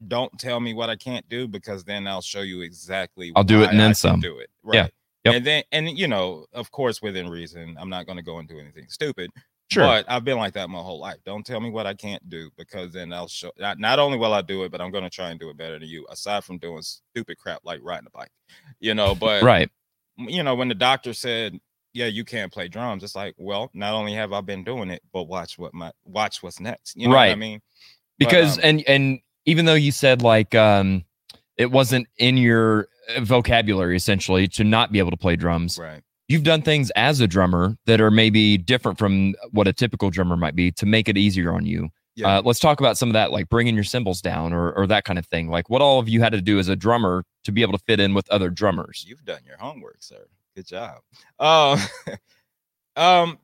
S10: don't tell me what I can't do because then I'll show you exactly.
S1: I'll do it
S10: why
S1: and
S10: I
S1: then
S10: can
S1: some.
S10: Do it. Right.
S1: Yeah. Yep.
S10: And then, and you know, of course, within reason, I'm not going to go and do anything stupid.
S1: Sure.
S10: But I've been like that my whole life. Don't tell me what I can't do because then I'll show. Not, not only will I do it, but I'm going to try and do it better than you. Aside from doing stupid crap like riding a bike, you know. But
S1: Right.
S10: you know, when the doctor said, "Yeah, you can't play drums," it's like, well, not only have I been doing it, but watch what my watch what's next. You know what I
S1: Right.
S10: mean? But,
S1: because
S10: um,
S1: and and even though you said like um it wasn't in your uh, vocabulary essentially to not be able to play drums
S10: right
S1: you've done things as a drummer that are maybe different from what a typical drummer might be to make it easier on you
S10: Yeah.
S1: uh, let's talk about some of that like bringing your cymbals down or or that kind of thing like what all of you had to do as a drummer to be able to fit in with other drummers
S10: You've done your homework, sir. Good job. Um, um,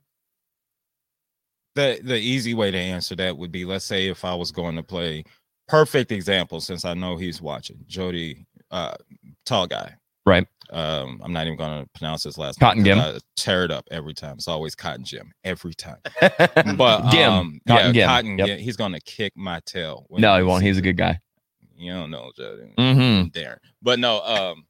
S10: the the easy way to answer that would be, let's say, if I was going to play, perfect example, since I know he's watching, Jody, uh, tall guy.
S1: right
S10: Um, I'm not even going to pronounce his last
S1: Cotton
S10: name. 'cause
S1: Gim.
S10: I tear it up every time. It's always Cotton Jim every time. but
S1: Gim.
S10: um,
S1: Cotton
S10: yeah,
S1: Gim.
S10: Cotton
S1: Yep.
S10: Gim. He's going to kick my tail. when
S1: no he
S10: he
S1: won't he's
S10: sees
S1: a
S10: it.
S1: good guy
S10: You don't know, Jody.
S1: Mhm.
S10: Darren. But no, um,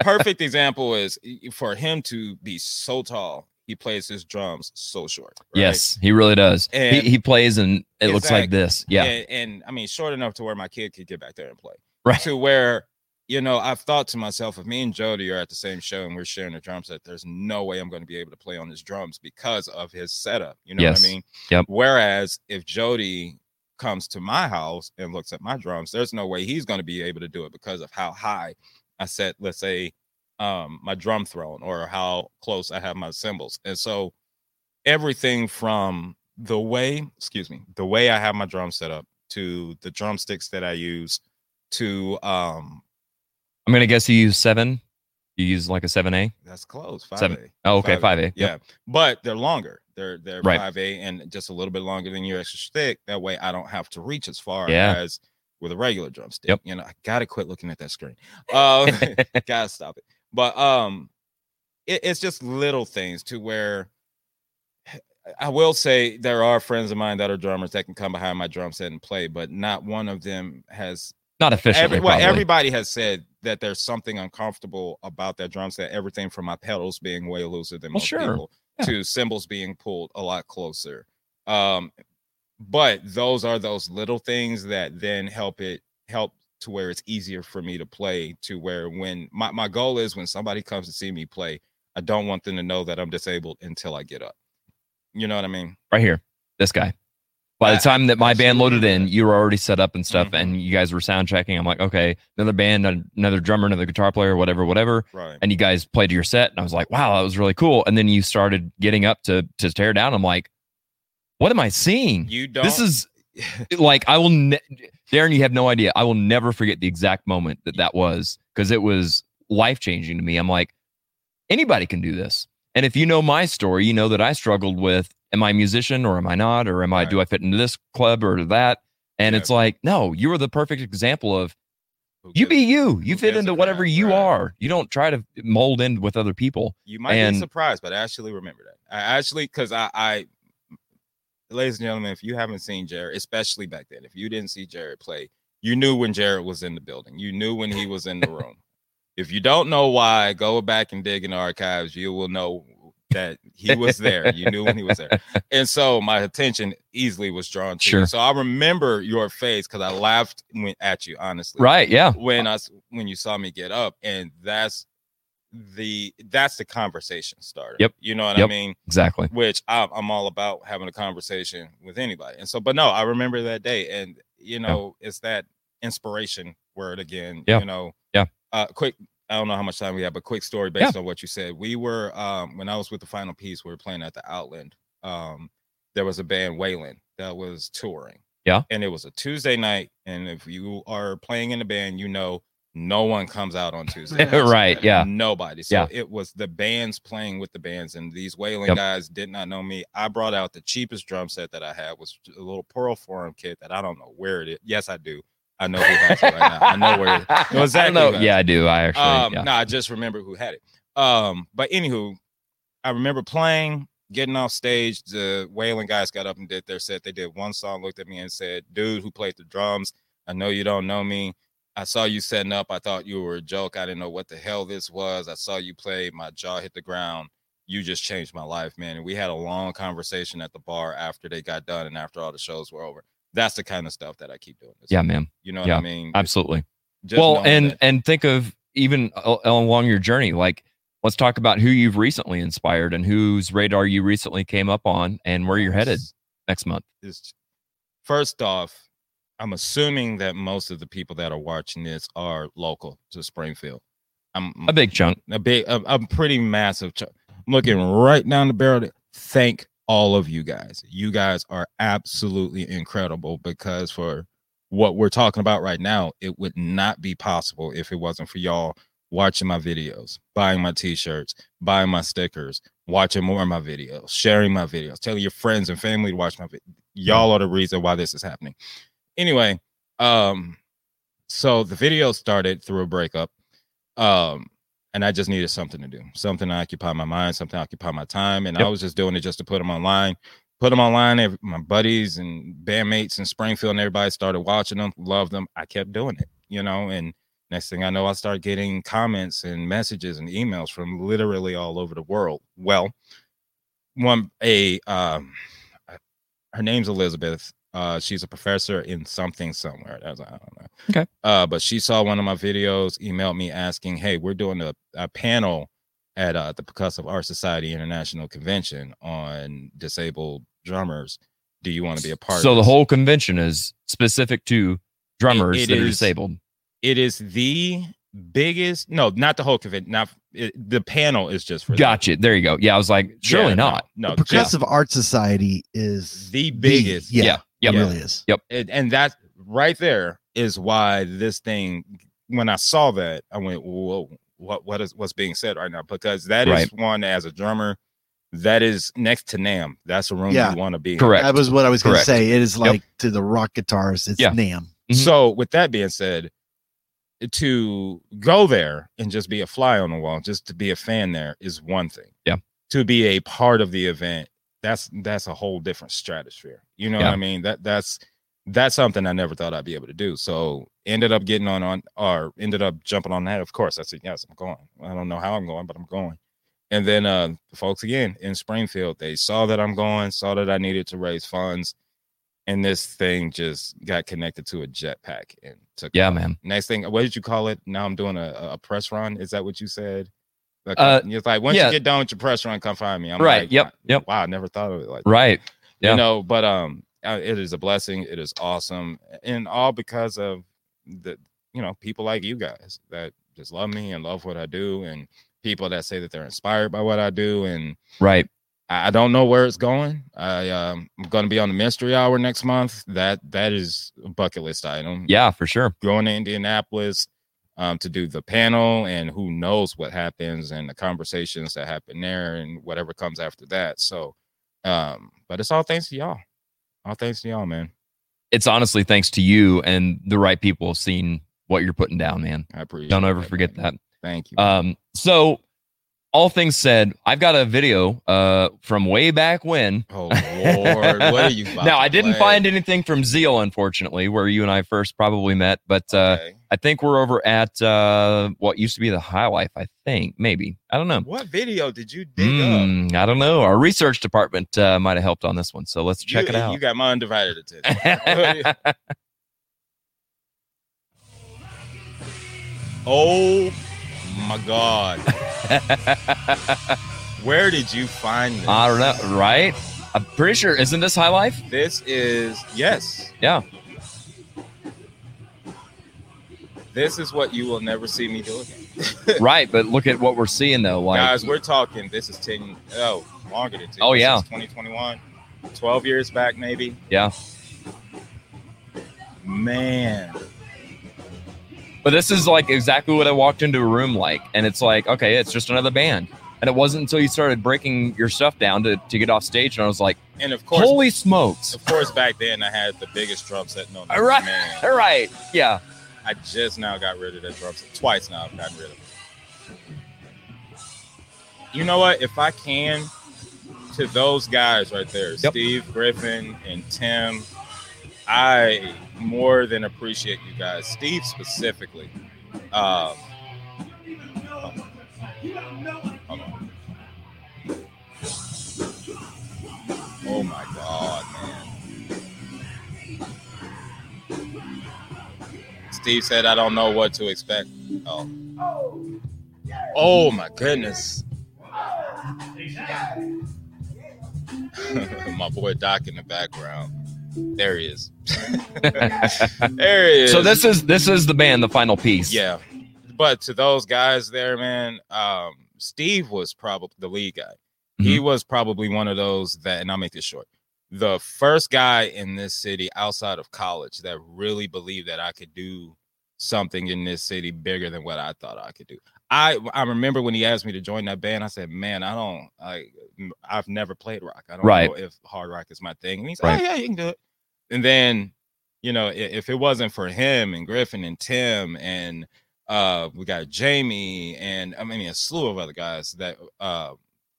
S10: perfect example is for him to be so tall. He plays his drums so short. right?
S1: yes he really does he,
S10: And-
S1: he plays and it looks like
S10: Exactly.
S1: this yeah
S10: And, and, I mean, short enough to where my kid could get back there and play.
S1: Right.
S10: To where, you know, I've thought to myself, if me and Jody are at the same show and we're sharing a drum set, there's no way I'm going to be able to play on his drums because of his setup. You know
S1: Yes.
S10: what I mean?
S1: Yep.
S10: Whereas if Jody comes to my house and looks at my drums, there's no way he's going to be able to do it because of how high I set, let's say, um, my drum throne or how close I have my cymbals. And so everything from the way, excuse me, the way I have my drum set up to the drumsticks that I use to um
S1: I'm gonna guess you use seven. You use like a seven A.
S10: that's close. Five
S1: Seven. Oh, okay, 5A, yep.
S10: Yeah, but they're longer. They're they're
S1: Right.
S10: five A and just a little bit longer than your extra stick. That way, I don't have to reach as far
S1: Yeah.
S10: as with a regular drumstick.
S1: Yep.
S10: You know, I gotta quit looking at that screen. Um, gotta stop it. But um, it, it's just little things to where I will say there are friends of mine that are drummers that can come behind my drum set and play, but not one of them has
S1: Not officially,
S10: well,
S1: probably.
S10: everybody has said that there's something uncomfortable about that drum set. Everything from my pedals being way looser than
S1: Well,
S10: most
S1: sure.
S10: people to cymbals being pulled a lot closer. Um, but those are those little things that then help it help to where it's easier for me to play to where when my, my goal is when somebody comes to see me play i don't want them to know that i'm disabled until i get up you know what i mean
S1: right here. This guy. By the time that my band loaded in, you were already set up and stuff,
S10: Mm-hmm.
S1: and you guys were sound checking. I'm like, okay, another band, an- another drummer, another guitar player, whatever, whatever.
S10: Right.
S1: And you guys played your set, and I was like, wow, that was really cool. And then you started getting up to to tear down. I'm like, what am I seeing?
S10: You
S1: This
S10: don't-
S1: is like I will, ne- Darren. You have no idea. I will never forget the exact moment that that was because it was life changing to me. I'm like, anybody can do this. And if you know my story, you know that I struggled with am I a musician or am I not? Or am I do I fit into this club or to that? And it's like, no, you are the perfect example of you be you. You fit into whatever you are. You don't try to mold in with other people.
S10: You might
S1: and
S10: be surprised, but I actually remember that. I actually, because I, I, ladies and gentlemen, if you haven't seen Jared, especially back then, if you didn't see Jared play, you knew when Jared was in the building. You knew when he was in the room. if you don't know why, go back and dig in the archives. You will know that he was there. you knew when he was there. And so my attention easily was drawn to you.
S1: Sure.
S10: So I remember your face because I laughed when, at you, honestly.
S1: Right, yeah.
S10: When I s- when you saw me get up, and that's the that's the conversation starter.
S1: Yep.
S10: You know what I
S1: Yep.
S10: mean?
S1: Exactly.
S10: Which I'm, I'm all about having a conversation with anybody. And so, but no, I remember that day, and you know, it's that inspiration word again.
S1: Yeah.
S10: You know.
S1: Yeah.
S10: Uh, quick. I don't know how much time we have, but quick story based on what you said. We were um when I was with the final piece, we were playing at the Outland. Um, there was a band Wayland that was touring.
S1: Yeah.
S10: And it was a Tuesday night. And if you are playing in a band, you know no one comes out on Tuesday. nights.
S1: Right, yeah.
S10: Nobody. So
S1: Yeah.
S10: it was the bands playing with the bands. And these Wayland
S1: Yep.
S10: guys did not know me. I brought out the cheapest drum set that I had was a little Pearl Forum kit that I don't know where it is. Yes, I do. I know who has it right now. I know where it is.
S1: I
S10: No,
S1: don't
S10: exactly
S1: know.
S10: who has
S1: Yeah, I
S10: it.
S1: do. I actually-
S10: um,
S1: yeah.
S10: no, I just remember who had it. Um, but anywho, I remember playing, getting off stage. The Wailing guys got up and did their set. They did one song, looked at me and said, Dude, who played the drums? I know you don't know me. I saw you setting up. I thought you were a joke. I didn't know what the hell this was. I saw you play. My jaw hit the ground. You just changed my life, man. And we had a long conversation at the bar after they got done and after all the shows were over. That's the kind of stuff that I keep doing.
S1: Yeah, man.
S10: You know
S1: Yeah,
S10: what I mean?
S1: Absolutely.
S10: just
S1: well,
S10: knowing
S1: and and think of even al- along your journey. Like, let's talk about who you've recently inspired and whose radar you recently came up on, and where you're headed next month.
S10: is first off, I'm assuming that most of the people that are watching this are local to Springfield. I'm
S1: A big chunk.
S10: a big, a, a pretty massive chunk. I'm looking right down the barrel. To thank all of you guys. You guys are absolutely incredible because for what we're talking about right now, it would not be possible if it wasn't for y'all watching my videos, buying my t-shirts, buying my stickers, watching more of my videos, sharing my videos, telling your friends and family to watch my videos. Y'all are the reason why this is happening. Anyway, um, so the video started through a breakup. Um, and I just needed something to do, something to occupy my mind, something to occupy my time. And I
S14: Yep.
S10: was just doing it just to put them online. Put them online. ev- My buddies and bandmates in Springfield and everybody started watching them, loved them. I kept doing it, you know. And next thing I know, I started getting comments and messages and emails from literally all over the world. Well, one a um her name's Elizabeth. Uh, she's a professor in something somewhere. That's I don't know.
S1: Okay.
S10: Uh, but she saw one of my videos, emailed me asking, "Hey, we're doing a, a panel at uh, the Percussive Art Society International Convention on disabled drummers. do you want to be a part?
S1: So
S10: of
S1: the
S10: this?
S1: whole convention is specific to drummers
S10: it
S1: that are
S10: is-
S1: disabled.
S10: It is the biggest. No, not the whole convention. Not it, the panel is just for that.
S1: Gotcha. There you go. Yeah, I was like, surely
S10: Yeah, no,
S1: not.
S10: no,
S8: The
S10: just-
S8: Progressive Art Society is
S10: the biggest.
S8: yeah, it
S10: yeah.
S8: really is.
S1: Yep.
S10: And, and that right there is why this thing. When I saw that, I went, "Whoa, what what is what's being said right now?" Because that is
S8: Right.
S10: one as a drummer, that is next to Nam. That's a room
S8: Yeah.
S10: you want to be. in.
S8: That was what I was going to
S10: Correct.
S8: say. It is
S10: Yep.
S8: like to the rock guitarist, it's
S10: Yeah.
S8: Nam.
S1: Mm-hmm.
S10: So, with that being said, to go there and just be a fly on the wall, just to be a fan there is one thing.
S1: Yeah.
S10: To be a part of the event, that's that's a whole different stratosphere. You know what
S1: Yeah.
S10: I mean? That that's that's something I never thought I'd be able to do. So ended up getting on on or ended up jumping on that. Of course, I said yes, I'm going. I don't know how I'm going, but I'm going. And then uh the folks again in Springfield, they saw that I'm going, saw that I needed to raise funds, and this thing just got connected to a jetpack and took
S1: Yeah,
S10: off.
S1: man.
S10: Next thing, what did you call it? Now I'm doing a, a press run. Is that what you said? Like,
S1: Uh,
S10: it's like once
S1: yeah.
S10: you get done with your press run, come find me. I'm
S1: Right,
S10: Like,
S1: yep, yep.
S10: Wow, I never thought of it like that
S1: Right. Yeah.
S10: you know but um uh, it is a blessing it is awesome and all because of the you know people like you guys that just love me and love what i do and people that say that they're inspired by what i do and
S1: right.
S10: i I don't know where it's going i um, i'm going to be on the mystery hour next month that that is a bucket list item
S1: Yeah, for sure.
S10: going to indianapolis um, to do the panel and who knows what happens and the conversations that happen there and whatever comes after that so um, but it's all thanks to y'all. All thanks to y'all, man.
S1: It's honestly thanks to you and the right people seeing what you're putting down, man.
S10: I appreciate
S1: Don't ever forget that.
S10: Thank you.
S1: Um, so all things said, I've got a video uh from way back when.
S10: Oh Lord, what are you about
S1: now
S10: to
S1: I didn't
S10: play?
S1: find anything from Zeal, unfortunately, where you and I first probably met, but uh I think we're over at uh what used to be the High Life, I think, maybe. I don't know.
S10: What video did you dig up?
S1: Mm, I don't know. Our research department uh, might have helped on this one. So let's check
S10: you,
S1: it out.
S10: You got my undivided attention. oh my God. Where did you find this?
S1: I don't know, right? I'm pretty sure. Isn't this High Life?
S10: This is yes.
S1: Yeah.
S10: This is what you will never see me do again.
S1: right. But look at what we're seeing, though. Like,
S10: Guys, we're talking. This is 10, oh, longer than 10.
S1: Oh,
S10: This
S1: yeah.
S10: is 2021, 12 years back, maybe.
S1: yeah.
S10: Man.
S1: But this is like exactly what I walked into a room like. And it's like, okay, it's just another band. And it wasn't until you started breaking your stuff down to, to get off stage. And I was like,
S10: And of course,
S1: holy smokes.
S10: of course, back then I had the biggest drum set known. to
S1: All right.
S10: man.
S1: All right. Yeah.
S10: I just now got rid of that drum set. Twice now I've gotten rid of it. You know what? If I can, to those guys right there, Steve Griffin and Tim, I more than appreciate you guys. Steve specifically. Um, hold on. Oh my God, man. Steve said, I don't know what to expect. Oh. Oh my goodness. my boy Doc in the background. There he is. there he is.
S1: So this is this is the band, the final piece.
S10: Yeah. But to those guys there, man, um, Steve was probably the lead guy. He
S1: Mm-hmm.
S10: was probably one of those that, and I'll make this short, the first guy in this city outside of college that really believed that I could do something in this city bigger than what I thought I could do. I I remember when he asked me to join that band, I said, "Man, I don't like I've never played rock. I don't
S1: Right.
S10: know if hard rock is my thing." And he's
S1: Right.
S10: "Oh yeah, you can do it." And then, you know, i- if it wasn't for him and Griffin and Tim and uh we got Jamie and I mean a slew of other guys that uh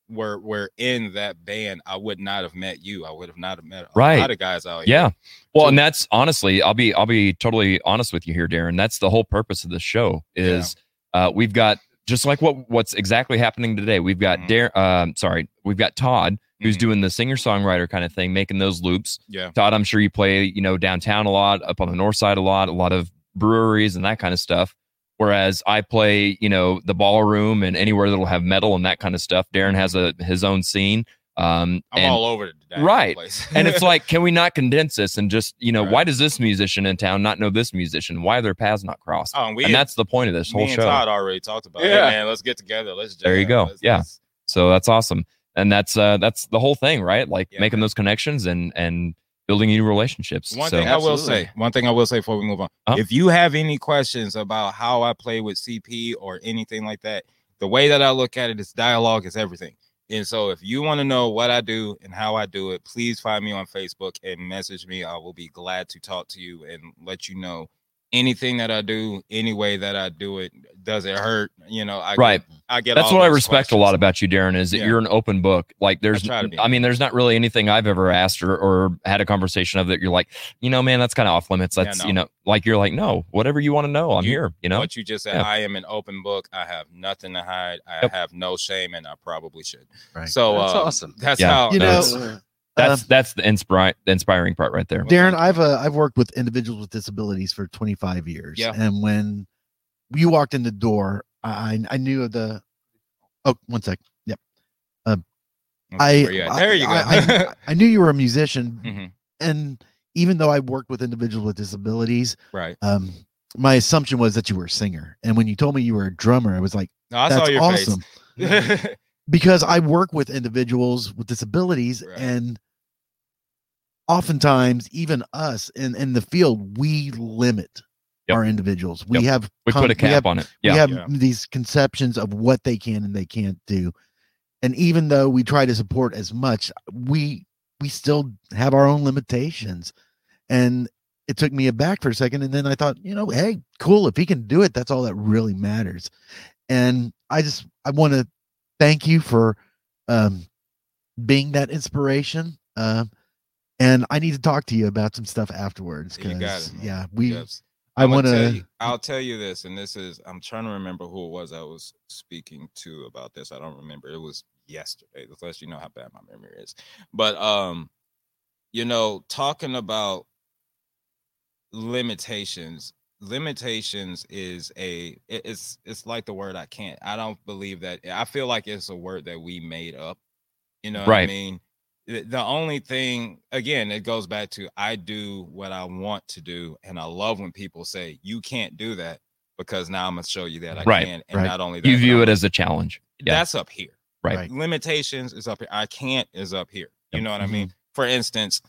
S10: were were in that band, I would not have met you. I would have not have met a
S1: Right.
S10: lot of guys out here.
S1: Yeah. Well, and that's honestly, I'll be I'll be totally honest with you here, Darren. That's the whole purpose of this show is uh, we've got just like what what's exactly happening today. We've got
S10: Mm-hmm.
S1: Darren. Um, sorry, we've got Todd who's doing the singer songwriter kind of thing, making those loops.
S10: Yeah.
S1: Todd, I'm sure you play you know downtown a lot, up on the north side a lot, a lot of breweries and that kind of stuff. Whereas I play, you know, the ballroom and anywhere that'll have metal and that kind of stuff. Darren has a his own scene. Um,
S10: I'm
S1: and-
S10: all over the damn
S1: right,
S10: place.
S1: and it's like, can we not condense this and just, you know, why does this musician in town not know this musician? Why are their paths not crossed?
S10: Oh, and we-
S1: and that's the point of this
S10: Me
S1: whole
S10: and
S1: show.
S10: Todd already talked about. Yeah,
S1: Yeah.
S10: man, let's get together. Let's.
S1: there you
S10: jam.
S1: go
S10: Let's-
S1: yeah so that's awesome and that's uh that's the whole thing right like making those connections and and building new relationships
S10: One
S1: so Uh-huh.
S10: thing I will say, one thing I will say before we move on, if you have any questions about how I play with CP or anything like that, the way that I look at it is dialogue is everything. And so if you want to know what I do and how I do it, please find me on Facebook and message me. I will be glad to talk to you and let you know anything that I do, any way that I do it. Does it hurt? You know, I get-
S1: right
S10: I get
S1: that's
S10: all
S1: what i
S10: those
S1: respect a lot about you darren is that
S10: Yeah.
S1: you're an open book like there's
S10: try to be.
S1: i mean there's not really anything i've ever asked or, or had a conversation of that you're like you know man that's kind of off limits
S10: Yeah,
S1: that's
S10: no.
S1: you know like you're like no whatever you want to know i'm
S10: You-
S1: here you know
S10: what you just said
S1: Yeah.
S10: i am an open book i have nothing to hide i
S1: Yep.
S10: have no shame and i probably should so
S9: That's
S10: uh,
S9: awesome.
S10: that's
S1: Yeah.
S10: how
S1: You know,
S10: that's-
S1: uh, that's that's the inspiring the inspiring part right there
S8: Darren, I've uh, I've worked with individuals with disabilities for 25 years,
S1: Yeah.
S8: and when you walked in the door, I I I knew of the. Oh, one sec. Yep. Um, I,
S10: where you at?
S8: I-
S10: There you go.
S8: I, I, I knew you were a musician,
S10: Mhm.
S8: and even though I worked with individuals with disabilities,
S10: right
S8: um, my assumption was that you were a singer. And when you told me you were a drummer, I was like,
S10: No, I
S8: "That's
S10: saw your
S8: awesome."
S10: face
S8: because I work with individuals with disabilities and oftentimes even us in, in the field, we limit
S1: Yep.
S8: our individuals. We
S1: Yep.
S8: have
S1: We put a cap
S8: have-
S1: on it.
S8: We
S1: Yeah.
S8: have
S1: Yeah.
S8: these conceptions of what they can and they can't do. And even though we try to support as much, we we still have our own limitations. And it took me aback for a second. And then I thought, you know, hey, cool. If he can do it, that's all that really matters. And I just I want to thank you for um being that inspiration. Um and I need to talk to you about some stuff afterwards.
S10: You got
S8: because,
S10: it, man.
S8: yeah, we
S10: Yes.
S8: I
S10: I'm gonna
S8: want
S10: tell
S8: to
S10: you- I'll tell you this, and this is I'm trying to remember who it was I was speaking to about this. I don't remember. It was yesterday. This lets you know how bad my memory is. But um, you know, talking about limitations, limitations is a it- it's it's like the word I can't. I don't believe that. I feel like it's a word that we made up. You know what I
S1: Right.
S10: mean? The the only thing, again, it goes back to I do what I want to do. And I love when people say, you can't do that because now I'm going to show you that I
S1: right
S10: can. And
S1: right
S10: not only that,
S1: you
S10: but um,
S1: view
S10: I'm
S1: it as a challenge yeah
S10: that's up here.
S1: Right. Right.
S10: Limitations is up here. I can't is up here. You know what I mean? For instance,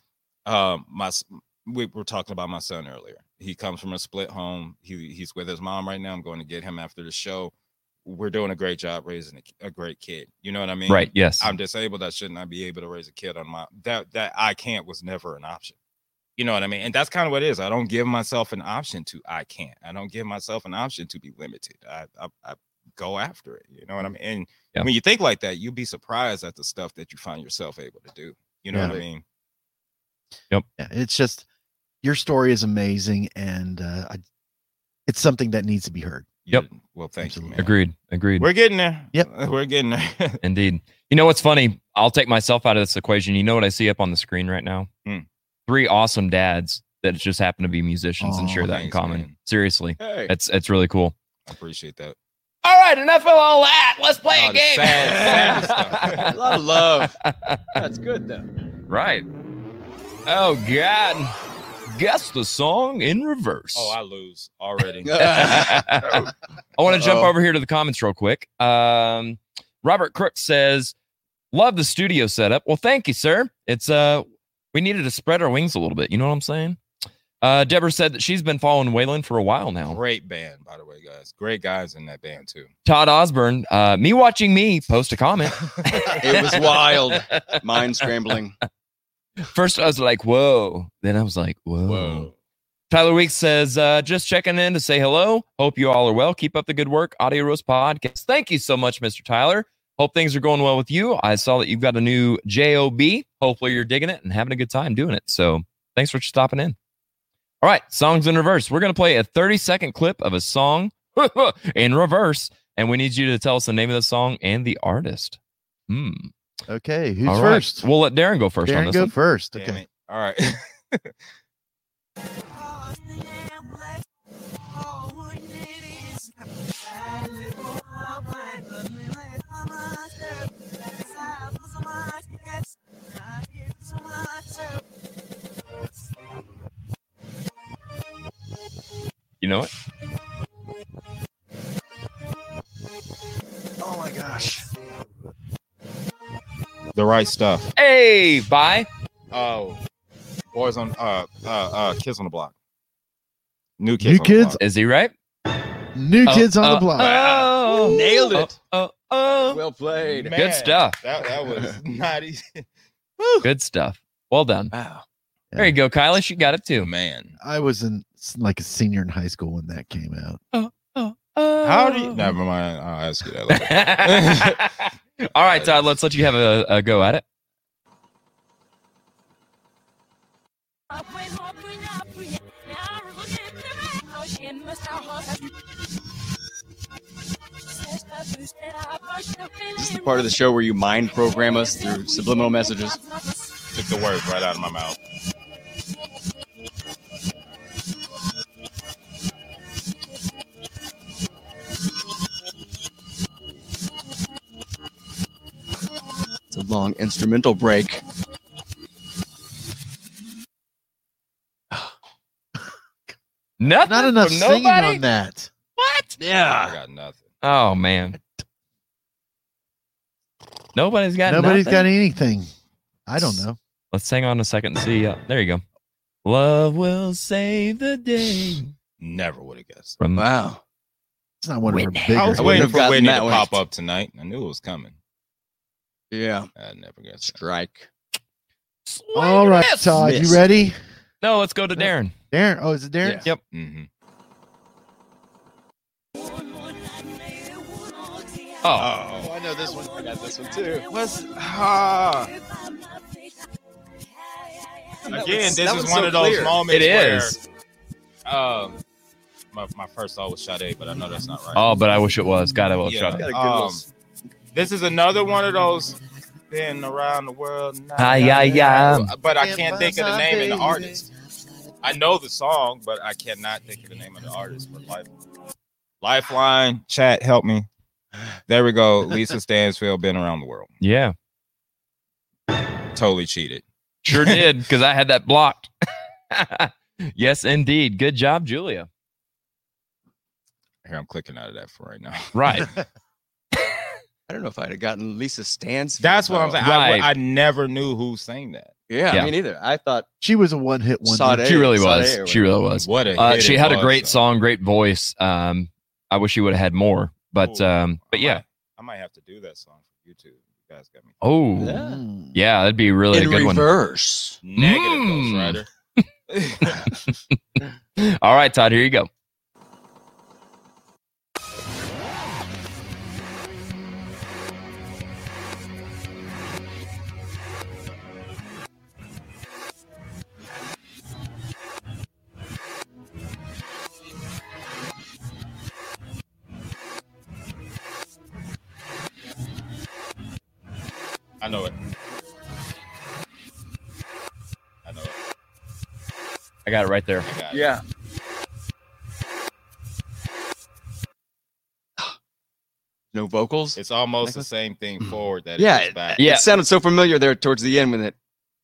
S10: um, my s- we were talking about my son earlier. He comes from a split home. He he's with his mom right now. I'm going to get him after the show. We're doing a great job raising a, ki- a great kid. You know what I mean?
S1: Right, yes.
S10: I'm disabled. I should not be able to raise a kid on my that that I can't was never an option. You know what I mean? And that's kind of what it is. I don't give myself an option to I can't. I don't give myself an option to be limited. I I, I go after it. You know what I mean? And
S1: Mm. Yeah.
S10: when you think like that, you'll be surprised at the stuff that you find yourself able to do. You know
S8: Yeah.
S10: what I mean?
S1: Yep.
S8: Yeah, it's just your story is amazing, and uh, I, it's something that needs to be heard.
S1: Yep.
S10: Well, thank you. Man.
S1: Agreed. Agreed.
S10: We're getting there.
S1: Yep.
S10: We're getting there.
S1: Indeed. You know what's funny? I'll take myself out of this equation. You know what I see up on the screen right now?
S10: Hmm.
S1: Three awesome dads that just happen to be musicians and
S10: Aw,
S1: share that in
S10: thanks,
S1: common.
S10: man.
S1: Seriously.
S10: Hey.
S1: It's it's really cool.
S10: I appreciate that.
S1: All right, enough of all that. Let's play
S8: Oh,
S9: a game. a lot of love. That's good though.
S1: Right. Oh God. Guess the song in reverse.
S10: Oh, I lose already.
S1: Oh.
S10: Oh,
S1: I want to jump
S10: Uh-oh.
S1: over here to the comments real quick. Um, Robert Crook says, "Love the studio setup." Well, thank you, sir. It's uh, we needed to spread our wings a little bit. You know what I'm saying? Uh, Deborah said that she's been following Waylon for a while now.
S10: Great band, by the way, guys. Great guys in that band too.
S1: Todd Osborne, uh, me watching me, post a comment.
S9: It was wild. Mind scrambling.
S1: First, I was like, whoa. Then I was like, whoa. Tyler Weeks says, uh, just checking in to say hello. Hope you all are well. Keep up the good work. Audio Roast Podcast. Thank you so much, Mr. Tyler. Hope things are going well with you. I saw that you've got a new JOB. Hopefully, you're digging it and having a good time doing it. So, thanks for stopping in. All right, songs in reverse. We're going to play a 30 second clip of a song in reverse, and we need you to tell us the name of the song and the artist. Hmm.
S8: Okay, who's
S1: All right.
S8: first?
S1: We'll let Darren go first. on
S8: Darren,
S1: this
S8: go
S1: one.
S8: first.
S10: Damn
S8: Okay.
S10: it. All right.
S1: You know it?
S9: Oh my gosh.
S10: The right stuff.
S1: Hey, bye.
S10: Oh, boys on uh uh uh kids on the block. New kids.
S1: New
S10: on the
S1: kids.
S10: block.
S1: Is he right?
S8: New
S1: Oh,
S8: kids on the
S1: oh,
S8: block.
S1: Oh,
S9: Nailed
S1: oh,
S9: it.
S3: Uh,
S1: Oh, oh,
S9: Well played.
S1: Good stuff.
S10: That that was not easy.
S1: Good stuff. Well done.
S10: Oh, Wow.
S1: There you go, Kyla. She got it too.
S10: Man.
S8: I was in s- like a senior in high school when that came out.
S1: Oh.
S10: How do you never mind? I'll ask you that later.
S1: All right, Todd, let's let you have a, a go at it.
S9: This is the part of the show where you mind program us through subliminal messages.
S10: Took the words right out of my mouth.
S9: It's a long instrumental break.
S1: Nothing.
S8: Not enough
S1: from
S8: singing
S1: nobody?
S8: on that.
S1: What?
S10: I got nothing.
S1: Oh man. Nobody's got.
S8: Nobody's
S1: nothing?
S8: got anything. I don't know.
S1: Let's hang on a second and see. Uh, there you go. Love will save the day.
S10: Never would have guessed.
S1: From
S9: Wow.
S8: It's not one
S1: Whitney.
S8: of her
S10: I
S8: bigger.
S10: was
S9: I wouldn't
S10: waiting
S9: have
S10: for
S9: gotten
S10: Whitney
S9: that
S10: to
S9: one.
S10: pop up tonight. I knew it was coming.
S9: Yeah.
S10: I never guessed. that.
S9: Strike.
S8: All right,
S1: Yes.
S8: Todd,
S9: Missed.
S8: you ready?
S1: No, let's go to Darren.
S8: Darren. Oh, is it Darren?
S9: Yeah.
S1: Yep.
S10: Mhm.
S1: Oh,
S9: Oh, I know this one. I got this one too.
S10: What's ah? Again, this is one of those moments.
S1: it is.
S10: Where, um, my, my first thought was Sade, but I know that's not right.
S1: Oh, but I wish it was. God, I will
S10: Yeah.
S1: try.
S9: Got a good
S10: Um,
S9: little s-
S10: This is another one of those been around the world. now.
S1: Ah, yeah, yeah.
S10: But I can't think of the name and the artist. I know the song, but I cannot think of the name of the artist. But life, Lifeline, chat, help me. There we go. Lisa Stansfield, been around the world.
S1: Yeah,
S10: Totally cheated.
S1: sure did because I had that blocked. yes, indeed. Good job, Julia.
S10: Here, I'm clicking out of that for right now.
S1: Right.
S9: I don't know if I'd have gotten Lisa Stansfield.
S10: That's what I'm saying. I w-
S1: Right.
S10: I, never knew who sang that.
S9: Yeah,
S1: Yeah.
S9: me neither. I thought
S8: She was a one-hit wonder.
S9: Sade.
S1: she really
S9: Sade
S1: was.
S9: or
S1: She really was.
S10: What a
S1: Uh,
S10: hit
S1: she
S10: it
S1: had a
S10: was,
S1: great
S10: though.
S1: song, great voice. Um, I wish she would have had more, but
S10: Ooh.
S1: um, but
S10: I
S1: yeah.
S10: might- I might have to do that song for YouTube. You guys got me.
S1: Oh, yeah,
S9: Yeah.
S1: that'd be really
S9: in
S1: a good
S9: reverse.
S10: Negative
S1: Mm.
S10: Ghost Rider.
S1: one. All right, Todd, here you go.
S10: I know it. I know it.
S1: I got it right there.
S10: I got it.
S9: Yeah. No vocals.
S10: It's almost the same thing forward that
S9: yeah,
S10: it is
S9: it,
S10: back.
S1: Hmm. Yeah.
S9: it sounded so familiar there towards the end when it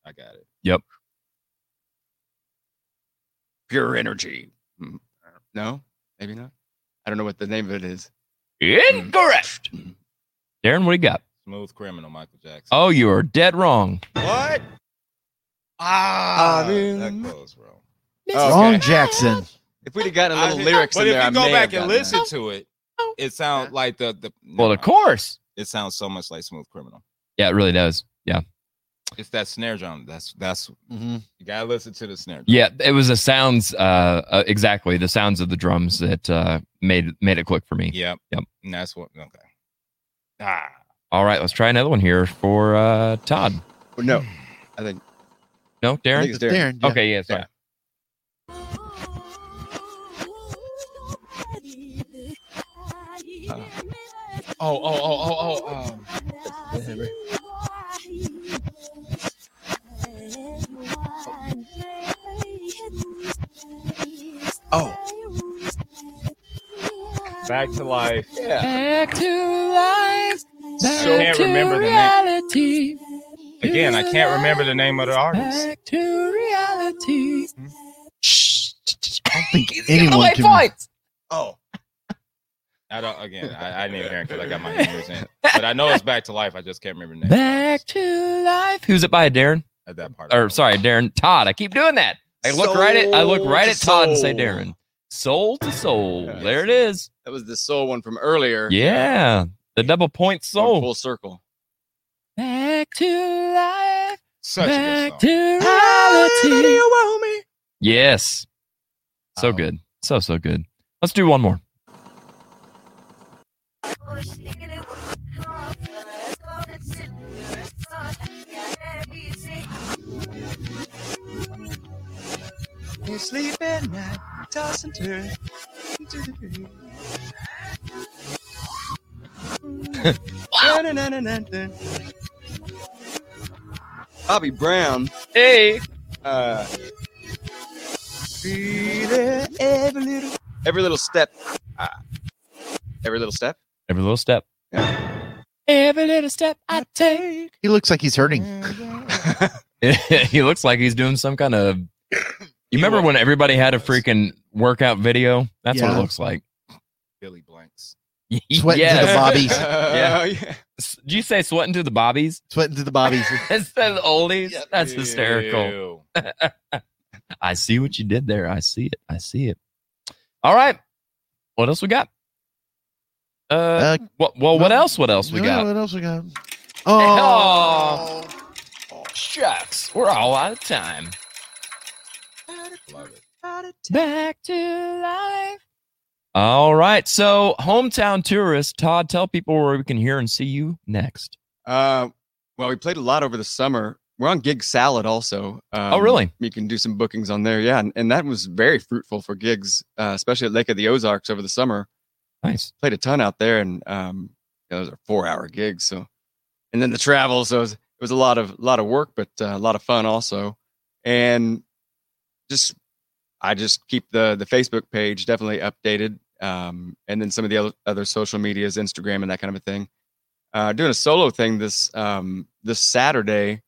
S10: I got it.
S9: pure energy. Mm, No, maybe not. I don't know what the name of it is.
S1: Incorrect. Darren, what do you got?
S10: Smooth criminal, Michael Jackson.
S1: Oh, you are dead wrong.
S10: What? Ah,
S9: dude.
S10: that goes wrong.
S8: Wrong,
S9: Okay.
S8: Jackson.
S9: If we'd have gotten a
S10: I
S9: little
S10: did-
S9: lyrics
S10: but if
S9: in there,
S10: you
S9: I
S10: go
S9: may have
S10: back and
S9: gotten
S10: listen
S9: that.
S10: to it, it sounds like the the.
S1: Well,
S10: nah,
S1: of course.
S10: it sounds so much like Smooth Criminal.
S1: Yeah, it really does.
S10: It's that snare drum. That's that's
S8: Mhm.
S10: you gotta listen to the snare. Drum.
S1: Yeah, it was the sounds, uh, uh, exactly the sounds of the drums that uh, made made it click for me.
S10: Yep.
S1: Yep.
S10: And that's what. Okay. Ah.
S1: All right, let's try another one here for uh, Todd.
S9: Well, no, I think
S1: No,
S9: I
S1: Darren.
S9: think it's Darren.
S8: Darren. yeah.
S1: Okay, yeah, sorry.
S10: Oh, oh, oh, oh, oh, oh. Back to life.
S9: Yeah.
S1: Back to life.
S9: So-
S10: Can't remember the name. Again, I can't remember the name of the artist.
S1: to reality.
S8: think
S10: the
S8: anyone
S10: way
S8: can.
S10: points. Oh. I don't, again, I, I didn't even hear it because I got my ears in. But I know it's back to life. I just can't remember the name.
S1: Back to life. Who's it by, Darren?
S10: At that part.
S1: Or sorry, Darren. Todd. I keep doing that. I look right at I look
S9: Soul
S1: right
S9: to
S1: at Todd and say
S9: soul.
S1: Darren. Soul to soul. There it is.
S9: That was the soul one from earlier.
S1: Yeah. The double point soul.
S9: Full circle.
S1: Back to life.
S10: Such
S1: Back to reality. Yes. So good. So so good. Let's do one more.
S3: You sleep at night, toss and turn. Into the dream.
S9: Bobby Brown.
S1: Hey.
S9: Uh, every little, step. Uh, every little step.
S1: Every little step.
S3: Every little step I take.
S8: He looks like he's hurting.
S1: he looks like he's doing some kind of you remember when everybody had a freaking workout video? That's what
S8: Yeah.
S1: it looks like.
S10: Billy Blanks.
S8: Sweating to the
S1: Yes.
S8: bobbies.
S1: yeah. S- Do you say sweating to the bobbies?
S8: Sweating to the bobbies.
S1: Instead of oldies? That's hysterical.
S10: Ew.
S1: I see what you did there. I see it. I see it. All right. What else we got? Uh, what, well, what else? What else we
S8: Yeah,
S1: got?
S8: What else we got?
S1: Oh. shucks. We're all out of time. Back to life. All right. So, hometown tourist, Todd, tell people where we can hear and see you next.
S9: Uh, well, we played a lot over the summer. We're on Gig Salad also. Um,
S1: Oh, really?
S9: You can do some bookings on there. Yeah. And, and that was very fruitful for gigs, uh, especially at Lake of the Ozarks over the summer.
S1: Nice.
S9: Played a ton out there. And um, yeah, those are four hour gigs. So, and then the travel. So it was, it was a lot of, lot of work, but uh, a lot of fun also. And just, I just keep the, the Facebook page definitely updated. Um, and then some of the other, other social medias, Instagram and that kind of a thing uh, doing a solo thing this um, this Saturday,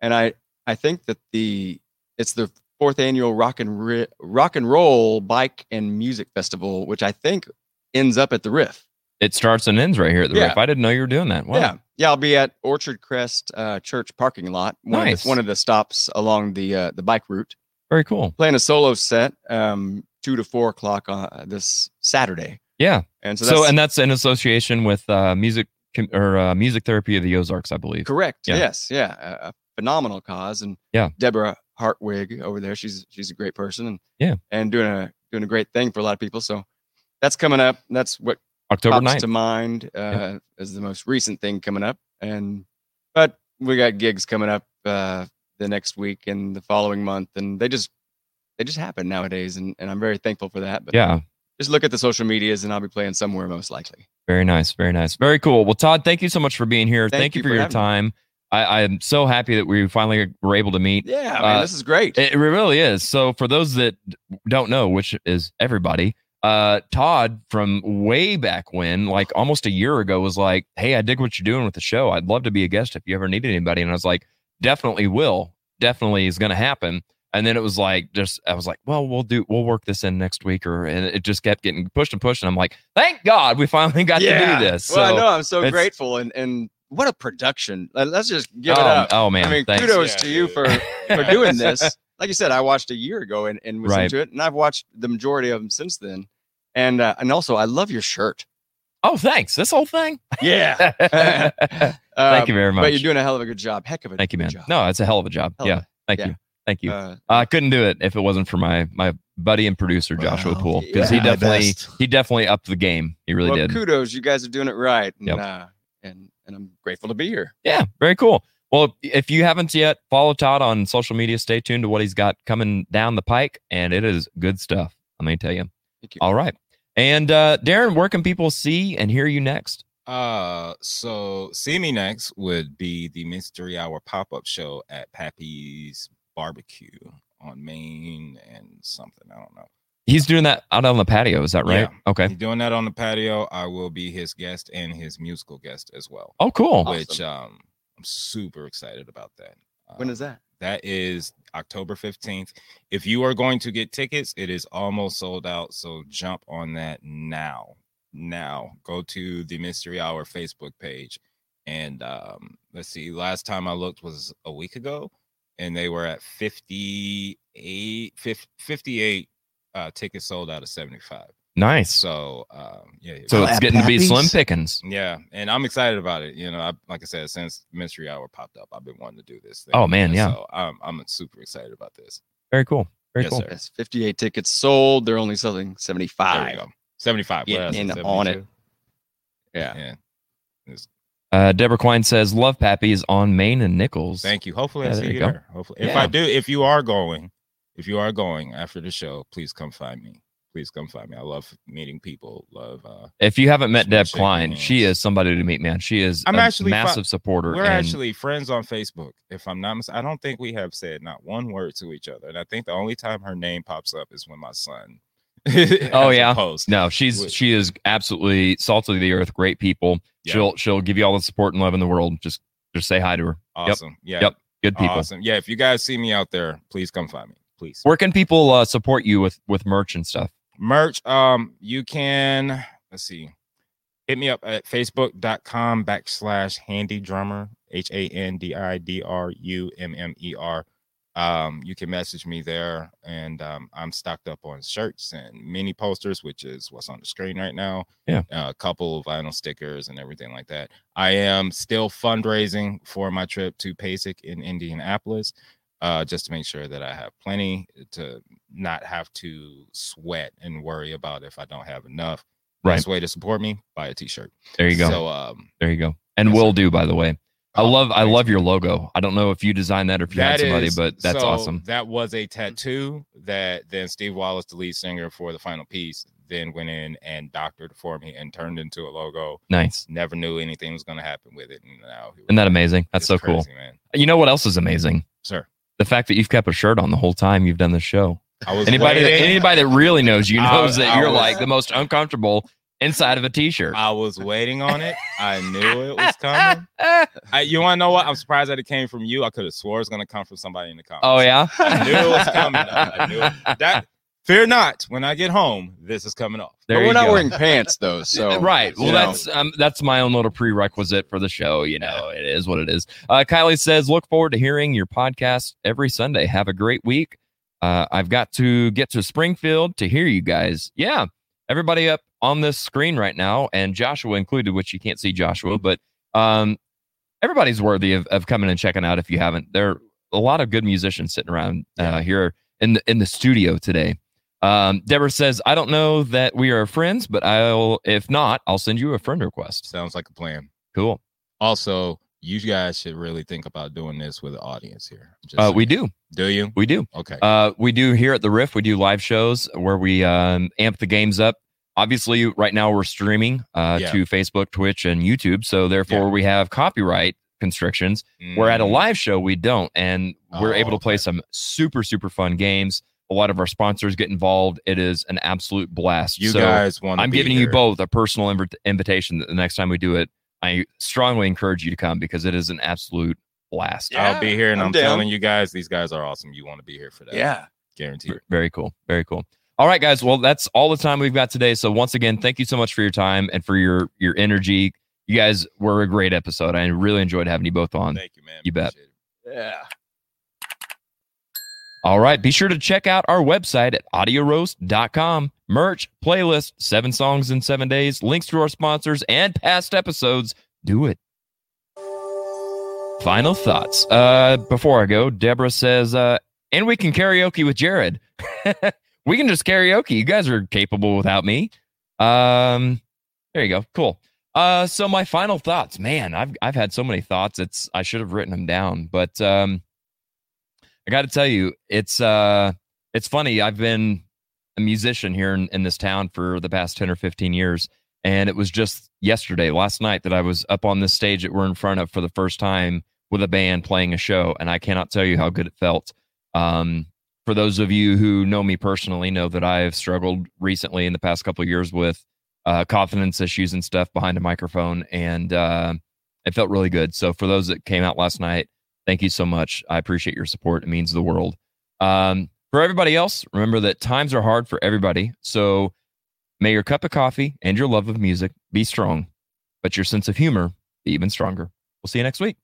S9: and I I think that the it's the fourth annual rock and ri- rock and roll bike and music festival, which I think ends up at the Riff.
S1: It starts and ends right here at the
S9: Yeah.
S1: Riff. I didn't know you were doing that. Wow.
S9: Yeah, yeah, I'll be at Orchard Crest uh, Church parking lot, one, of
S1: Nice.
S9: the, one of the stops along the uh, the bike route.
S1: Very cool.
S9: Playing a solo set, um, two to four o'clock on uh, this Saturday,
S1: Yeah.
S9: and so
S1: So,
S9: that's
S1: and that's in association with uh, music com- or uh, music therapy of the Ozarks, I believe.
S9: Correct.
S1: Yeah.
S9: Yes. Yeah. A, a phenomenal cause, and
S1: Yeah.
S9: Deborah Hartwig over there. She's she's a great person, and
S1: Yeah.
S9: and doing a doing a great thing for a lot of people. So that's coming up. That's what
S1: October
S9: pops
S1: 9th.
S9: to mind uh,
S1: Yeah.
S9: as the most recent thing coming up, and but we got gigs coming up uh, the next week and the following month, and they just they just happen nowadays, and and I'm very thankful for that. But
S1: Yeah.
S9: just look at the social medias, and I'll be playing somewhere most likely.
S1: Very nice. Very nice. Very cool. Well, Todd, thank you so much for being here. Thank, you, for, your
S9: having me.
S1: time. I, I'm so happy that we finally were able to meet. Uh,
S9: Yeah, man, this is great.
S1: It really is. So, for those that don't know, which is everybody, uh, Todd from way back when, like almost a year ago, was like, "Hey, I dig what you're doing with the show. I'd love to be a guest if you ever need anybody." And I was like, "Definitely will. Definitely is going to happen." And then it was like, just I was like, "Well, we'll do. We'll work this in next week," or and it just kept getting pushed and pushed. And I'm like, "Thank God we finally got to do this."
S9: well, I
S1: So
S9: know I'm so
S1: it's-
S9: grateful, and and what a production. Let- Let's just give
S1: Oh,
S9: it up.
S1: oh, man,
S9: I mean,
S1: thanks.
S9: kudos
S1: Yeah,
S9: to you for for
S1: Yeah.
S9: doing this. Like you said, I watched a year ago and and was
S1: Right.
S9: into it, and I've watched the majority of them since then. And uh, and also, I love your shirt.
S1: Oh, thanks. This whole thing.
S9: Yeah. Um,
S1: Thank you very much.
S9: But you're doing a hell of a good job. Heck of a
S1: Thank you,
S9: good
S1: man.
S9: job.
S1: No, it's a hell of a job.
S9: Hell of
S1: yeah.
S9: a-
S1: Thank
S9: yeah.
S1: you. Thank you.
S9: Uh,
S1: I couldn't do it if it wasn't for my my buddy and producer Joshua Poole because he
S9: yeah, my
S1: definitely
S9: best.
S1: he definitely upped the game. He really
S9: well,
S1: did.
S9: kudos. You guys are doing it right. And,
S1: Yep.
S9: uh, and and I'm grateful to be here.
S1: Yeah, very cool. Well, if you haven't yet, follow Todd on social media. Stay tuned to what he's got coming down the pike, and it is good stuff. Let me tell you.
S9: Thank you.
S1: All right, and uh, Darren, where can people see and hear you next?
S10: Uh, so see me next would be the mystery hour pop up show at Pappy's Barbecue on Main and something I don't know.
S1: He's doing that out on the patio. Is that right?
S10: Yeah.
S1: Okay.
S10: He's doing that on the patio. I will be his guest and his musical guest as well.
S1: Oh, cool.
S10: Which um, I'm super excited about that.
S9: When is that?
S10: That is October 15th. If you are going to get tickets, it is almost sold out. So jump on that now. Now go to the Mystery Hour Facebook page. And um, let's see, last time I looked was a week ago, and they were at 58, 50, 58 uh, tickets sold out of 75.
S1: Nice.
S10: So, um, yeah. yeah.
S1: So it's getting to be slim pickings.
S10: Yeah, and I'm excited about it. You know, I, like I said, since Mystery Hour popped up, I've been wanting to do this thing.
S1: Oh, man,
S10: And
S1: yeah.
S10: So I'm I'm super excited about this.
S1: Very cool. Very
S9: yes,
S1: cool.
S9: sir. That's 58 tickets sold. They're only selling 75.
S10: There you go. 75.
S9: Getting
S10: Whereas
S9: in
S10: it's
S9: on it.
S10: 72. Yeah. yeah. It's-
S1: Uh, Deborah Quine says Love Pappy is on Maine and Nichols.
S10: Thank you. Hopefully, I
S1: Yeah,
S10: see
S1: there
S10: you,
S1: go.
S10: there. Hopefully, if
S1: Yeah.
S10: I do, if you are going, if you are going after the show, please come find me. Please come find me. I love meeting people. Love. Uh,
S1: If you haven't met Deb
S10: shaking
S1: Klein, she is somebody to meet, man. She is
S10: I'm
S1: a
S10: actually fi-
S1: massive supporter.
S10: We're
S1: and-
S10: actually friends on Facebook. If I'm not, mis- I don't think we have said not one word to each other. And I think the only time her name pops up is when my son.
S1: oh
S10: has a
S1: yeah,
S10: post.
S1: no, she's
S10: Which-
S1: she is absolutely salt of the earth. Great people.
S10: Yeah.
S1: She'll she'll give you all the support and love in the world. Just just say hi to her. Yep.
S10: Awesome. Yeah.
S1: Yep. Good people.
S10: Awesome. Yeah. If you guys see me out there, please come find me. Please.
S1: Where can people uh, support you with with merch and stuff?
S10: merch um you can let's see hit me up at facebook.com backslash handy drummer h-a-n-d-i-d-r-u-m-m-e-r E um you can message me there and um i'm stocked up on shirts and mini posters which is what's on the screen right now
S1: Yeah.
S10: uh, a couple of vinyl stickers and everything like that i am still fundraising for my trip to pasic in indianapolis uh, just to make sure that I have plenty eh, to not have to sweat and worry about if I don't have enough.
S1: Right.
S10: Best way to support me, buy a t-shirt.
S1: There you go.
S10: So um Oh,
S1: There you go. And will do by the way. I love I love your logo. I don't know if you designed that or if you had
S10: that
S1: somebody,
S10: is-
S1: but that's
S10: so
S1: awesome.
S10: That was a tattoo that then Steve Wallace, the lead singer for the final piece, then went in and doctored for me and turned into a logo.
S1: Nice.
S10: Never knew anything was gonna happen with it. And now
S1: Isn't that amazing? That's so cool.
S10: crazy, man.
S1: You know what else is amazing?
S10: Sir.
S1: The fact that you've kept a shirt on the whole time you've done this show.
S10: I was
S1: anybody that,
S10: waiting.
S1: anybody that really knows you
S10: I-
S1: knows that
S10: I
S1: you're
S10: was-
S1: like the most uncomfortable inside of a t-shirt.
S10: I was waiting on it. I knew it was coming. I, you want to know what? I'm surprised that it came from you. I could have swore it's going to come from somebody in the comments.
S1: Oh yeah.
S10: I knew it was coming. I knew it. That fear not. When I get home, this is coming off.
S1: There you go. right.
S10: You know,
S1: Well, that's um, that's my own little prerequisite for the show. You know, it is what it is. Uh, Kylie says, look forward to hearing your podcast every Sunday. Have a great week. Uh, I've got to get to Springfield to hear you guys. Yeah, everybody up on this screen right now, and Joshua included, which you can't see Joshua, but um, everybody's worthy of, of coming and checking out if you haven't. There are a lot of good musicians sitting around uh, here in the in the studio today. Um, Deborah says, I don't know that we are friends, but I'll if not, I'll send you a friend request.
S10: Sounds like a plan.
S1: Cool.
S10: Also, you guys should really think about doing this with the audience here. Just
S1: Uh,
S10: saying.
S1: we do.
S10: Do you?
S1: We do.
S10: Okay.
S1: Uh, we do here at the Riff. We do live shows where we um, amp the games up. Obviously, right now we're streaming uh,
S10: Yeah.
S1: to Facebook, Twitch, and YouTube. So therefore, we have copyright constrictions. Where
S10: Mm.
S1: at a live show, we don't, and we're
S10: Oh,
S1: able to play some super super fun games. A lot of our sponsors get involved. It is an absolute blast.
S10: You guys wanna
S1: I'm
S10: be
S1: giving you
S10: there.
S1: both a personal invit- invitation that the next time we do it, I strongly encourage you to come because it is an absolute blast.
S10: I'll be here, and
S1: I'm
S10: I'm,
S1: down.
S10: telling you guys, these guys are awesome. You want to be here for that?
S1: Yeah.
S10: guaranteed.
S1: Very cool. Very cool. All right, guys. Well, that's all the time we've got today. So once again, thank you so much for your time and for your your energy. You guys were a great episode. I really enjoyed having you both on. Thank
S10: you, man.
S1: You bet.
S9: Yeah.
S1: All right. Be sure to check out our website at audioroast.com. Merch, playlist, seven songs in seven days, links to our sponsors, and past episodes. Do it. Final thoughts. Uh, before I go, Deborah says, uh, and we can karaoke with Jared. we can just karaoke. You guys are capable without me. Um, there you go. Cool. Uh, so my final thoughts, man, I've, I've had so many thoughts. It's, I should have written them down, but, um, I got to tell you, it's uh, it's funny. I've been a musician here in, in this town for the past ten or fifteen years, and it was just yesterday, last night, that I was up on this stage that we're in front of for the first time with a band playing a show, and I cannot tell you how good it felt. Um, for those of you who know me personally, know that I have struggled recently in the past couple of years with uh, confidence issues and stuff behind a microphone, and uh, it felt really good. So for those that came out last night, Thank you so much. I appreciate your support. It means the world. Um, for everybody else, remember that times are hard for everybody. So may your cup of coffee and your love of music be strong, but your sense of humor be even stronger. We'll see you next week.